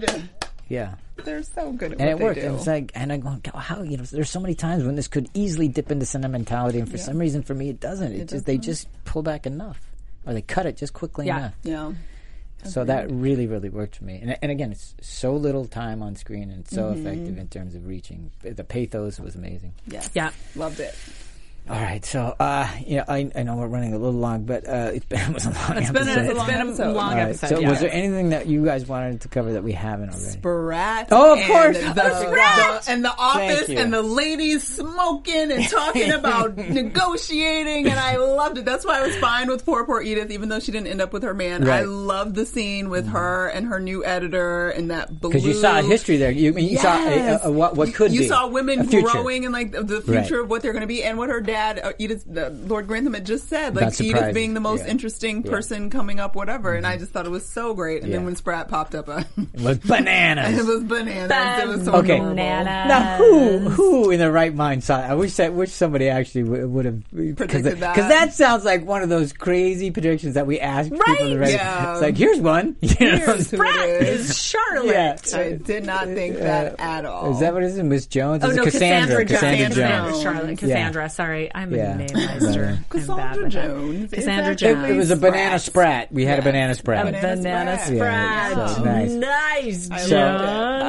Speaker 3: good.
Speaker 1: yeah.
Speaker 3: They're so good at
Speaker 1: and
Speaker 3: what
Speaker 1: it
Speaker 3: they
Speaker 1: worked.
Speaker 3: do.
Speaker 1: It was like, and I go, "God, how you know? There's so many times when this could easily dip into sentimentality, and for some reason, for me, it doesn't. It, just they just pull back enough, or they cut it just quickly
Speaker 2: Yeah.
Speaker 1: enough.
Speaker 3: yeah.
Speaker 1: So that really, really worked for me. And, and again, it's so little time on screen and so effective in terms of reaching. The pathos was amazing.
Speaker 3: Yes.
Speaker 2: Yeah.
Speaker 3: Loved it.
Speaker 1: All right, so uh, you know, I, I know we're running a little long, but uh, it's been it was a long
Speaker 2: it's been,
Speaker 1: episode.
Speaker 2: a, it's
Speaker 3: long
Speaker 2: been a
Speaker 3: episode.
Speaker 2: long
Speaker 1: All right,
Speaker 2: episode.
Speaker 1: so
Speaker 2: yeah.
Speaker 1: was there anything that you guys wanted to cover that we haven't already?
Speaker 3: Brat.
Speaker 1: Oh, of
Speaker 3: and
Speaker 1: course.
Speaker 3: The,
Speaker 1: Brat.
Speaker 3: the- and the office
Speaker 1: you.
Speaker 3: and the ladies smoking and talking about negotiating, and I loved it. That's why I was fine with poor, poor Edith, even though she didn't end up with her man. I
Speaker 1: Right. Mm-hmm.
Speaker 3: loved the scene with her and her new editor and that blue.
Speaker 1: Because you saw a history there. You, you saw a,
Speaker 3: Yes.
Speaker 1: a, a, what, what
Speaker 3: You-
Speaker 1: could
Speaker 3: you
Speaker 1: be.
Speaker 3: saw women
Speaker 1: a future.
Speaker 3: growing and like the future of what they're going to be, and what her dad, uh, Edith, uh, Lord Grantham had just said,
Speaker 1: Not
Speaker 3: like
Speaker 1: surprising.
Speaker 3: Edith being the most
Speaker 1: Yeah.
Speaker 3: interesting
Speaker 1: Yeah. Mm-hmm.
Speaker 3: person coming up, whatever. And I just thought it was so great. And
Speaker 1: Yeah.
Speaker 3: then when Sprat popped up, uh,
Speaker 1: was bananas.
Speaker 3: it was bananas. It was so
Speaker 1: Okay.
Speaker 3: adorable.
Speaker 2: Banana.
Speaker 1: Now, who who in their right mind saw? I wish that wish somebody actually w- would have
Speaker 3: Predicted that.
Speaker 1: because that sounds like one of those crazy predictions that we ask people. To
Speaker 2: Right.
Speaker 1: write.
Speaker 3: Yeah.
Speaker 1: It's like here's one. You know?
Speaker 3: Here's who
Speaker 2: Brat
Speaker 3: it is.
Speaker 2: is Charlotte.
Speaker 1: yeah.
Speaker 3: I did not think that at all.
Speaker 1: Uh, Is that what it is? Miss Jones?
Speaker 2: Oh
Speaker 1: Is it
Speaker 2: no,
Speaker 1: Cassandra.
Speaker 2: Cassandra, Jones.
Speaker 3: Cassandra Jones.
Speaker 2: Charlotte. Cassandra. Sorry, I'm
Speaker 1: Yeah.
Speaker 2: a name meister. I'm bad with
Speaker 3: Cassandra
Speaker 2: that.
Speaker 3: Jones?
Speaker 2: Cassandra
Speaker 3: Exactly.
Speaker 2: Jones.
Speaker 1: It was a banana
Speaker 3: Sprats.
Speaker 1: sprat. We had a
Speaker 3: Yeah.
Speaker 1: banana sprat.
Speaker 3: A
Speaker 2: banana,
Speaker 3: Banana
Speaker 2: sprat.
Speaker 3: sprat.
Speaker 1: Yeah, so nice.
Speaker 2: Nice,
Speaker 3: I
Speaker 1: So
Speaker 2: John.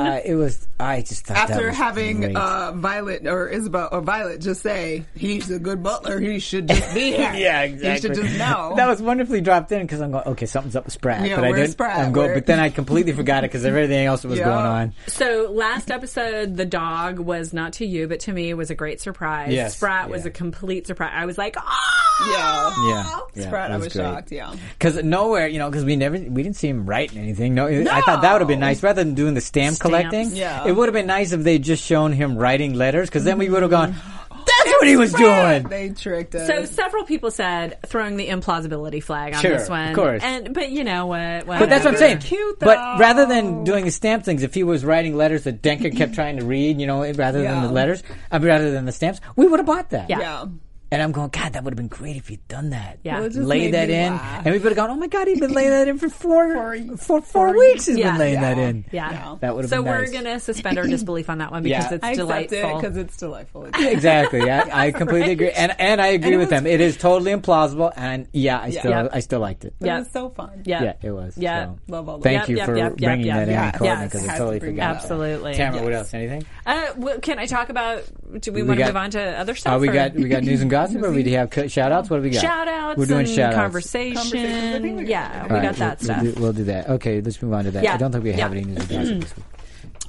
Speaker 1: uh, it was. I just thought that
Speaker 3: After
Speaker 1: was
Speaker 3: having
Speaker 1: great.
Speaker 3: uh, Violet or Isabel or Violet just say he's a good butler, he should just be here. He should just know.
Speaker 1: That was wonderfully dropped in because I'm going, okay, something's up with Sprat.
Speaker 3: Yeah,
Speaker 1: but I
Speaker 3: where's
Speaker 1: didn't.
Speaker 3: Sprat?
Speaker 1: I'm going,
Speaker 3: Where-
Speaker 1: but then I completely forgot it because of everything else that was
Speaker 3: Yeah.
Speaker 1: going on.
Speaker 2: So last episode, the dog was not to you, but to me was a great surprise.
Speaker 1: Yes.
Speaker 2: Sprat was
Speaker 1: Yeah.
Speaker 2: a complete surprise. I was like, ah,
Speaker 3: yeah.
Speaker 1: Yeah, yeah,
Speaker 3: Oh, Sprat,
Speaker 1: that
Speaker 3: I
Speaker 1: was
Speaker 3: was
Speaker 1: great.
Speaker 3: shocked. Yeah.
Speaker 1: Because nowhere, you know, because we never, we didn't see him writing anything. No, I thought that would have been nice rather than doing the stamp
Speaker 2: Stamps.
Speaker 1: collecting.
Speaker 3: Yeah. Mm-hmm.
Speaker 1: It would have been nice if they just shown him writing letters because then we would have gone, that's what Nobody was doing.
Speaker 3: They tricked us.
Speaker 2: So several people said throwing the implausibility flag on
Speaker 1: Sure,
Speaker 2: this one,
Speaker 1: of course.
Speaker 2: And but you know what?
Speaker 1: But that's what I'm
Speaker 2: whatever.
Speaker 1: saying.
Speaker 3: Cute,
Speaker 1: but
Speaker 3: though.
Speaker 1: rather than doing his stamp things, if he was writing letters that Denker kept trying to read, you know, rather than
Speaker 3: Yeah.
Speaker 1: the letters, uh, rather than the stamps, we would have bought that.
Speaker 2: Yeah.
Speaker 3: yeah.
Speaker 1: And I'm going, God, that would have been great if you'd done that.
Speaker 2: Yeah. Well, it
Speaker 3: just
Speaker 1: lay
Speaker 3: made
Speaker 1: that
Speaker 3: me
Speaker 1: in,
Speaker 3: laugh.
Speaker 1: and we would have gone, Oh my God, he's been laying that in for four, for
Speaker 3: For-
Speaker 1: four,
Speaker 3: for-
Speaker 1: weeks. He's
Speaker 2: Yeah.
Speaker 1: been laying
Speaker 3: Yeah.
Speaker 1: that in.
Speaker 2: Yeah.
Speaker 1: That would have
Speaker 2: So
Speaker 1: been
Speaker 2: we're
Speaker 1: nice.
Speaker 2: gonna suspend our disbelief on that one because
Speaker 1: Yeah.
Speaker 2: it's
Speaker 3: I accept it
Speaker 2: delightful.
Speaker 3: because it's delightful.
Speaker 1: exactly. I, I completely
Speaker 2: right.
Speaker 1: agree, and and I agree
Speaker 3: it
Speaker 1: with
Speaker 3: was-
Speaker 1: them. It is totally implausible, and yeah, I still
Speaker 2: Yeah.
Speaker 1: I still liked it.
Speaker 2: Yeah.
Speaker 3: It's so fun.
Speaker 2: yeah.
Speaker 1: Yeah, it was.
Speaker 2: Yeah.
Speaker 1: so.
Speaker 3: Love all those.
Speaker 1: Thank
Speaker 2: Yep,
Speaker 1: you
Speaker 2: yep,
Speaker 1: for
Speaker 2: yep, yep,
Speaker 1: bringing
Speaker 2: yep.
Speaker 1: that in,
Speaker 3: Yeah.
Speaker 1: Corbin,
Speaker 2: Yes.
Speaker 1: because I
Speaker 3: Had to
Speaker 1: totally
Speaker 3: bring
Speaker 1: forgot.
Speaker 3: that
Speaker 1: about
Speaker 3: up.
Speaker 2: Absolutely.
Speaker 1: it. Tamara, what else? Anything?
Speaker 2: Uh, well, can I talk about? Do we,
Speaker 1: We
Speaker 2: want to
Speaker 1: got-
Speaker 2: move on to other stuff?
Speaker 1: Oh, we
Speaker 2: or-
Speaker 1: got we got news and gossip, or we do have shout outs? What do we got?
Speaker 2: shout outs.
Speaker 1: We're doing
Speaker 2: and
Speaker 1: shout outs.
Speaker 2: conversation.
Speaker 3: Conversations, I think we got
Speaker 2: Yeah,
Speaker 3: that.
Speaker 2: we
Speaker 1: All
Speaker 2: got
Speaker 1: right,
Speaker 2: that
Speaker 1: we'll,
Speaker 2: stuff.
Speaker 1: We'll do, we'll do that. Okay, let's move on to that.
Speaker 2: Yeah.
Speaker 1: I don't think we have
Speaker 2: Yeah.
Speaker 1: any news and gossip this week.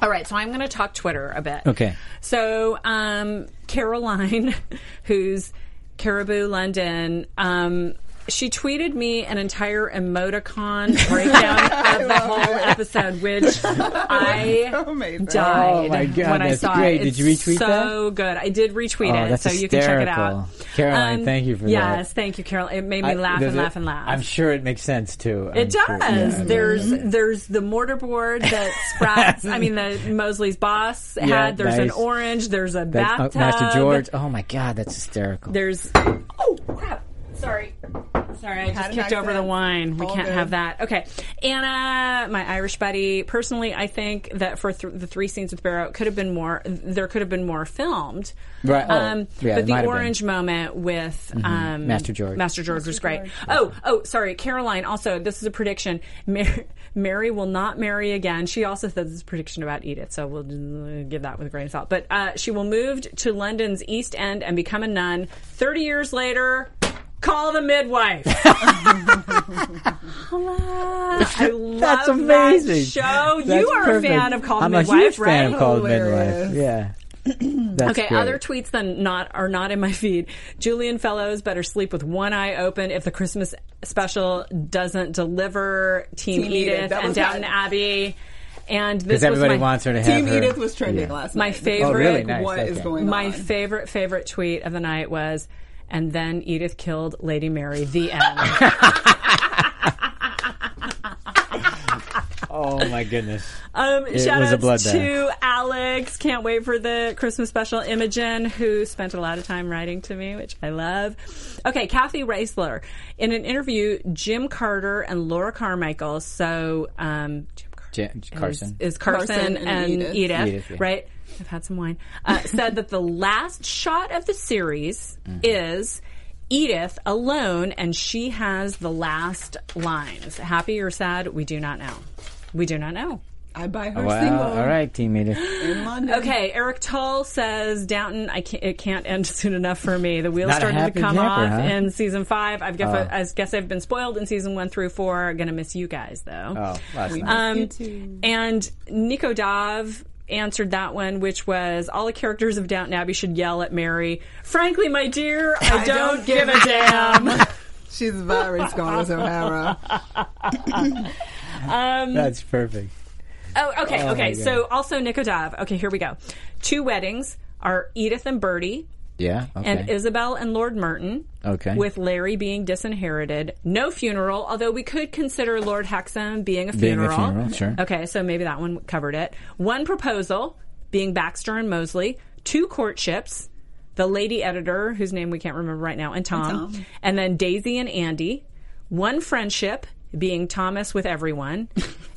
Speaker 2: All right, so I'm going to talk Twitter a bit.
Speaker 1: Okay.
Speaker 2: So um, Caroline, who's Caribou London, um, she tweeted me an entire emoticon breakdown of the whole episode, which I
Speaker 3: Amazing.
Speaker 2: died
Speaker 1: Oh, my God,
Speaker 2: when
Speaker 1: that's
Speaker 2: I saw
Speaker 1: great.
Speaker 2: it.
Speaker 1: Did you
Speaker 2: It's
Speaker 1: retweet that?
Speaker 2: So good. I did retweet
Speaker 1: Oh,
Speaker 2: it,
Speaker 1: that's
Speaker 2: so you can check it out. Um,
Speaker 1: hysterical. Caroline, thank you for that.
Speaker 2: Yes, thank you, Caroline. It made me laugh
Speaker 1: does
Speaker 2: and
Speaker 1: it-
Speaker 2: laugh and laugh.
Speaker 1: I'm sure it makes sense too. I'm
Speaker 2: It
Speaker 1: sure-
Speaker 2: does.
Speaker 1: yeah, oh, I mean,
Speaker 2: there's there's the mortarboard that Sprouts, I mean, the Mosley's boss
Speaker 1: Yeah,
Speaker 2: had. There's an
Speaker 1: nice.
Speaker 2: orange. There's a
Speaker 1: that's- oh,
Speaker 2: bathtub.
Speaker 1: Master George. Oh my God, that's hysterical.
Speaker 2: There's oh crap. Sorry. Sorry, I just
Speaker 3: an
Speaker 2: kicked over the
Speaker 3: accident.
Speaker 2: wine. We
Speaker 3: All
Speaker 2: can't
Speaker 3: good.
Speaker 2: have that. Okay. Anna, my Irish buddy, personally, I think that for th- the three scenes with Barrow, it could have been more, there could have been more filmed.
Speaker 1: Right. Oh,
Speaker 2: Um,
Speaker 1: yeah,
Speaker 2: but
Speaker 1: it might have
Speaker 2: the
Speaker 1: been.
Speaker 2: orange moment with um,
Speaker 1: Mm-hmm. Master George.
Speaker 2: Master George was great. Oh, oh, sorry. Caroline, also, this is a prediction. Mary, Mary will not marry again. She also says this is a prediction about Edith, so we'll uh, give that with a grain of salt. But uh, she will move to London's East End and become a nun. 30 years later, call the midwife. I love
Speaker 1: that's
Speaker 2: that
Speaker 1: amazing.
Speaker 2: show.
Speaker 1: That's
Speaker 2: you are
Speaker 1: perfect.
Speaker 2: a fan of Call the
Speaker 1: I'm
Speaker 2: Midwife,
Speaker 1: a huge
Speaker 2: right?
Speaker 1: fan of Called
Speaker 3: Hilarious.
Speaker 1: Midwife. Yeah. That's
Speaker 2: Okay,
Speaker 1: great.
Speaker 2: other tweets than not are not in my feed. Julian Fellows better sleep with one eye open if the Christmas special doesn't deliver. Team,
Speaker 3: Team
Speaker 2: Edith,
Speaker 3: Edith. That
Speaker 2: and
Speaker 3: was
Speaker 2: Downton
Speaker 3: mine.
Speaker 2: Abbey, and this
Speaker 1: because everybody
Speaker 2: was my,
Speaker 1: wants her to have
Speaker 3: Team
Speaker 1: her.
Speaker 3: Edith was trending last
Speaker 2: my
Speaker 3: night.
Speaker 2: favorite.
Speaker 1: Oh, really?
Speaker 3: Like,
Speaker 1: Nice,
Speaker 3: what is
Speaker 1: okay.
Speaker 3: going
Speaker 2: My
Speaker 3: on?
Speaker 2: favorite favorite tweet of the night was, and then Edith killed Lady Mary. The end.
Speaker 1: Oh my goodness.
Speaker 2: um,
Speaker 1: It
Speaker 2: shout
Speaker 1: was a
Speaker 2: outs
Speaker 1: bloodbath.
Speaker 2: to Alex. Can't wait for the Christmas special. Imogen, who spent a lot of time writing to me, which I love. Okay, Kathy Raisler. In an interview, Jim Carter and Laura Carmichael. So um, Jim Carter.
Speaker 1: Ja- Carson.
Speaker 2: is, is Carson,
Speaker 3: Carson
Speaker 2: and,
Speaker 3: and
Speaker 2: Edith,
Speaker 3: Edith.
Speaker 1: Edith, yeah.
Speaker 2: right? I've had some wine. Uh, said that the last shot of the series
Speaker 1: Mm.
Speaker 2: is Edith alone, and she has the last lines. Happy or sad? We do not know. We do not know.
Speaker 3: I buy her
Speaker 1: wow.
Speaker 3: single
Speaker 1: All right, Team Edith.
Speaker 3: in London.
Speaker 2: Okay, Eric Tull says Downton. I can't, it can't end soon enough for me. The wheels
Speaker 1: Not a
Speaker 2: started to
Speaker 1: happy
Speaker 2: come
Speaker 1: camper,
Speaker 2: off
Speaker 1: huh? Oh.
Speaker 2: in season five. I've guess, I guess I've been spoiled in season one through four. Gonna miss you guys though.
Speaker 1: Oh, last night.
Speaker 2: Um,
Speaker 3: too.
Speaker 2: and Nico Dov answered that one, which was all the characters of Downton Abbey should yell at Mary. Frankly, my dear, I, don't, give a damn.
Speaker 3: She's very Scarlett O'Hara.
Speaker 2: Um,
Speaker 1: That's perfect.
Speaker 2: oh, okay,
Speaker 1: Oh, my
Speaker 2: okay.
Speaker 1: God.
Speaker 2: So also Nico Dov. Okay, here we go. Two weddings are Edith and Bertie.
Speaker 1: Yeah. Okay.
Speaker 2: And Isabel and Lord Merton.
Speaker 1: Okay.
Speaker 2: With Larry being disinherited. No funeral, although we could consider Lord Hexham being a
Speaker 1: Being a
Speaker 2: funeral.
Speaker 1: funeral, sure.
Speaker 2: Okay, so maybe that one covered it. One proposal being Baxter and Mosley. Two courtships. The lady editor, whose name we can't remember right now, and Tom.
Speaker 3: Tom.
Speaker 2: And then Daisy and Andy. One friendship being Thomas with everyone.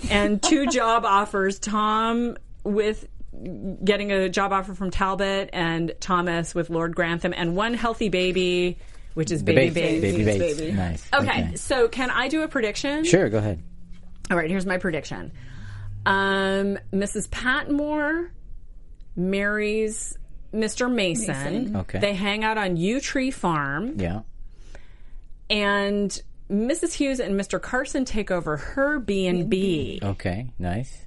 Speaker 2: and two job offers. Tom with getting a job offer from Talbot and Thomas with Lord Grantham and one healthy baby, which is baby
Speaker 1: Bates.
Speaker 2: baby.
Speaker 1: Baby
Speaker 3: Bates,
Speaker 1: Bates.
Speaker 3: baby.
Speaker 1: Nice.
Speaker 2: Okay, so can I do a prediction?
Speaker 1: Sure. Go ahead.
Speaker 2: All right, here's my prediction. Um, Mrs. Patmore marries Mr. Mason.
Speaker 1: Okay.
Speaker 2: They hang out on Yew Tree Farm,
Speaker 1: Yeah.
Speaker 2: and Mrs. Hughes and Mr. Carson take over her B and B,
Speaker 1: Okay. Nice.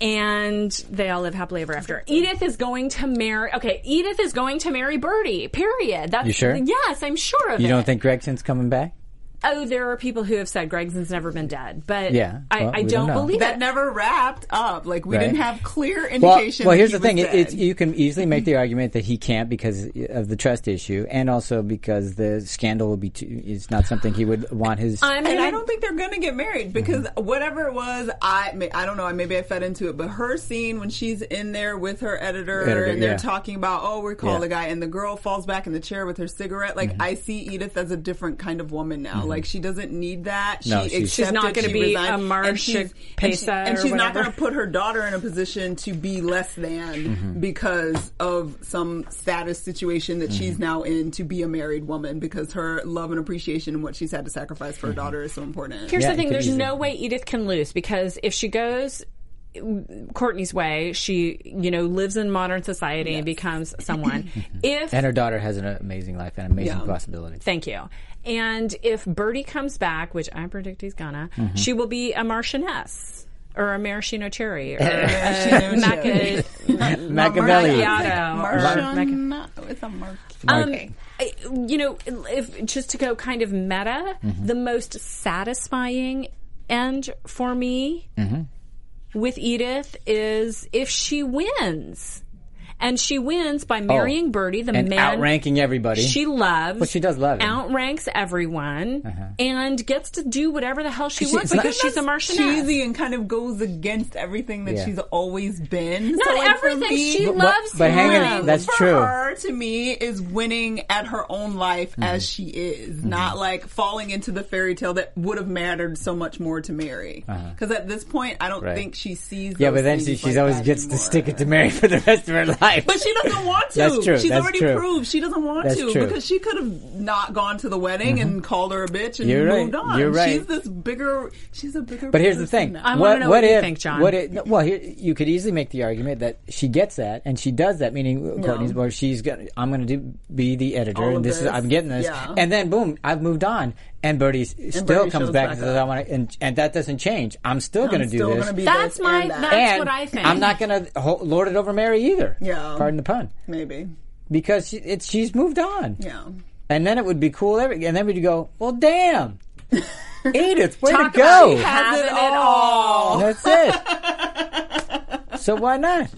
Speaker 2: and they all live happily ever after. Edith is going to marry. Okay, Edith is going to marry Bertie. Period. That's
Speaker 1: You sure?
Speaker 2: Yes, I'm sure of it.
Speaker 1: You don't think Gregson's coming back?
Speaker 2: oh, there are people who have said Gregson's never been dead, but
Speaker 1: Yeah,
Speaker 2: I,
Speaker 1: well,
Speaker 2: I
Speaker 1: we
Speaker 2: don't,
Speaker 1: don't know.
Speaker 2: believe
Speaker 3: that
Speaker 2: it.
Speaker 3: never wrapped up. Like we
Speaker 1: Right.
Speaker 3: didn't have clear
Speaker 1: Well,
Speaker 3: indication.
Speaker 1: well
Speaker 3: that
Speaker 1: here's
Speaker 3: he
Speaker 1: the thing.
Speaker 3: was
Speaker 1: It, it's,
Speaker 3: dead.
Speaker 1: you can easily make
Speaker 2: Mm-hmm.
Speaker 1: the argument that he can't because of the trust issue, and also because the scandal would be too, it's not something he would want his.
Speaker 2: I'm
Speaker 3: and
Speaker 2: gonna-
Speaker 3: I don't think they're gonna get married because
Speaker 1: Mm-hmm.
Speaker 3: whatever it was, I may- I don't know. Maybe I fed into it, but her scene when she's in there with her editor,
Speaker 1: Editor,
Speaker 3: and they're
Speaker 1: yeah.
Speaker 3: talking about oh we're calling
Speaker 1: Yeah. Mm-hmm.
Speaker 3: the guy, and the girl falls back in the chair with her cigarette. Like I see Edith as a different kind of woman now. Like she doesn't need that.
Speaker 1: No,
Speaker 3: she
Speaker 1: she's-
Speaker 3: accepted,
Speaker 1: She's
Speaker 2: not gonna
Speaker 3: she
Speaker 2: be
Speaker 3: resigned,
Speaker 2: a Mara
Speaker 3: and she's, and, she-
Speaker 2: Pesa
Speaker 3: and
Speaker 2: or
Speaker 3: she's not
Speaker 2: whatever.
Speaker 3: gonna put her daughter in a position to be less than
Speaker 1: Mm-hmm.
Speaker 3: because of some status situation that
Speaker 1: Mm-hmm.
Speaker 3: she's now in to be a married woman because her love and appreciation and what she's had to sacrifice
Speaker 1: Mm-hmm.
Speaker 3: for her daughter is so important.
Speaker 2: Here's
Speaker 1: Yeah,
Speaker 2: the
Speaker 1: it
Speaker 2: thing:
Speaker 1: could
Speaker 2: there's
Speaker 1: easily-
Speaker 2: no way Edith can lose because if she goes mm, Courtney's way, she you know lives in modern society and becomes someone. if
Speaker 1: and her daughter has an amazing life and amazing
Speaker 3: Yeah.
Speaker 1: possibility.
Speaker 2: Thank you. And if Bertie comes back, which I predict he's gonna,
Speaker 1: Mm-hmm.
Speaker 2: she will be a Marchioness or a Maraschino cherry or a Maca-
Speaker 1: Machiavelli.
Speaker 2: Macchiato or Mac-
Speaker 3: it's a Mark.
Speaker 2: Um, I- you know, if just to go kind of meta,
Speaker 1: Mm-hmm.
Speaker 2: the most satisfying end for me
Speaker 1: Mm-hmm.
Speaker 2: with Edith is if she wins, and she wins by marrying Bertie, the
Speaker 1: Oh. and
Speaker 2: man
Speaker 1: outranking everybody.
Speaker 2: she loves.
Speaker 1: Well, she does love him. Uh-huh.
Speaker 2: Outranks everyone and gets to do whatever the hell she,
Speaker 1: She-
Speaker 2: wants
Speaker 1: it's not-
Speaker 2: because she's a Marchioness.
Speaker 3: cheesy and kind of goes against everything that
Speaker 1: Yeah.
Speaker 3: she's always been.
Speaker 2: Not
Speaker 3: so like, for
Speaker 2: everything.
Speaker 3: me-
Speaker 2: She
Speaker 1: But- but-
Speaker 2: loves
Speaker 1: but hang
Speaker 2: him.
Speaker 1: on, that's
Speaker 3: for
Speaker 1: true.
Speaker 3: her to me is winning at her own life
Speaker 1: Mm-hmm.
Speaker 3: as she is, not like falling into the fairy tale that would have mattered so much more to Mary. Because at this point, I don't
Speaker 1: Uh-huh. Right.
Speaker 3: think she sees.
Speaker 1: yeah,
Speaker 3: those
Speaker 1: but then she
Speaker 3: things
Speaker 1: she's
Speaker 3: like
Speaker 1: always
Speaker 3: that
Speaker 1: gets
Speaker 3: anymore.
Speaker 1: to stick it to Mary for the rest of her life.
Speaker 3: But she doesn't want to.
Speaker 1: That's true,
Speaker 3: She's
Speaker 1: that's
Speaker 3: already
Speaker 1: true.
Speaker 3: proved she doesn't want
Speaker 1: That's
Speaker 3: to
Speaker 1: true. Mm-hmm.
Speaker 3: because she could have not gone to the wedding and called her a bitch and
Speaker 1: You're
Speaker 3: moved
Speaker 1: right,
Speaker 3: on.
Speaker 1: you're right.
Speaker 3: She's this bigger. She's a bigger.
Speaker 1: But here's the
Speaker 3: person
Speaker 1: thing.
Speaker 3: now.
Speaker 2: I wanna know what you
Speaker 1: if,
Speaker 2: think, John.
Speaker 1: What if, no, well, here, you could easily make the argument that she gets that and she does that, meaning Courtney's where she's going. I'm going to be the editor,
Speaker 3: All of
Speaker 1: and this, is
Speaker 3: this,
Speaker 1: I'm getting this,
Speaker 3: yeah.
Speaker 1: and then boom, I've moved on, and Birdie s- still
Speaker 3: Birdie
Speaker 1: comes
Speaker 3: shows
Speaker 1: back
Speaker 3: back
Speaker 1: and says,
Speaker 3: up.
Speaker 1: "I want," and and that doesn't change. I'm still going to
Speaker 3: I'm
Speaker 1: do
Speaker 3: still
Speaker 1: this.
Speaker 3: gonna be
Speaker 2: That's
Speaker 3: this
Speaker 2: my-
Speaker 3: and that.
Speaker 2: that's-
Speaker 1: and
Speaker 2: what I think.
Speaker 1: I'm not going to ho- lord it over Mary either.
Speaker 3: Yeah.
Speaker 1: Pardon the pun.
Speaker 3: maybe.
Speaker 1: Because she, it's she's moved on.
Speaker 3: Yeah.
Speaker 1: And then it would be cool. Every, and then we'd go, well, damn. Edith, where
Speaker 2: Talk
Speaker 1: to
Speaker 2: about
Speaker 1: go?
Speaker 2: you
Speaker 3: Has it
Speaker 2: having it
Speaker 3: all.
Speaker 1: That's it. so why not?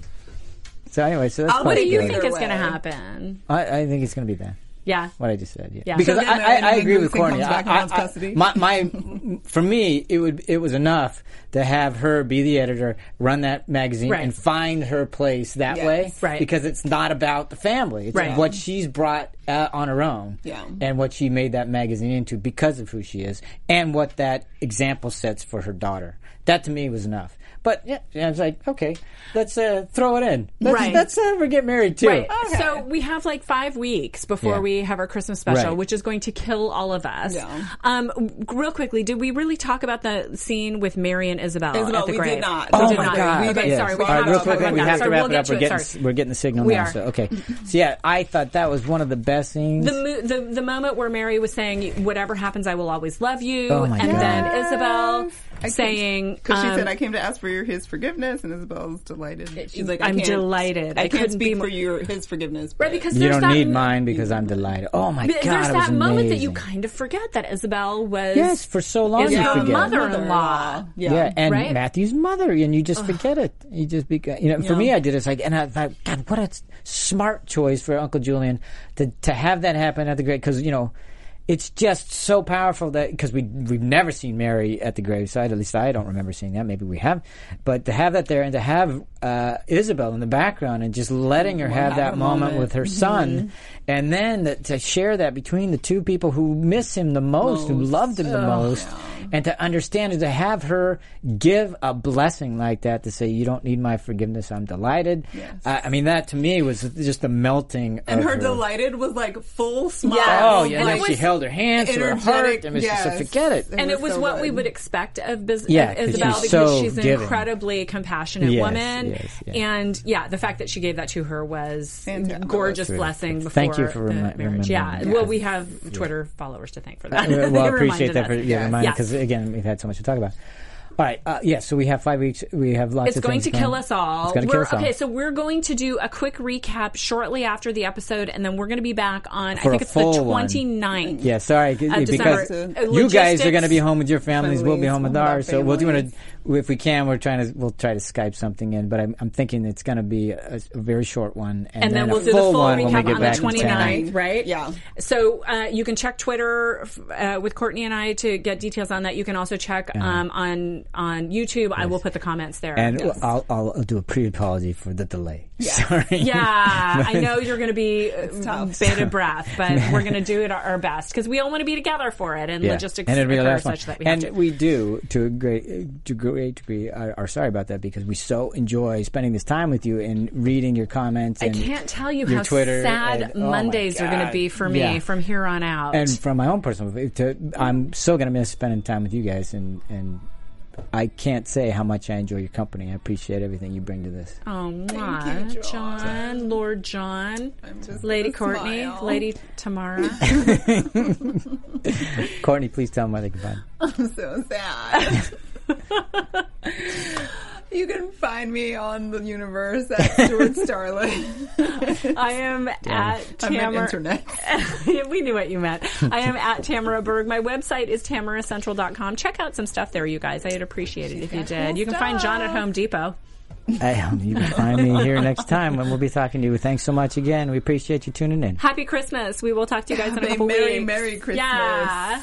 Speaker 1: So anyway, so that's
Speaker 3: what
Speaker 2: What do
Speaker 3: Like,
Speaker 2: you
Speaker 3: either
Speaker 2: think is going to
Speaker 3: way.
Speaker 2: happen?
Speaker 1: I, I think it's going to be that.
Speaker 2: Yeah.
Speaker 1: What I just said, yeah.
Speaker 2: Yeah.
Speaker 1: Because
Speaker 2: So
Speaker 3: then
Speaker 1: I, I,
Speaker 3: Marion
Speaker 1: I agree with Courtney.
Speaker 3: Williamson comes back
Speaker 1: I-
Speaker 3: and wants
Speaker 1: I- I-
Speaker 3: custody?
Speaker 1: my, my, for me, it would it was enough to have her be the editor, run that magazine,
Speaker 2: Right.
Speaker 1: and find her place that
Speaker 3: Yes.
Speaker 1: way.
Speaker 2: Right.
Speaker 1: Because it's not about the family; it's
Speaker 2: Right.
Speaker 1: what she's brought uh, on her own,
Speaker 3: Yeah.
Speaker 1: and what she made that magazine into because of who she is, and what that example sets for her daughter. That to me was enough. But yeah, I was like, okay, let's uh, throw it in. Let's,
Speaker 2: Right.
Speaker 1: let's have her get married too.
Speaker 2: Right. Oh, So we have like five weeks before
Speaker 1: Yeah.
Speaker 2: we have our Christmas special,
Speaker 1: Right.
Speaker 2: which is going to kill all of us.
Speaker 3: Yeah.
Speaker 2: Um, w- real quickly, did we really talk about the scene with Mary and Isabel,
Speaker 3: Isabel,
Speaker 2: at the
Speaker 3: we did
Speaker 2: grave?
Speaker 3: not.
Speaker 2: We
Speaker 3: Oh
Speaker 2: did
Speaker 3: my
Speaker 2: not.
Speaker 3: God.
Speaker 2: Okay,
Speaker 3: Yes.
Speaker 2: sorry. We
Speaker 1: All right,
Speaker 2: have
Speaker 1: real
Speaker 2: to
Speaker 1: quick,
Speaker 2: talk
Speaker 1: we
Speaker 2: about
Speaker 1: have
Speaker 2: that.
Speaker 1: to
Speaker 2: Sorry,
Speaker 1: wrap it
Speaker 2: we'll
Speaker 1: up.
Speaker 2: get to
Speaker 1: we're, getting,
Speaker 2: Sorry.
Speaker 1: we're getting the signal
Speaker 2: We
Speaker 1: now.
Speaker 2: are.
Speaker 1: So, okay. So, yeah, I thought that was one of the best scenes.
Speaker 2: the, mo- the the moment where Mary was saying, "Whatever happens, I will always love you,"
Speaker 1: Oh my
Speaker 2: and
Speaker 1: God.
Speaker 2: then Isabel
Speaker 3: I
Speaker 2: saying,
Speaker 3: Because she
Speaker 2: um,
Speaker 3: said, "I came to ask for your his forgiveness," and Isabel's delighted. She's like, I
Speaker 2: I'm
Speaker 3: can't-
Speaker 2: delighted.
Speaker 3: I,
Speaker 2: I
Speaker 3: can't
Speaker 2: couldn't be
Speaker 3: speak
Speaker 2: more-
Speaker 3: for your his forgiveness."
Speaker 2: "Right,"
Speaker 3: but-
Speaker 2: because
Speaker 1: you
Speaker 2: there's
Speaker 1: don't
Speaker 2: that
Speaker 1: need mine because I'm delighted. Oh my
Speaker 2: There's
Speaker 1: God. it was
Speaker 2: that moment that you
Speaker 1: amazing.
Speaker 2: kind of forget that Isabel was
Speaker 1: Yes, for so long
Speaker 2: is
Speaker 1: you
Speaker 2: her
Speaker 1: forget.
Speaker 2: mother-in-law.
Speaker 3: Yeah.
Speaker 1: Yeah, and
Speaker 2: Right?
Speaker 1: Matthew's mother, and you just forget it. You just be, you know. For me, I did it. It's like, and I thought, God, what a s- smart choice for Uncle Julian to to have that happen at the grave, because you know, it's just so powerful that because we we've never seen Mary at the graveside. At least I don't remember seeing that. Maybe we have, but to have that there and to have uh, Isabel in the background and just letting her have that moment, with her son, and then that, to share that between the two people who miss him the most, who loved him the most and to understand and to have her give a blessing like that to say you don't need my forgiveness i'm delighted I, I mean that to me was just the melting
Speaker 3: and
Speaker 1: of
Speaker 3: her delighted was like full smile.
Speaker 1: oh yeah
Speaker 2: And
Speaker 1: and
Speaker 2: it
Speaker 1: then she
Speaker 2: was
Speaker 1: held her hands to her heart
Speaker 3: energetic,
Speaker 1: and was just
Speaker 3: yes.
Speaker 1: like forget it
Speaker 2: and it was
Speaker 3: so
Speaker 2: what we
Speaker 3: good.
Speaker 2: would expect of Bis-
Speaker 1: Yeah,
Speaker 2: of
Speaker 1: 'cause
Speaker 2: Isabel
Speaker 1: she's
Speaker 2: because
Speaker 1: so
Speaker 2: she's an
Speaker 1: giving.
Speaker 2: incredibly compassionate
Speaker 1: Yes,
Speaker 2: woman.
Speaker 1: yes, yes.
Speaker 2: And yeah, the fact that she gave that to her was a
Speaker 3: Fantastic.
Speaker 2: gorgeous blessing before
Speaker 1: Thank you for
Speaker 2: the
Speaker 1: remi-
Speaker 2: marriage.
Speaker 1: remembering
Speaker 2: Yeah.
Speaker 1: that.
Speaker 2: Well, we have Twitter followers to thank for that.
Speaker 1: Uh,
Speaker 2: They
Speaker 1: well, I
Speaker 2: reminded
Speaker 1: appreciate that
Speaker 2: us.
Speaker 1: for yeah,
Speaker 2: Yes.
Speaker 1: because again, we've had so much to talk about. All right. Uh, yes. so we have five weeks. We have lots.
Speaker 2: It's
Speaker 1: of
Speaker 2: going
Speaker 1: things
Speaker 2: to kill us all.
Speaker 1: It's going to
Speaker 2: We're-
Speaker 1: kill us all.
Speaker 2: Okay, so we're going to do a quick recap shortly after the episode, and then we're going to be back on.
Speaker 1: For
Speaker 2: I think
Speaker 1: a
Speaker 2: it's the
Speaker 1: full one.
Speaker 2: 29th.
Speaker 1: Yeah, sorry,
Speaker 2: December.
Speaker 1: because
Speaker 2: Uh,
Speaker 1: you guys are
Speaker 2: logistics.
Speaker 1: going to be home with your families. We'll be
Speaker 3: Families,
Speaker 1: home with
Speaker 3: home with our
Speaker 1: ours. So we'll do it
Speaker 3: families.
Speaker 1: if we can. We're trying to we'll try to Skype something in, but I'm, I'm thinking it's going to be a, a very short one, and,
Speaker 2: And then
Speaker 1: a
Speaker 2: we'll do the full
Speaker 1: one when we
Speaker 2: recap
Speaker 1: get
Speaker 2: on the
Speaker 1: back in town.
Speaker 2: 29th, right?
Speaker 3: Yeah.
Speaker 2: So uh, you can check Twitter f- uh, with Courtney and I to get details on that. You can also check um, on on YouTube. I will put the comments there.
Speaker 1: And I'll, I'll I'll do a pre-apology for the delay. Sorry.
Speaker 2: Yeah, I know you're going to be uh,
Speaker 3: tough.
Speaker 2: bated breath, but we're going to do it our- our best because we all want to be together for it and
Speaker 1: Yeah.
Speaker 2: logistics
Speaker 1: and it'll be the
Speaker 2: occur
Speaker 1: last one.
Speaker 2: such that we
Speaker 1: and
Speaker 2: have to.
Speaker 1: we do to a great to a great degree are, are sorry about that because we so enjoy spending this time with you and reading your comments.
Speaker 2: I
Speaker 1: and
Speaker 2: can't tell you
Speaker 1: your
Speaker 2: how
Speaker 1: Twitter
Speaker 2: sad
Speaker 1: and- oh my
Speaker 2: Mondays are going to
Speaker 1: God.
Speaker 2: be for me
Speaker 1: Yeah.
Speaker 2: from here on out.
Speaker 1: and from my own personal, to, I'm so gonna miss spending time with you guys, and and I can't say how much I enjoy your company. I appreciate everything you bring to this.
Speaker 2: oh,
Speaker 3: Thank you,
Speaker 2: mwah,
Speaker 3: John.
Speaker 2: John, Lord John,
Speaker 3: just
Speaker 2: Lady
Speaker 3: gonna
Speaker 2: Courtney,
Speaker 3: smile.
Speaker 2: Lady Tamara.
Speaker 1: Courtney, please tell them where they can find. you.
Speaker 3: so sad. you can find me on the universe at Stuart Starling.
Speaker 2: I am at
Speaker 3: I'm an
Speaker 2: Tamara.
Speaker 3: internet.
Speaker 2: we knew what you meant. I am at Tamara Berg. My website is tamaracentral.com. Check out some stuff there, you guys. I'd appreciate it if you did. You can find John at Home Depot.
Speaker 1: Um, you can find me here next time when we'll be talking to you. Thanks so much again. We appreciate you tuning in.
Speaker 2: Happy Christmas. We will talk to you guys in a
Speaker 3: Happy
Speaker 2: couple
Speaker 3: Merry,
Speaker 2: weeks.
Speaker 3: Merry Christmas.
Speaker 2: Yeah.